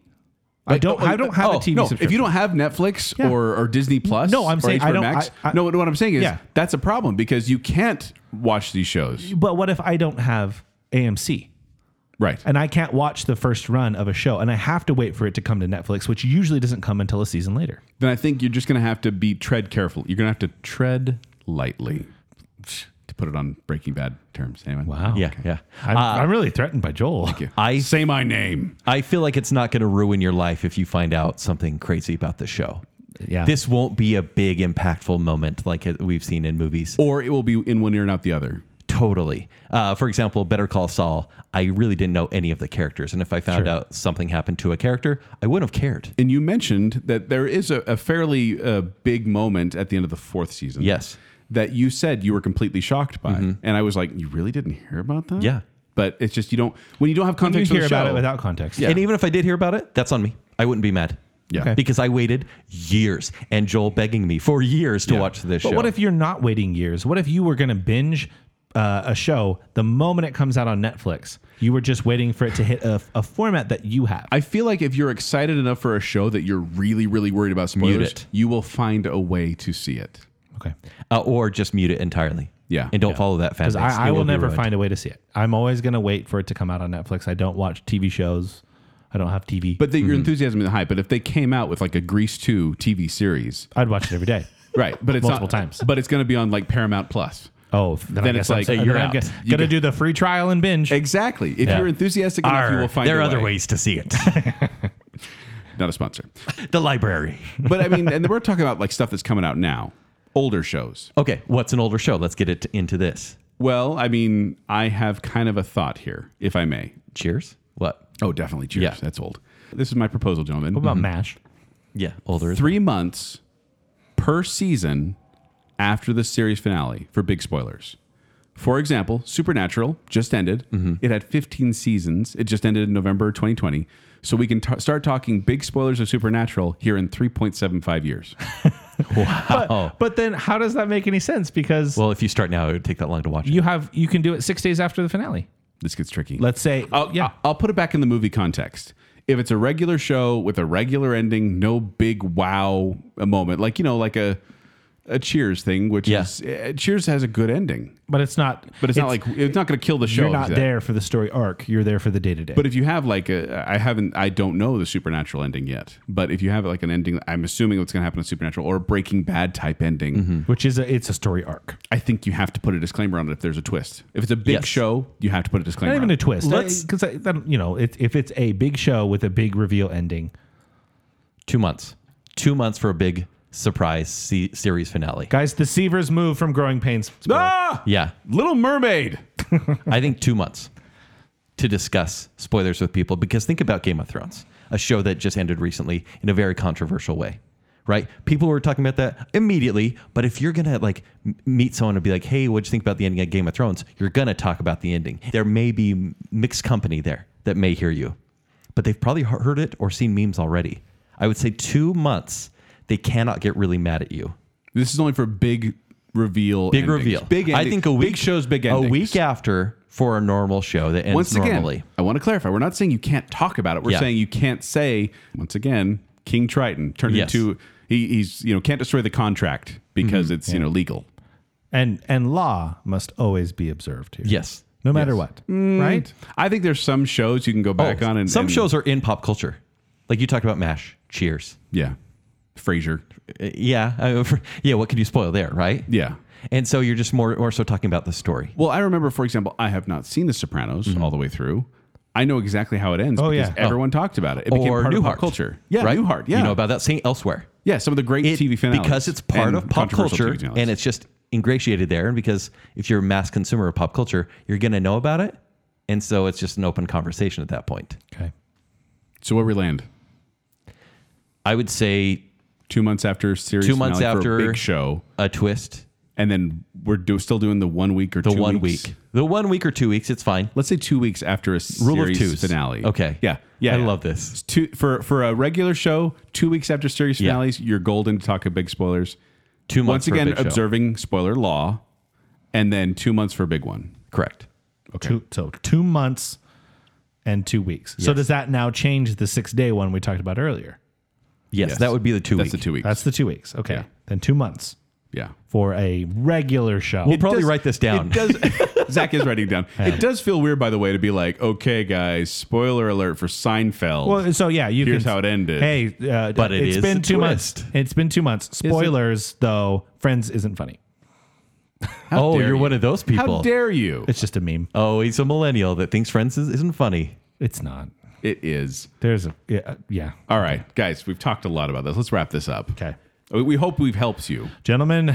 Speaker 4: I don't. I don't have a
Speaker 3: oh,
Speaker 4: TV
Speaker 2: no,
Speaker 4: subscription.
Speaker 2: if you don't have Netflix
Speaker 4: Yeah.
Speaker 2: or, or Disney Plus,
Speaker 4: No, I'm
Speaker 2: or
Speaker 4: saying
Speaker 2: HBO
Speaker 4: I don't-
Speaker 2: Max,
Speaker 4: I- I-
Speaker 2: no, what, what I'm saying is
Speaker 4: Yeah.
Speaker 2: that's a problem because you can't watch these shows.
Speaker 4: but what if I don't have AMC?
Speaker 2: Right.
Speaker 4: and I can't watch the first run of a show, and I have to wait for it to come to Netflix, which usually doesn't come until a season later.
Speaker 2: then I think you're just going to have to be tread careful. You're going to have to tread lightly, to put it on Breaking Bad terms. Anyway,
Speaker 3: Yeah, yeah.
Speaker 4: I'm,
Speaker 3: Uh,
Speaker 4: I'm really threatened by Joel.
Speaker 3: I
Speaker 2: say my name.
Speaker 3: I feel like it's not going to ruin your life if you find out something crazy about the show.
Speaker 4: <laughs> Yeah.
Speaker 3: This won't be a big impactful moment like it- we've seen in movies.
Speaker 2: Or it will be in one ear and out the other.
Speaker 3: Totally. Uh, for example, Better Call Saul, I really didn't know any of the characters. And if I found out something happened to a character, I wouldn't have cared.
Speaker 2: And you mentioned that there is a, a fairly uh, big moment at the end of the fourth season.
Speaker 3: Yes.
Speaker 2: That you said you were completely shocked by. And I was like, you really didn't hear about that?
Speaker 3: Yeah.
Speaker 2: But it's just you don't, when you don't have
Speaker 4: you
Speaker 2: context
Speaker 4: hear
Speaker 2: for the
Speaker 4: about
Speaker 2: show,
Speaker 4: it without context.
Speaker 3: And even if I did hear about it, that's on me. I wouldn't be mad.
Speaker 2: Yeah. Okay.
Speaker 3: Because I waited years and Joel begging me for years to watch this
Speaker 4: But
Speaker 3: show.
Speaker 4: what if you're not waiting years? What if you were going to binge uh, a show the moment it comes out on Netflix? You were just waiting for it to hit a, a format that you have.
Speaker 2: I feel like if you're excited enough for a show that you're really, really worried about
Speaker 3: Mute
Speaker 2: spoilers,
Speaker 3: it.
Speaker 2: you will find a way to see it.
Speaker 4: okay.
Speaker 3: uh, or just mute it entirely.
Speaker 2: Yeah.
Speaker 3: And don't follow that fan
Speaker 4: Because
Speaker 3: base.
Speaker 4: I, I
Speaker 3: It
Speaker 4: will
Speaker 3: be
Speaker 4: never
Speaker 3: ruined.
Speaker 4: find a way to see it. I'm always going to wait for it to come out on Netflix. I don't watch TV shows. I don't have TV.
Speaker 2: But the, your enthusiasm is high. But if they came out with like a Grease 2 TV series,
Speaker 4: I'd watch it
Speaker 3: <laughs>
Speaker 4: every day.
Speaker 2: right? But it's
Speaker 4: Multiple
Speaker 2: not-
Speaker 4: times.
Speaker 2: But it's going to be on like Paramount Plus.
Speaker 4: Oh, f- then,
Speaker 2: Then
Speaker 4: I
Speaker 2: it's
Speaker 4: guess I'm
Speaker 2: like,
Speaker 4: s-
Speaker 2: hey,
Speaker 4: then
Speaker 2: you're
Speaker 4: I'm
Speaker 2: out.
Speaker 4: guess-
Speaker 2: You
Speaker 4: gonna
Speaker 2: go-
Speaker 4: do the free trial and binge.
Speaker 2: Exactly. If
Speaker 4: Yeah.
Speaker 2: you're enthusiastic enough, you
Speaker 4: Arr,
Speaker 2: will find
Speaker 3: There are
Speaker 2: a
Speaker 3: other
Speaker 2: way.
Speaker 3: ways to see it. <laughs>
Speaker 2: Not a sponsor,
Speaker 3: the library.
Speaker 2: but I mean, and we're talking about like stuff that's coming out now, older shows.
Speaker 3: Okay, what's an older show? Let's get it into this.
Speaker 2: Well, I mean, I have kind of a thought here, if I may.
Speaker 3: Cheers. What?
Speaker 2: Oh, definitely. Cheers.
Speaker 3: Yeah.
Speaker 2: That's old. This is my proposal, gentlemen.
Speaker 4: What about MASH?
Speaker 3: Yeah, older. <laughs> is-
Speaker 2: Three months per season after the series finale for big spoilers. For example, Supernatural just ended. It had 15 seasons. It just ended in November 2020. So we can t- start talking big spoilers of Supernatural here in 3.75 years.
Speaker 3: Oh.
Speaker 4: But then how does that make any sense? Because
Speaker 3: Well, if you start now, it would take that long to watch. it.
Speaker 4: you have you can do it six days after the finale.
Speaker 2: this gets tricky.
Speaker 4: Let's say
Speaker 2: I'll, yeah. I'll put it back in the movie context. If it's a regular show with a regular ending, no big wow moment, like you know, like a a Cheers thing, which
Speaker 3: Yeah.
Speaker 2: is uh, Cheers has a good ending,
Speaker 4: but it's not
Speaker 2: but it's, not like it's not going to kill the show.
Speaker 4: you're
Speaker 2: if
Speaker 4: not
Speaker 2: that-
Speaker 4: there for the story arc. You're there for the day to day.
Speaker 2: But if you have like a, I haven't, I don't know the supernatural ending yet. But if you have like an ending, I'm assuming what's going to happen in supernatural or a Breaking Bad type ending.
Speaker 3: Mm-hmm.
Speaker 4: which is a it's a story arc.
Speaker 2: I think you have to put a disclaimer on it if there's a twist. If it's a big
Speaker 3: Yes.
Speaker 2: show, you have to put a disclaimer.
Speaker 4: Not even
Speaker 2: on
Speaker 4: a
Speaker 2: it.
Speaker 4: twist.
Speaker 3: Let's-
Speaker 4: Because you know, it, if it's a big show with a big reveal ending,
Speaker 3: Two months. Two months for a big surprise se- series finale.
Speaker 4: guys, the Seavers move from Growing Pains. Spoiler.
Speaker 2: Ah,
Speaker 3: Yeah,
Speaker 2: Little Mermaid.
Speaker 3: I think two months to discuss spoilers with people because think about Game of Thrones, a show that just ended recently in a very controversial way, right? People were talking about that immediately, but if you're gonna like m- meet someone and be like, "Hey, what'd you think about the ending of Game of Thrones?" You're gonna talk about the ending. There may be m- mixed company there that may hear you, but they've probably he- heard it or seen memes already. I would say two months. They cannot get really mad at you.
Speaker 2: This is only for big reveal.
Speaker 3: Big
Speaker 2: endings.
Speaker 3: reveal.
Speaker 2: Big.
Speaker 3: I
Speaker 2: ending-
Speaker 3: think a week
Speaker 2: Big shows. Big
Speaker 3: a
Speaker 2: endings.
Speaker 3: week after for a normal show that ends
Speaker 2: Once again,
Speaker 3: normally.
Speaker 2: I want to clarify. We're not saying you can't talk about it. We're
Speaker 3: Yeah.
Speaker 2: saying you can't say. Once again, King Triton turned
Speaker 3: Yes. Mm-hmm.
Speaker 2: into he, he's you know can't destroy the contract because it's you know legal.
Speaker 4: and and law must always be observed here.
Speaker 3: Yes.
Speaker 4: no matter what, right?
Speaker 2: I think there's some shows you can go back
Speaker 3: Oh,
Speaker 2: on and
Speaker 3: some
Speaker 2: and-
Speaker 3: shows are in pop culture. Like you talked about MASH, Cheers.
Speaker 2: Yeah, Frasier.
Speaker 3: Uh, Yeah, uh, <laughs> for- yeah. What could you spoil there, right?
Speaker 2: Yeah.
Speaker 3: And so you're just more more so talking about the story.
Speaker 2: Well, I remember, for example, I have not seen The Sopranos
Speaker 3: Mm-hmm.
Speaker 2: all the way through. I know exactly how it ends
Speaker 4: Oh,
Speaker 2: because
Speaker 4: yeah.
Speaker 2: everyone talked about it. It became
Speaker 3: or
Speaker 2: part
Speaker 3: Newhart
Speaker 2: of pop culture. Yeah,
Speaker 3: right?
Speaker 2: Newhart. Yeah,
Speaker 3: you know about that scene elsewhere.
Speaker 2: yeah, some of the great
Speaker 3: It-
Speaker 2: TV finales
Speaker 3: because it's part
Speaker 2: and
Speaker 3: of pop
Speaker 2: controversial
Speaker 3: culture
Speaker 2: TV finales.
Speaker 3: and it's just ingratiated there. And because if you're a mass consumer of pop culture, you're going to know about it, and so it's just an open conversation at that point.
Speaker 4: Okay.
Speaker 2: so where we land
Speaker 3: I would say
Speaker 2: two months after series
Speaker 3: Two months
Speaker 2: finale for a
Speaker 3: after-
Speaker 2: big show,
Speaker 3: a twist,
Speaker 2: and then we're do, still doing the one week or
Speaker 3: the
Speaker 2: two
Speaker 3: one
Speaker 2: weeks.
Speaker 3: week, the one week or two weeks. It's fine.
Speaker 2: Let's say two weeks after a
Speaker 3: Rule of
Speaker 2: series
Speaker 3: twos.
Speaker 2: finale.
Speaker 3: Okay.
Speaker 2: Yeah. Yeah.
Speaker 3: I
Speaker 2: yeah.
Speaker 3: love this.
Speaker 2: It's Two for for a regular show, two weeks after series
Speaker 3: Yeah.
Speaker 2: finales, you're golden to talk of big spoilers.
Speaker 3: Two months
Speaker 2: Once
Speaker 3: for a
Speaker 2: again,
Speaker 3: big show.
Speaker 2: observing spoiler law, and then two months for a big one.
Speaker 3: Correct.
Speaker 2: Okay.
Speaker 4: Two, so two months and two weeks. So does that now change the six day one we talked about earlier?
Speaker 3: Yes,
Speaker 2: Yes.
Speaker 3: that would be the two
Speaker 2: That's
Speaker 3: weeks.
Speaker 2: the two weeks.
Speaker 4: That's the two weeks. Okay.
Speaker 2: Yeah.
Speaker 4: Then two months
Speaker 2: yeah.
Speaker 4: for a regular show.
Speaker 3: We'll probably
Speaker 2: does-
Speaker 3: write this down.
Speaker 2: It does. <laughs> Zach is writing it down. It does feel weird, by the way, to be like, okay, guys, spoiler alert for Seinfeld.
Speaker 4: well, so yeah, you
Speaker 2: Here's
Speaker 4: can,
Speaker 2: how it ended.
Speaker 4: Hey, uh,
Speaker 3: But it
Speaker 4: has
Speaker 3: is
Speaker 4: been
Speaker 3: a
Speaker 4: two
Speaker 3: twist.
Speaker 4: months. It's been two months. Spoilers though, Friends isn't funny.
Speaker 3: oh,
Speaker 2: dare
Speaker 3: you're
Speaker 2: you.
Speaker 3: one of those
Speaker 2: How
Speaker 3: people.
Speaker 2: dare you?
Speaker 4: It's just a meme.
Speaker 3: oh, he's a millennial that thinks Friends is, isn't funny.
Speaker 4: It's not.
Speaker 2: It is.
Speaker 4: There's a yeah, uh, yeah.
Speaker 2: All right, guys, we've talked a lot about this. Let's wrap this up.
Speaker 4: Okay,
Speaker 2: We- We hope we've helped you.
Speaker 4: gentlemen,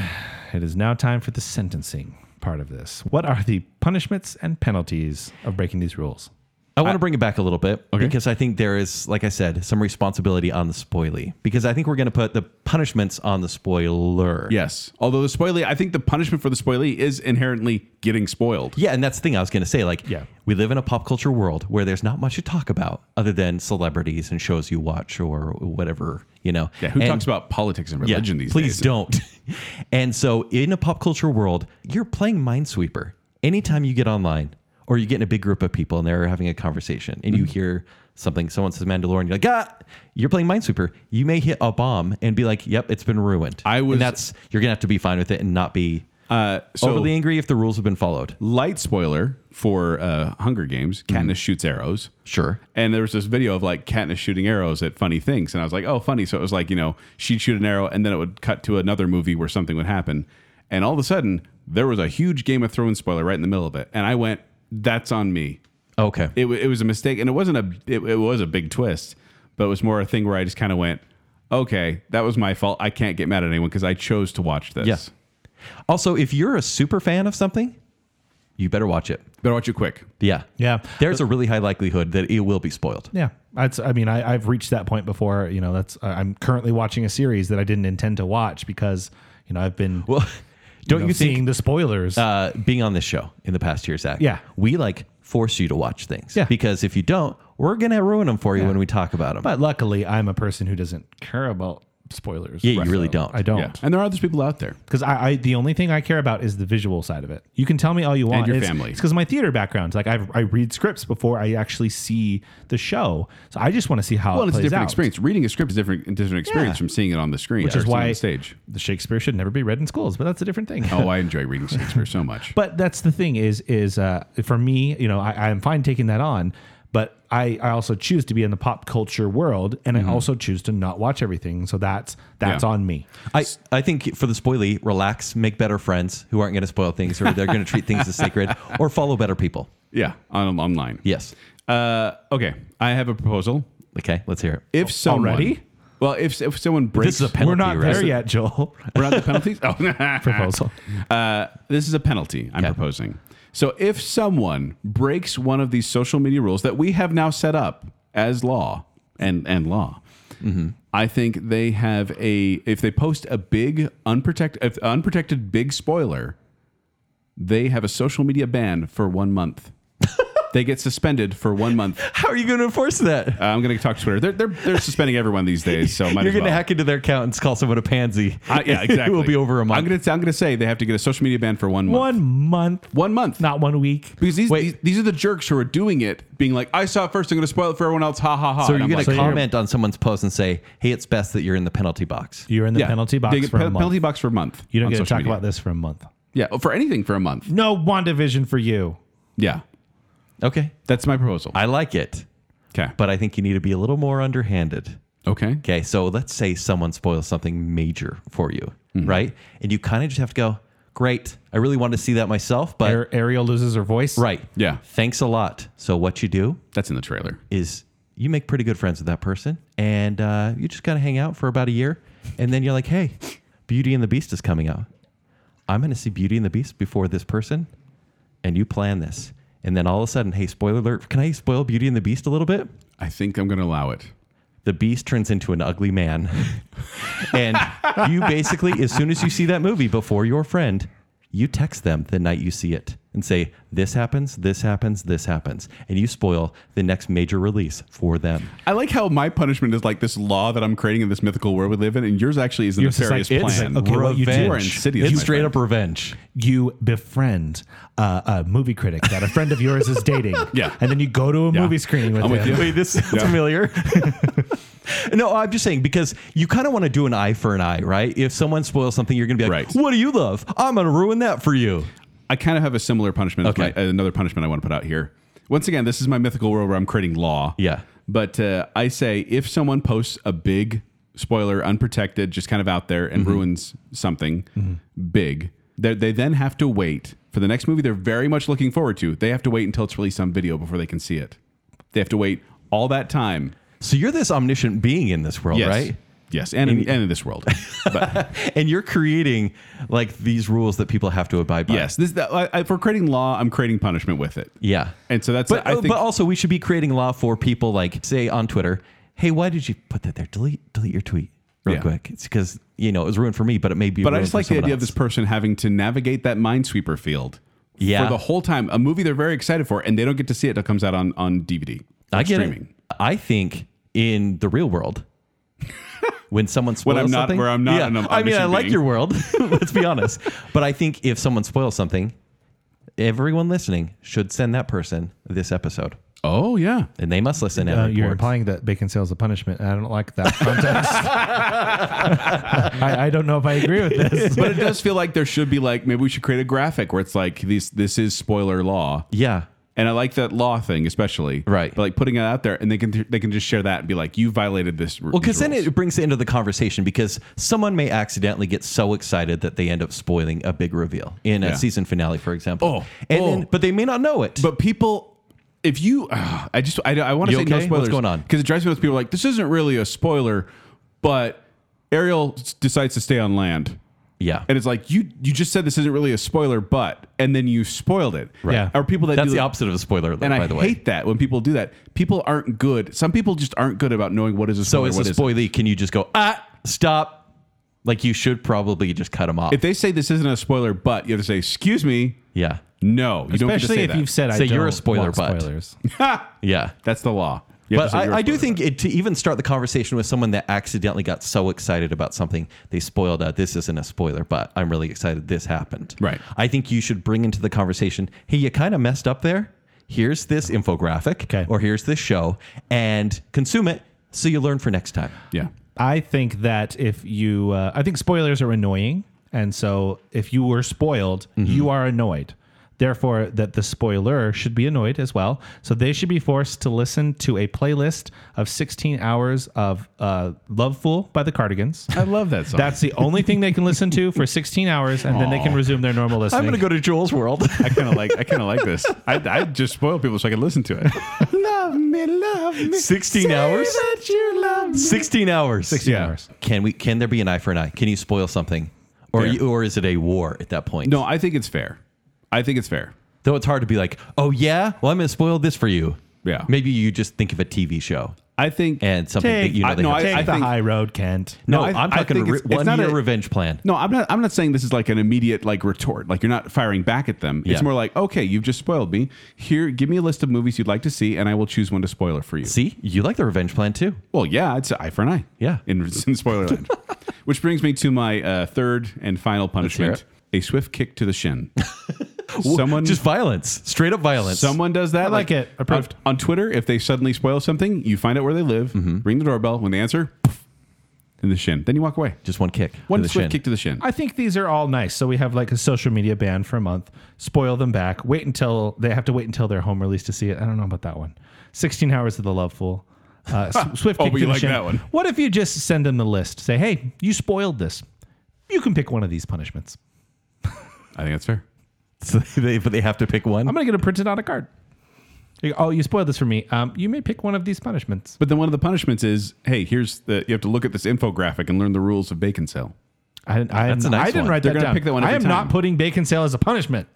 Speaker 4: it is now time for the sentencing part of this. What are the punishments and penalties of breaking these rules?
Speaker 3: I want to bring it back a little bit because I think there is, like I said, some responsibility on the spoilie because I think we're going to put the punishments on the spoiler.
Speaker 2: Yes. Although the spoiler, I think the punishment for the spoiler is inherently getting spoiled.
Speaker 3: Yeah, and that's the thing I was going to say. Like,
Speaker 4: Yeah.
Speaker 3: we live in a pop culture world where there's not much to talk about other than celebrities and shows you watch or whatever, you know.
Speaker 2: Yeah, who
Speaker 3: And-
Speaker 2: talks about politics and
Speaker 3: Yeah,
Speaker 2: religion these
Speaker 3: please
Speaker 2: days?
Speaker 3: don't. <laughs> and so, in a pop culture world, you're playing Minesweeper. Anytime you get online or you get in a big group of people and they're having a conversation and
Speaker 2: Mm-hmm.
Speaker 3: you hear something, someone says Mandalorian, you're like, ah, you're playing Minesweeper. You may hit a bomb and be like, yep, it's been ruined.
Speaker 2: I was-
Speaker 3: And that's, you're going to have to be fine with it and not be
Speaker 2: Uh, so
Speaker 3: overly angry if the rules have been followed.
Speaker 2: light spoiler for uh, Hunger Games, Katniss shoots arrows.
Speaker 3: Sure.
Speaker 2: And there was this video of like Katniss shooting arrows at funny things, and I was like, "Oh, funny!" So it was like you know she'd shoot an arrow, and then it would cut to another movie where something would happen, and all of a sudden there was a huge Game of Thrones spoiler right in the middle of it, and I went, "That's on me."
Speaker 3: Okay.
Speaker 2: It, wa- it was a mistake, and it wasn't a it, it was a big twist, but it was more a thing where I just kind of went, "Okay, that was my fault. I can't get mad at anyone because I chose to watch this."
Speaker 3: Yes. Also, if you're a super fan of something, you better watch it.
Speaker 2: better watch it quick.
Speaker 3: Yeah.
Speaker 4: Yeah.
Speaker 3: There's a really high likelihood that it will be spoiled.
Speaker 4: Yeah, that's. I mean, I, I've reached that point before. You know, that's. I- I'm currently watching a series that I didn't intend to watch because you know I've been
Speaker 3: Well, don't
Speaker 4: you know,
Speaker 3: you
Speaker 4: seeing
Speaker 3: think
Speaker 4: the spoilers.
Speaker 3: uh, being on this show in the past year, Zach?
Speaker 4: Yeah.
Speaker 3: We like force you to watch things.
Speaker 4: Yeah.
Speaker 3: Because if you don't, we're going to ruin them for you when we talk about them.
Speaker 4: but luckily, I'm a person who doesn't care about spoilers.
Speaker 3: Yeah, you really don't.
Speaker 4: I don't.
Speaker 2: Yeah, and there are other people out there.
Speaker 4: Because I, I, the only thing I care about is the visual side of it. You can tell me all you want.
Speaker 2: your
Speaker 4: it's,
Speaker 2: family.
Speaker 4: because my theater background. Like I've, I read scripts before I actually see the show, so I just want to see how.
Speaker 2: Well,
Speaker 4: it
Speaker 2: it's a
Speaker 4: plays
Speaker 2: different
Speaker 4: out.
Speaker 2: experience. Reading a script is different, a different experience
Speaker 4: Yeah.
Speaker 2: from seeing it on the screen,
Speaker 4: which
Speaker 2: or
Speaker 4: is
Speaker 2: seeing it
Speaker 4: why
Speaker 2: on stage.
Speaker 4: the Shakespeare should never be read in schools. But that's a different thing.
Speaker 2: Oh, I enjoy reading
Speaker 4: <laughs>
Speaker 2: Shakespeare so much.
Speaker 4: But that's the thing is is uh, for me, you know, I, I'm fine taking that on, but I, I also choose to be in the pop culture world, and I also choose to not watch everything. So that's that's
Speaker 2: Mm-hmm. Yeah.
Speaker 4: on me.
Speaker 3: I, I think for the spoilie, relax, make better friends who aren't going to spoil things or they're going to treat things as <laughs> sacred or follow better people.
Speaker 2: yeah, on online.
Speaker 3: Yes.
Speaker 2: Uh, okay, I have a proposal.
Speaker 3: Okay. Let's hear it.
Speaker 2: If someone,
Speaker 4: Oh, Already?
Speaker 2: well, if if someone breaks,
Speaker 3: This is a penalty,
Speaker 4: We're not
Speaker 3: right?
Speaker 4: there yet, Joel. <laughs>
Speaker 2: <laughs> we're not the penalties. Oh,
Speaker 4: Proposal.
Speaker 2: Uh, this is a penalty I'm
Speaker 3: Okay.
Speaker 2: proposing. So if someone breaks one of these social media rules that we have now set up as law and and law,
Speaker 3: Mm-hmm.
Speaker 2: I think they have a if they post a big unprotected if unprotected big spoiler, they have a social media ban for one
Speaker 3: <laughs>
Speaker 2: month. they get suspended for one month.
Speaker 3: How are you going to enforce <laughs> that?
Speaker 2: Uh, I'm going to talk to Twitter. They're, they're they're suspending everyone these days. So might
Speaker 3: You're
Speaker 2: as
Speaker 3: going to
Speaker 2: well.
Speaker 3: hack into their account and call someone a pansy.
Speaker 2: I- yeah, exactly.
Speaker 3: <laughs> it will be over a month.
Speaker 2: I'm going to I'm going to say they have to get a social media ban for one month.
Speaker 4: one month,
Speaker 2: One month.
Speaker 4: not one week.
Speaker 2: Because these,
Speaker 3: Wait.
Speaker 2: these these are the jerks who are doing it, being like, "I saw it first. I'm going to spoil it for everyone else." Ha ha ha.
Speaker 3: so are
Speaker 2: And
Speaker 3: you
Speaker 2: I'm
Speaker 3: going
Speaker 2: like,
Speaker 3: to
Speaker 2: "Yeah."
Speaker 3: comment on someone's post and say, "Hey, it's best that you're in the penalty box"?
Speaker 4: You're in the
Speaker 2: Yeah.
Speaker 4: penalty box
Speaker 2: They get
Speaker 4: for
Speaker 2: pe-
Speaker 4: a month.
Speaker 2: penalty box for a month.
Speaker 4: you don't
Speaker 2: on
Speaker 4: get to
Speaker 2: social
Speaker 4: talk
Speaker 2: media.
Speaker 4: about this for a month.
Speaker 2: Yeah, oh, for anything for a month.
Speaker 4: No WandaVision for you.
Speaker 2: Yeah,
Speaker 3: Okay,
Speaker 2: that's my proposal.
Speaker 3: I like it,
Speaker 2: Okay,
Speaker 3: but I think you need to be a little more underhanded.
Speaker 2: Okay.
Speaker 3: Okay, so let's say someone spoils something major for you, right? And you kind of just have to go, great, I really wanted to see that myself, but
Speaker 4: Ar- Ariel loses her voice.
Speaker 3: right.
Speaker 2: Yeah.
Speaker 3: Thanks a lot. So, what you do
Speaker 2: That's in the trailer.
Speaker 3: is you make pretty good friends with that person and uh, you just kind of hang out for about a year. And then you're like, hey, Beauty and the Beast is coming out. I'm going to see Beauty and the Beast before this person. And you plan this. And then all of a sudden, hey, spoiler alert, can I spoil Beauty and the Beast a little bit?
Speaker 2: I think I'm going to allow it.
Speaker 3: the beast turns into an ugly man. <laughs> and you basically, as soon as you see that movie before your friend, you text them the night you see it and say, This happens, this happens, this happens. And you spoil the next major release for them.
Speaker 2: I like how my punishment is like this law that I'm creating in this mythical world we live in, and yours actually is a
Speaker 4: Yours is like,
Speaker 2: nefarious
Speaker 4: it's
Speaker 2: plan.
Speaker 4: like, okay, what you do-
Speaker 2: You are insidious.
Speaker 3: It's
Speaker 2: my
Speaker 3: straight
Speaker 2: friend.
Speaker 3: up revenge.
Speaker 4: You befriend uh, a movie critic that a friend of yours is dating.
Speaker 2: <laughs> Yeah.
Speaker 4: And then you go to a movie screening with
Speaker 2: I'm with
Speaker 4: him.
Speaker 2: you.
Speaker 3: Wait, this sounds familiar. <laughs> no, I'm just saying because you kind of want to do an eye for an eye, right? If someone spoils something, you're going to be like,
Speaker 2: Right.
Speaker 3: What do you love? I'm going to ruin that for you.
Speaker 2: I kind of have a similar punishment. as
Speaker 3: Okay.
Speaker 2: my- another punishment I want to put out here. Once again, this is my mythical world where I'm creating law.
Speaker 3: Yeah.
Speaker 2: But uh, I say if someone posts a big spoiler, unprotected, just kind of out there
Speaker 3: Mm-hmm.
Speaker 2: and ruins something big, they they then have to wait for the next movie they're very much looking forward to. They have to wait until it's released on video before they can see it. They have to wait all that time.
Speaker 3: So you're this omniscient being in this world,
Speaker 2: Yes.
Speaker 3: right?
Speaker 2: Yes. And, in, and in this
Speaker 3: <laughs>
Speaker 2: world. But.
Speaker 3: and you're creating like these rules that people have to abide by.
Speaker 2: Yes, this I, I, if we're creating law, I'm creating punishment with it.
Speaker 3: Yeah.
Speaker 2: and so that's
Speaker 3: But, oh,
Speaker 2: I think
Speaker 3: but also we should be creating law for people like say on Twitter, hey, why did you put that there? Delete delete your tweet real
Speaker 2: Yeah.
Speaker 3: quick. It's because you know it was ruined for me, but it may be.
Speaker 2: But I
Speaker 3: ruined
Speaker 2: just
Speaker 3: for
Speaker 2: like the
Speaker 3: someone
Speaker 2: idea of this
Speaker 3: else.
Speaker 2: person having to navigate that minesweeper field
Speaker 3: Yeah.
Speaker 2: for the whole time. A movie they're very excited for, and they don't get to see it until it comes out on on DVD. or
Speaker 3: I get
Speaker 2: streaming.
Speaker 3: it. I think in the
Speaker 2: <laughs>
Speaker 3: real world. When someone spoils
Speaker 2: When I'm not-
Speaker 3: something,
Speaker 2: where I'm not
Speaker 3: yeah.
Speaker 2: an om-
Speaker 3: I mean, I
Speaker 2: omniscient
Speaker 3: like
Speaker 2: being. <laughs>
Speaker 3: your world. <laughs> Let's be honest, but I think if someone spoils something, everyone listening should send that person this episode,
Speaker 2: Oh yeah,
Speaker 3: and they must listen. and
Speaker 4: Uh, you're
Speaker 3: report.
Speaker 4: implying that bacon sale is a punishment. and I don't like that context. <laughs> I, I don't know if I agree with this.
Speaker 2: but it does feel like there should be like maybe we should create a graphic where it's like this this is spoiler law.
Speaker 3: Yeah.
Speaker 2: And I like that law thing especially,
Speaker 3: Right.
Speaker 2: But like putting it out there, and they can they can just share that and be like, "You violated this."
Speaker 3: Well, because then it brings it into the conversation because someone may accidentally get so excited that they end up spoiling a big reveal in
Speaker 2: Yeah.
Speaker 3: a season finale, for example.
Speaker 2: Oh,
Speaker 3: and
Speaker 2: oh.
Speaker 3: Then, but they may not know it.
Speaker 2: But people, if you, <sighs> ugh, I just, I, I want to
Speaker 3: You
Speaker 2: say no
Speaker 3: okay? What's
Speaker 2: spoilers.
Speaker 3: going on?
Speaker 2: Because it drives me nuts. People are like, this isn't really a spoiler, but Ariel s- decides to stay on land.
Speaker 3: yeah,
Speaker 2: And it's like you you just said this isn't really a spoiler, but and then you spoiled it.
Speaker 4: Right. Yeah.
Speaker 2: Or people that
Speaker 3: that's
Speaker 2: do
Speaker 3: the
Speaker 2: that-
Speaker 3: opposite of a spoiler alert,
Speaker 2: And
Speaker 3: by
Speaker 2: I
Speaker 3: the
Speaker 2: hate
Speaker 3: way.
Speaker 2: that when people do that. People aren't good. Some people just aren't good about knowing what is a
Speaker 3: So
Speaker 2: spoiler.
Speaker 3: as a
Speaker 2: what isn't.
Speaker 3: spoilee, can you just go ah stop? Like you should probably just cut them off.
Speaker 2: If they say this isn't a spoiler, but you have to say, "Excuse me,
Speaker 3: yeah,
Speaker 2: no." You don't get to
Speaker 4: Especially
Speaker 2: say
Speaker 4: if
Speaker 2: that.
Speaker 4: you've said
Speaker 3: Say
Speaker 4: I don't
Speaker 3: you're a spoiler
Speaker 4: want
Speaker 3: butt.
Speaker 4: spoilers.
Speaker 3: yeah.
Speaker 2: <laughs> That's the law. You have to
Speaker 3: But
Speaker 2: say you're a
Speaker 3: I, I do
Speaker 2: spoiler.
Speaker 3: think it, to even start the conversation with someone that accidentally got so excited about something they spoiled out. This isn't a spoiler, but I'm really excited this happened.
Speaker 2: Right.
Speaker 3: I think you should bring into the conversation. Hey, you kind of messed up there. Here's this infographic,
Speaker 4: Okay.
Speaker 3: or here's this show, and consume it so you learn for next time.
Speaker 2: yeah.
Speaker 4: I think that if you, uh, I think spoilers are annoying, and so if you were spoiled,
Speaker 3: Mm-hmm.
Speaker 4: you are annoyed. Therefore, that the spoiler should be annoyed as well. So they should be forced to listen to a playlist of 16 hours of uh, "Love Fool" by the Cardigans.
Speaker 2: I love that song.
Speaker 4: That's the only thing they can listen to for 16 hours, and then they can resume their normal listening.
Speaker 3: go to Joel's <laughs> world.
Speaker 2: I <laughs> kind of like. I kind of like this. I, I just spoil people so I can listen to it. <laughs> love me, love me.
Speaker 3: 16 hours?
Speaker 2: that you love me.
Speaker 3: 16 hours.
Speaker 4: 16
Speaker 2: yeah.
Speaker 4: hours.
Speaker 3: Can we? Can there be an eye for an eye? Can you spoil something, or
Speaker 2: Fair.
Speaker 3: you, or is it a war at that point?
Speaker 2: No, I think it's fair. I think it's fair.
Speaker 3: Though it's hard to be like, oh yeah, well I'm gonna spoil this for you.
Speaker 2: Yeah.
Speaker 3: Maybe you just think of a TV show
Speaker 2: I think.
Speaker 3: and something
Speaker 4: Take-
Speaker 3: that you know
Speaker 2: I-
Speaker 3: they
Speaker 2: no,
Speaker 3: have
Speaker 2: I-
Speaker 3: to
Speaker 4: Take
Speaker 3: say.
Speaker 4: the
Speaker 2: think-
Speaker 4: high road, Kent.
Speaker 3: no,
Speaker 2: I-
Speaker 3: I'm
Speaker 2: I
Speaker 3: talking
Speaker 2: think
Speaker 3: a re-
Speaker 2: it's- it's
Speaker 3: one
Speaker 2: not
Speaker 3: year
Speaker 2: a-
Speaker 3: revenge plan.
Speaker 2: no, I'm not. I'm not saying this is like an immediate like retort. Like you're not firing back at them.
Speaker 3: Yeah.
Speaker 2: It's more like, okay, you've just spoiled me. Here, give me a list of movies you'd like to see, and I will choose one to spoiler for you.
Speaker 3: See, you like the revenge plan too.
Speaker 2: Well, yeah, it's an eye for an eye.
Speaker 3: Yeah.
Speaker 2: in, <laughs> in spoiler
Speaker 3: <laughs>
Speaker 2: land. Which brings me to my uh, third and final
Speaker 3: hear
Speaker 2: punishment: a swift kick to the shin.
Speaker 3: <laughs>
Speaker 2: Someone
Speaker 3: just violence, straight up violence.
Speaker 2: Um, Someone does that.
Speaker 4: I like it. Approved.
Speaker 2: On, on Twitter, if they suddenly spoil something, you find out where they live,
Speaker 3: Mm-hmm.
Speaker 2: ring the doorbell. When they answer, poof, in the shin. Then you walk away.
Speaker 3: just one kick. to
Speaker 2: One
Speaker 3: the
Speaker 2: swift
Speaker 3: shin.
Speaker 2: kick to the shin.
Speaker 4: I think these are all nice. So we have like a social media ban for a month. Spoil them back. Wait until they have to wait until their home release to see it. I don't know about that one. 16 hours of the love fool. Uh, S-
Speaker 2: <laughs>
Speaker 4: Swift
Speaker 2: Oh,
Speaker 4: Kick
Speaker 2: but you
Speaker 4: to the
Speaker 2: like
Speaker 4: Shin.
Speaker 2: that one.
Speaker 4: What if you just send them the list? Say, hey, you spoiled this. You can pick one of these punishments.
Speaker 2: I think that's fair.
Speaker 3: <laughs> So they, but they have to pick one.
Speaker 4: I'm going to get it printed on a card. You go, Oh, you spoiled this for me. Um, you may pick one of these punishments.
Speaker 2: But then one of the punishments is, hey, here's the you have to look at this infographic and learn the rules of bacon sale.
Speaker 4: I, didn't- I,
Speaker 3: That's a
Speaker 4: didn't-
Speaker 3: nice
Speaker 4: I didn't
Speaker 3: one.
Speaker 4: write
Speaker 2: They're
Speaker 4: that
Speaker 2: gonna
Speaker 4: down.
Speaker 2: pick that one
Speaker 4: I
Speaker 2: every
Speaker 4: am
Speaker 2: time.
Speaker 4: not putting bacon sale as
Speaker 2: <laughs>
Speaker 4: a punishment.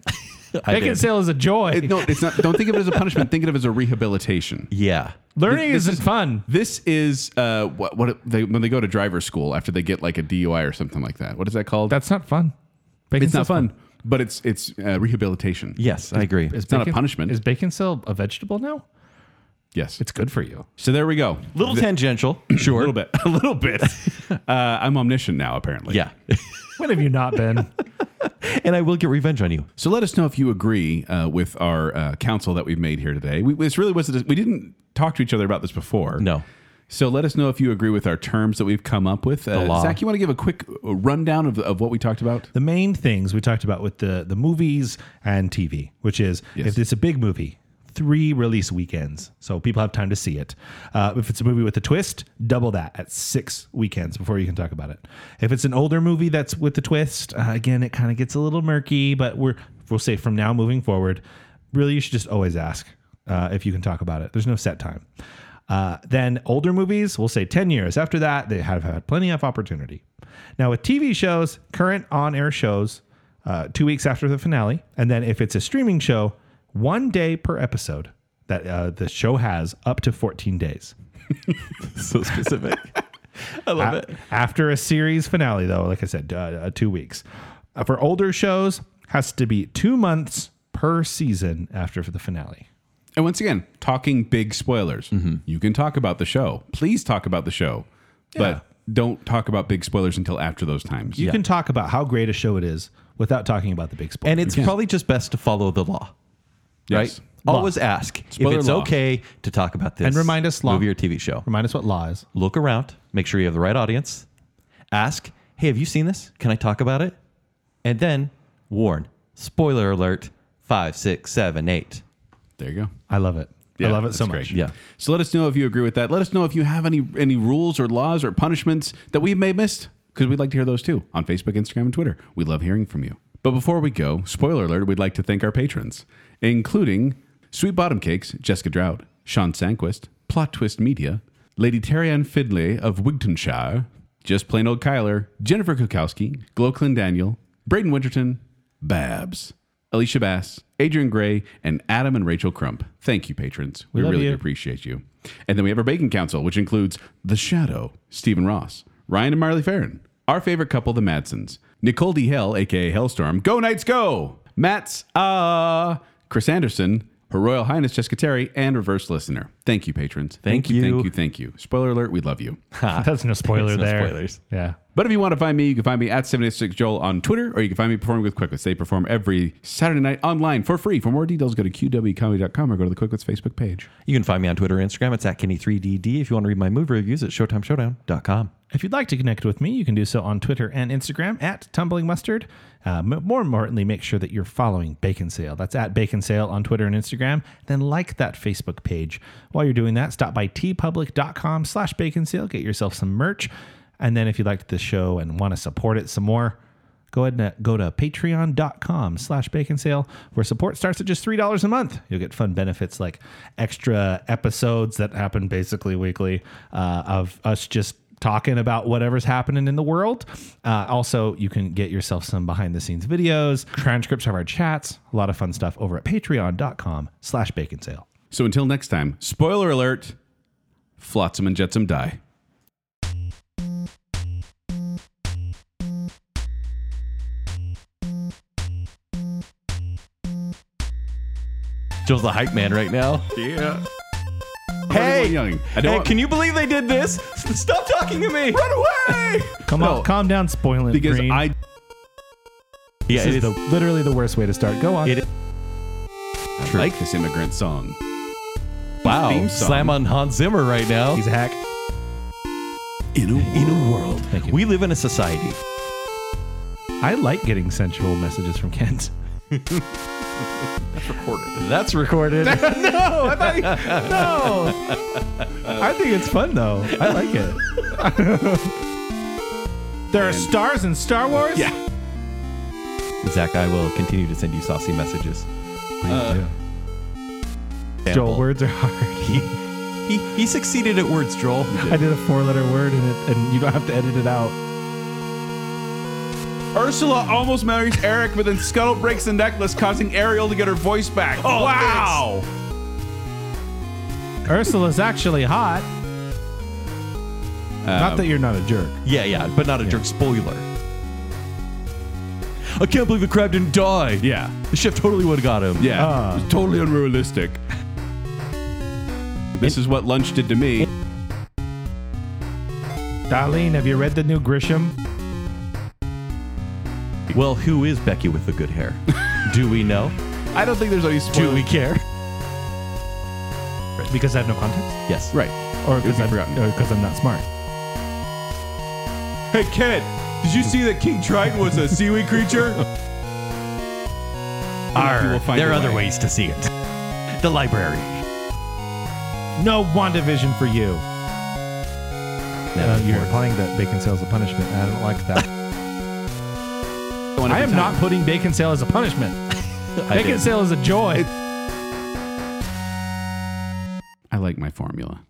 Speaker 3: I
Speaker 4: bacon
Speaker 3: did.
Speaker 4: sale is a joy.
Speaker 2: It- no, it's not. Don't think of it as a punishment. Think of it as a rehabilitation.
Speaker 3: Yeah.
Speaker 4: Learning
Speaker 2: this
Speaker 4: isn't
Speaker 2: is-
Speaker 4: fun.
Speaker 2: This is uh, what what it- they, when they go to driver school after they get like a DUI or something like that. What is that called?
Speaker 4: That's not fun. Bacon
Speaker 2: it's not
Speaker 4: sale's
Speaker 2: fun, but it's it's uh, rehabilitation.
Speaker 3: Yes, I agree.
Speaker 4: Is
Speaker 2: It's not a
Speaker 4: bacon-
Speaker 2: punishment.
Speaker 4: Is bacon still a vegetable now?
Speaker 2: Yes.
Speaker 4: It's good for you.
Speaker 2: so there we go. <clears throat>
Speaker 3: Little tangential, sure.
Speaker 2: A little bit. <laughs> A little
Speaker 3: <laughs>
Speaker 2: bit. uh, I'm omniscient now, apparently.
Speaker 3: Yeah. <laughs>
Speaker 4: When have you not
Speaker 2: <laughs>
Speaker 4: been?
Speaker 3: and I will get revenge on you.
Speaker 2: So let us know if you agree uh, with our uh, counsel that we've made here today. We, this really was a, we didn't talk to each other about this before.
Speaker 3: No. <laughs>
Speaker 2: So let us know if you agree with our terms that we've come up with. Uh,
Speaker 3: law.
Speaker 2: Zach, you want to give a quick uh, rundown of, of what we talked about?
Speaker 4: the main things we talked about with the the movies and TV, which is if it's a big movie, three release weekends, so people have time to see it. Uh, if it's a movie with a twist, double that at six weekends before you can talk about it. If it's an older movie that's with the twist, uh, again, it kind of gets a little murky, but we're we'll say from now moving forward, really you should just always ask uh, if you can talk about it. There's no set time. Uh, then older movies, we'll say 10 years after that, they have had plenty of opportunity. Now, with TV shows, current on air shows, uh, two weeks after the finale. And then if it's a streaming show, one day per episode that uh, the show has up to 14 days.
Speaker 3: So specific. <laughs> I love
Speaker 2: Ah.
Speaker 4: A- after a series finale, though, like I said, uh, uh, two weeks. Uh, for older shows, has to be two months per season after the finale.
Speaker 2: And once again, talking big spoilers.
Speaker 4: Mm-hmm.
Speaker 2: You can talk about the show. Please talk about the show, but don't talk about big spoilers until after those times.
Speaker 4: You can talk about how great a show it is without talking about the big spoiler.
Speaker 3: And it's probably just best to follow the law,
Speaker 2: Yes.
Speaker 3: right? Always ask
Speaker 2: Spoiler
Speaker 3: if it's
Speaker 2: law.
Speaker 3: okay to talk about this.
Speaker 4: And remind us law.
Speaker 3: movie or TV show.
Speaker 4: Remind us what law is.
Speaker 3: Look around. Make sure you have the right audience. Ask, hey, have you seen this? Can I talk about it? And then warn. Spoiler alert. Five, six, seven, eight.
Speaker 2: There you go.
Speaker 4: I love it. I
Speaker 2: Yeah,
Speaker 4: love it so
Speaker 2: that's
Speaker 4: much.
Speaker 2: great. <laughs>
Speaker 3: Yeah.
Speaker 2: So let us know if you agree with that. Let us know if you have any any rules or laws or punishments that we may have missed because we'd like to hear those too on Facebook, Instagram, and Twitter. We love hearing from you. But before we go, spoiler alert, we'd like to thank our patrons, including Sweet Bottom Cakes, Jessica Drought, Sean Sanquist, Plot Twist Media, Lady Terrianne Fidley of Wigtonshire, Just Plain Old Kyler, Jennifer Kukowski, Gloclin Daniel, Braden Winterton, Babs, Alicia Bass, Adrian Gray, and Adam and Rachel Crump. Thank you, patrons. We
Speaker 4: love
Speaker 2: really
Speaker 4: you.
Speaker 2: do appreciate you. And then we have our Bacon Council, which includes The Shadow, Stephen Ross, Ryan and Marley Farron, our favorite couple, the Madsons, Nicole D. Hell, aka Hellstorm, Go Knights Go, Matt's Ah, Chris Anderson, Her Royal Highness Jessica Terry, and Reverse Listener. Thank you, patrons.
Speaker 3: Thank you.
Speaker 2: Thank you. Thank you. Spoiler alert, we love you. <laughs>
Speaker 4: That's no spoiler
Speaker 3: That's no
Speaker 4: there.
Speaker 3: spoilers.
Speaker 4: Yeah.
Speaker 2: But if you want to find me, you can find me at 786Joel on Twitter, or you can find me performing with Quickwits. They perform every Saturday night online for free. For more details, go to qwcomedy.com or go to the Quickwits Facebook page.
Speaker 3: You can find me on Twitter or Instagram. It's at Kenny3DD. If you want to read my movie reviews, it's ShowtimeShowdown.com.
Speaker 4: If you'd like to connect with me, you can do so on Twitter and Instagram at Tumbling Mustard. Uh, m- more importantly, make sure that you're following Bacon Sale. That's at Bacon Sale on Twitter and Instagram. Then like that Facebook page. While you're doing that, stop by tpublic.com slash bacon sale, get yourself some merch. And then if you liked this show and want to support it some more, go ahead and uh, go to patreon.com slash bacon sale where support starts at just $3 a month you'll get fun benefits like extra episodes that happen basically weekly uh, of us just talking about whatever's happening in the world uh, also you can get yourself some behind the scenes videos transcripts of our chats a lot of fun stuff over at patreon.com slash bacon sale
Speaker 2: So until next time, spoiler alert, Flotsam and Jetsam die.
Speaker 3: Joel's the hype man right now.
Speaker 2: Yeah.
Speaker 3: Hey,
Speaker 2: Young. I
Speaker 3: hey
Speaker 2: don't
Speaker 3: can you believe they did this? S- Stop talking to me. Run away.
Speaker 4: come
Speaker 2: No.
Speaker 4: on calm down spoiling
Speaker 2: because
Speaker 4: Green.
Speaker 2: I
Speaker 3: yeah,
Speaker 4: this
Speaker 3: it
Speaker 4: is
Speaker 3: is.
Speaker 4: the, literally the worst way to start go on
Speaker 3: It-
Speaker 2: I like this immigrant song.
Speaker 3: wow.
Speaker 2: theme song.
Speaker 3: Slam on Hans Zimmer right now.
Speaker 4: he's a hack
Speaker 2: In a,
Speaker 3: in a world.
Speaker 4: Thank you.
Speaker 3: We live in a society.
Speaker 4: i like getting sensual messages from kent
Speaker 2: recorded.
Speaker 3: That's recorded.
Speaker 4: <laughs> no, I thought you, no. <laughs> I think it's fun though. I like it. there are stars in Star Wars.
Speaker 2: Yeah.
Speaker 3: Zach, I will continue to send you saucy messages.
Speaker 4: Uh, Joel, words are hard.
Speaker 3: He, he, he succeeded at words, Joel.
Speaker 4: I did a four-letter word, and it, and you don't have to edit it out.
Speaker 2: Ursula almost marries Eric, but then Scuttle breaks the necklace, causing Ariel to get her voice back. Oh, wow.
Speaker 4: Ursula's actually hot. Not that you're not a jerk.
Speaker 3: <laughs> Yeah, yeah, but not a jerk spoiler. I can't believe the crab didn't die.
Speaker 2: Yeah.
Speaker 3: The chef totally would have got him.
Speaker 2: Yeah.
Speaker 4: Ah.
Speaker 2: It's totally unrealistic. This is what lunch did to me.
Speaker 4: Darlene, have you read the new Grisham?
Speaker 3: Well, who is Becky with the good hair? <laughs> Do we know?
Speaker 2: I don't think there's any
Speaker 3: Do we
Speaker 2: spoilers.
Speaker 3: care?
Speaker 4: Because I have no context,
Speaker 3: Yes.
Speaker 2: Right.
Speaker 4: or
Speaker 2: would
Speaker 4: because
Speaker 2: be
Speaker 4: I'm
Speaker 2: forgotten.
Speaker 4: or 'cause I'm not smart.
Speaker 2: Hey, Kenneth, did you see that King Triton was a seaweed <laughs> creature?
Speaker 3: Arr,
Speaker 2: will find
Speaker 3: there are
Speaker 2: a
Speaker 3: other
Speaker 2: way.
Speaker 3: ways to see it. The library.
Speaker 4: No WandaVision for you. Uh, you're implying that bacon sale is a punishment, and I don't like that. <laughs> I am not putting bacon sale as a <laughs> punishment.
Speaker 3: I
Speaker 4: Bacon
Speaker 3: did.
Speaker 4: sale is a joy.
Speaker 2: I like my formula.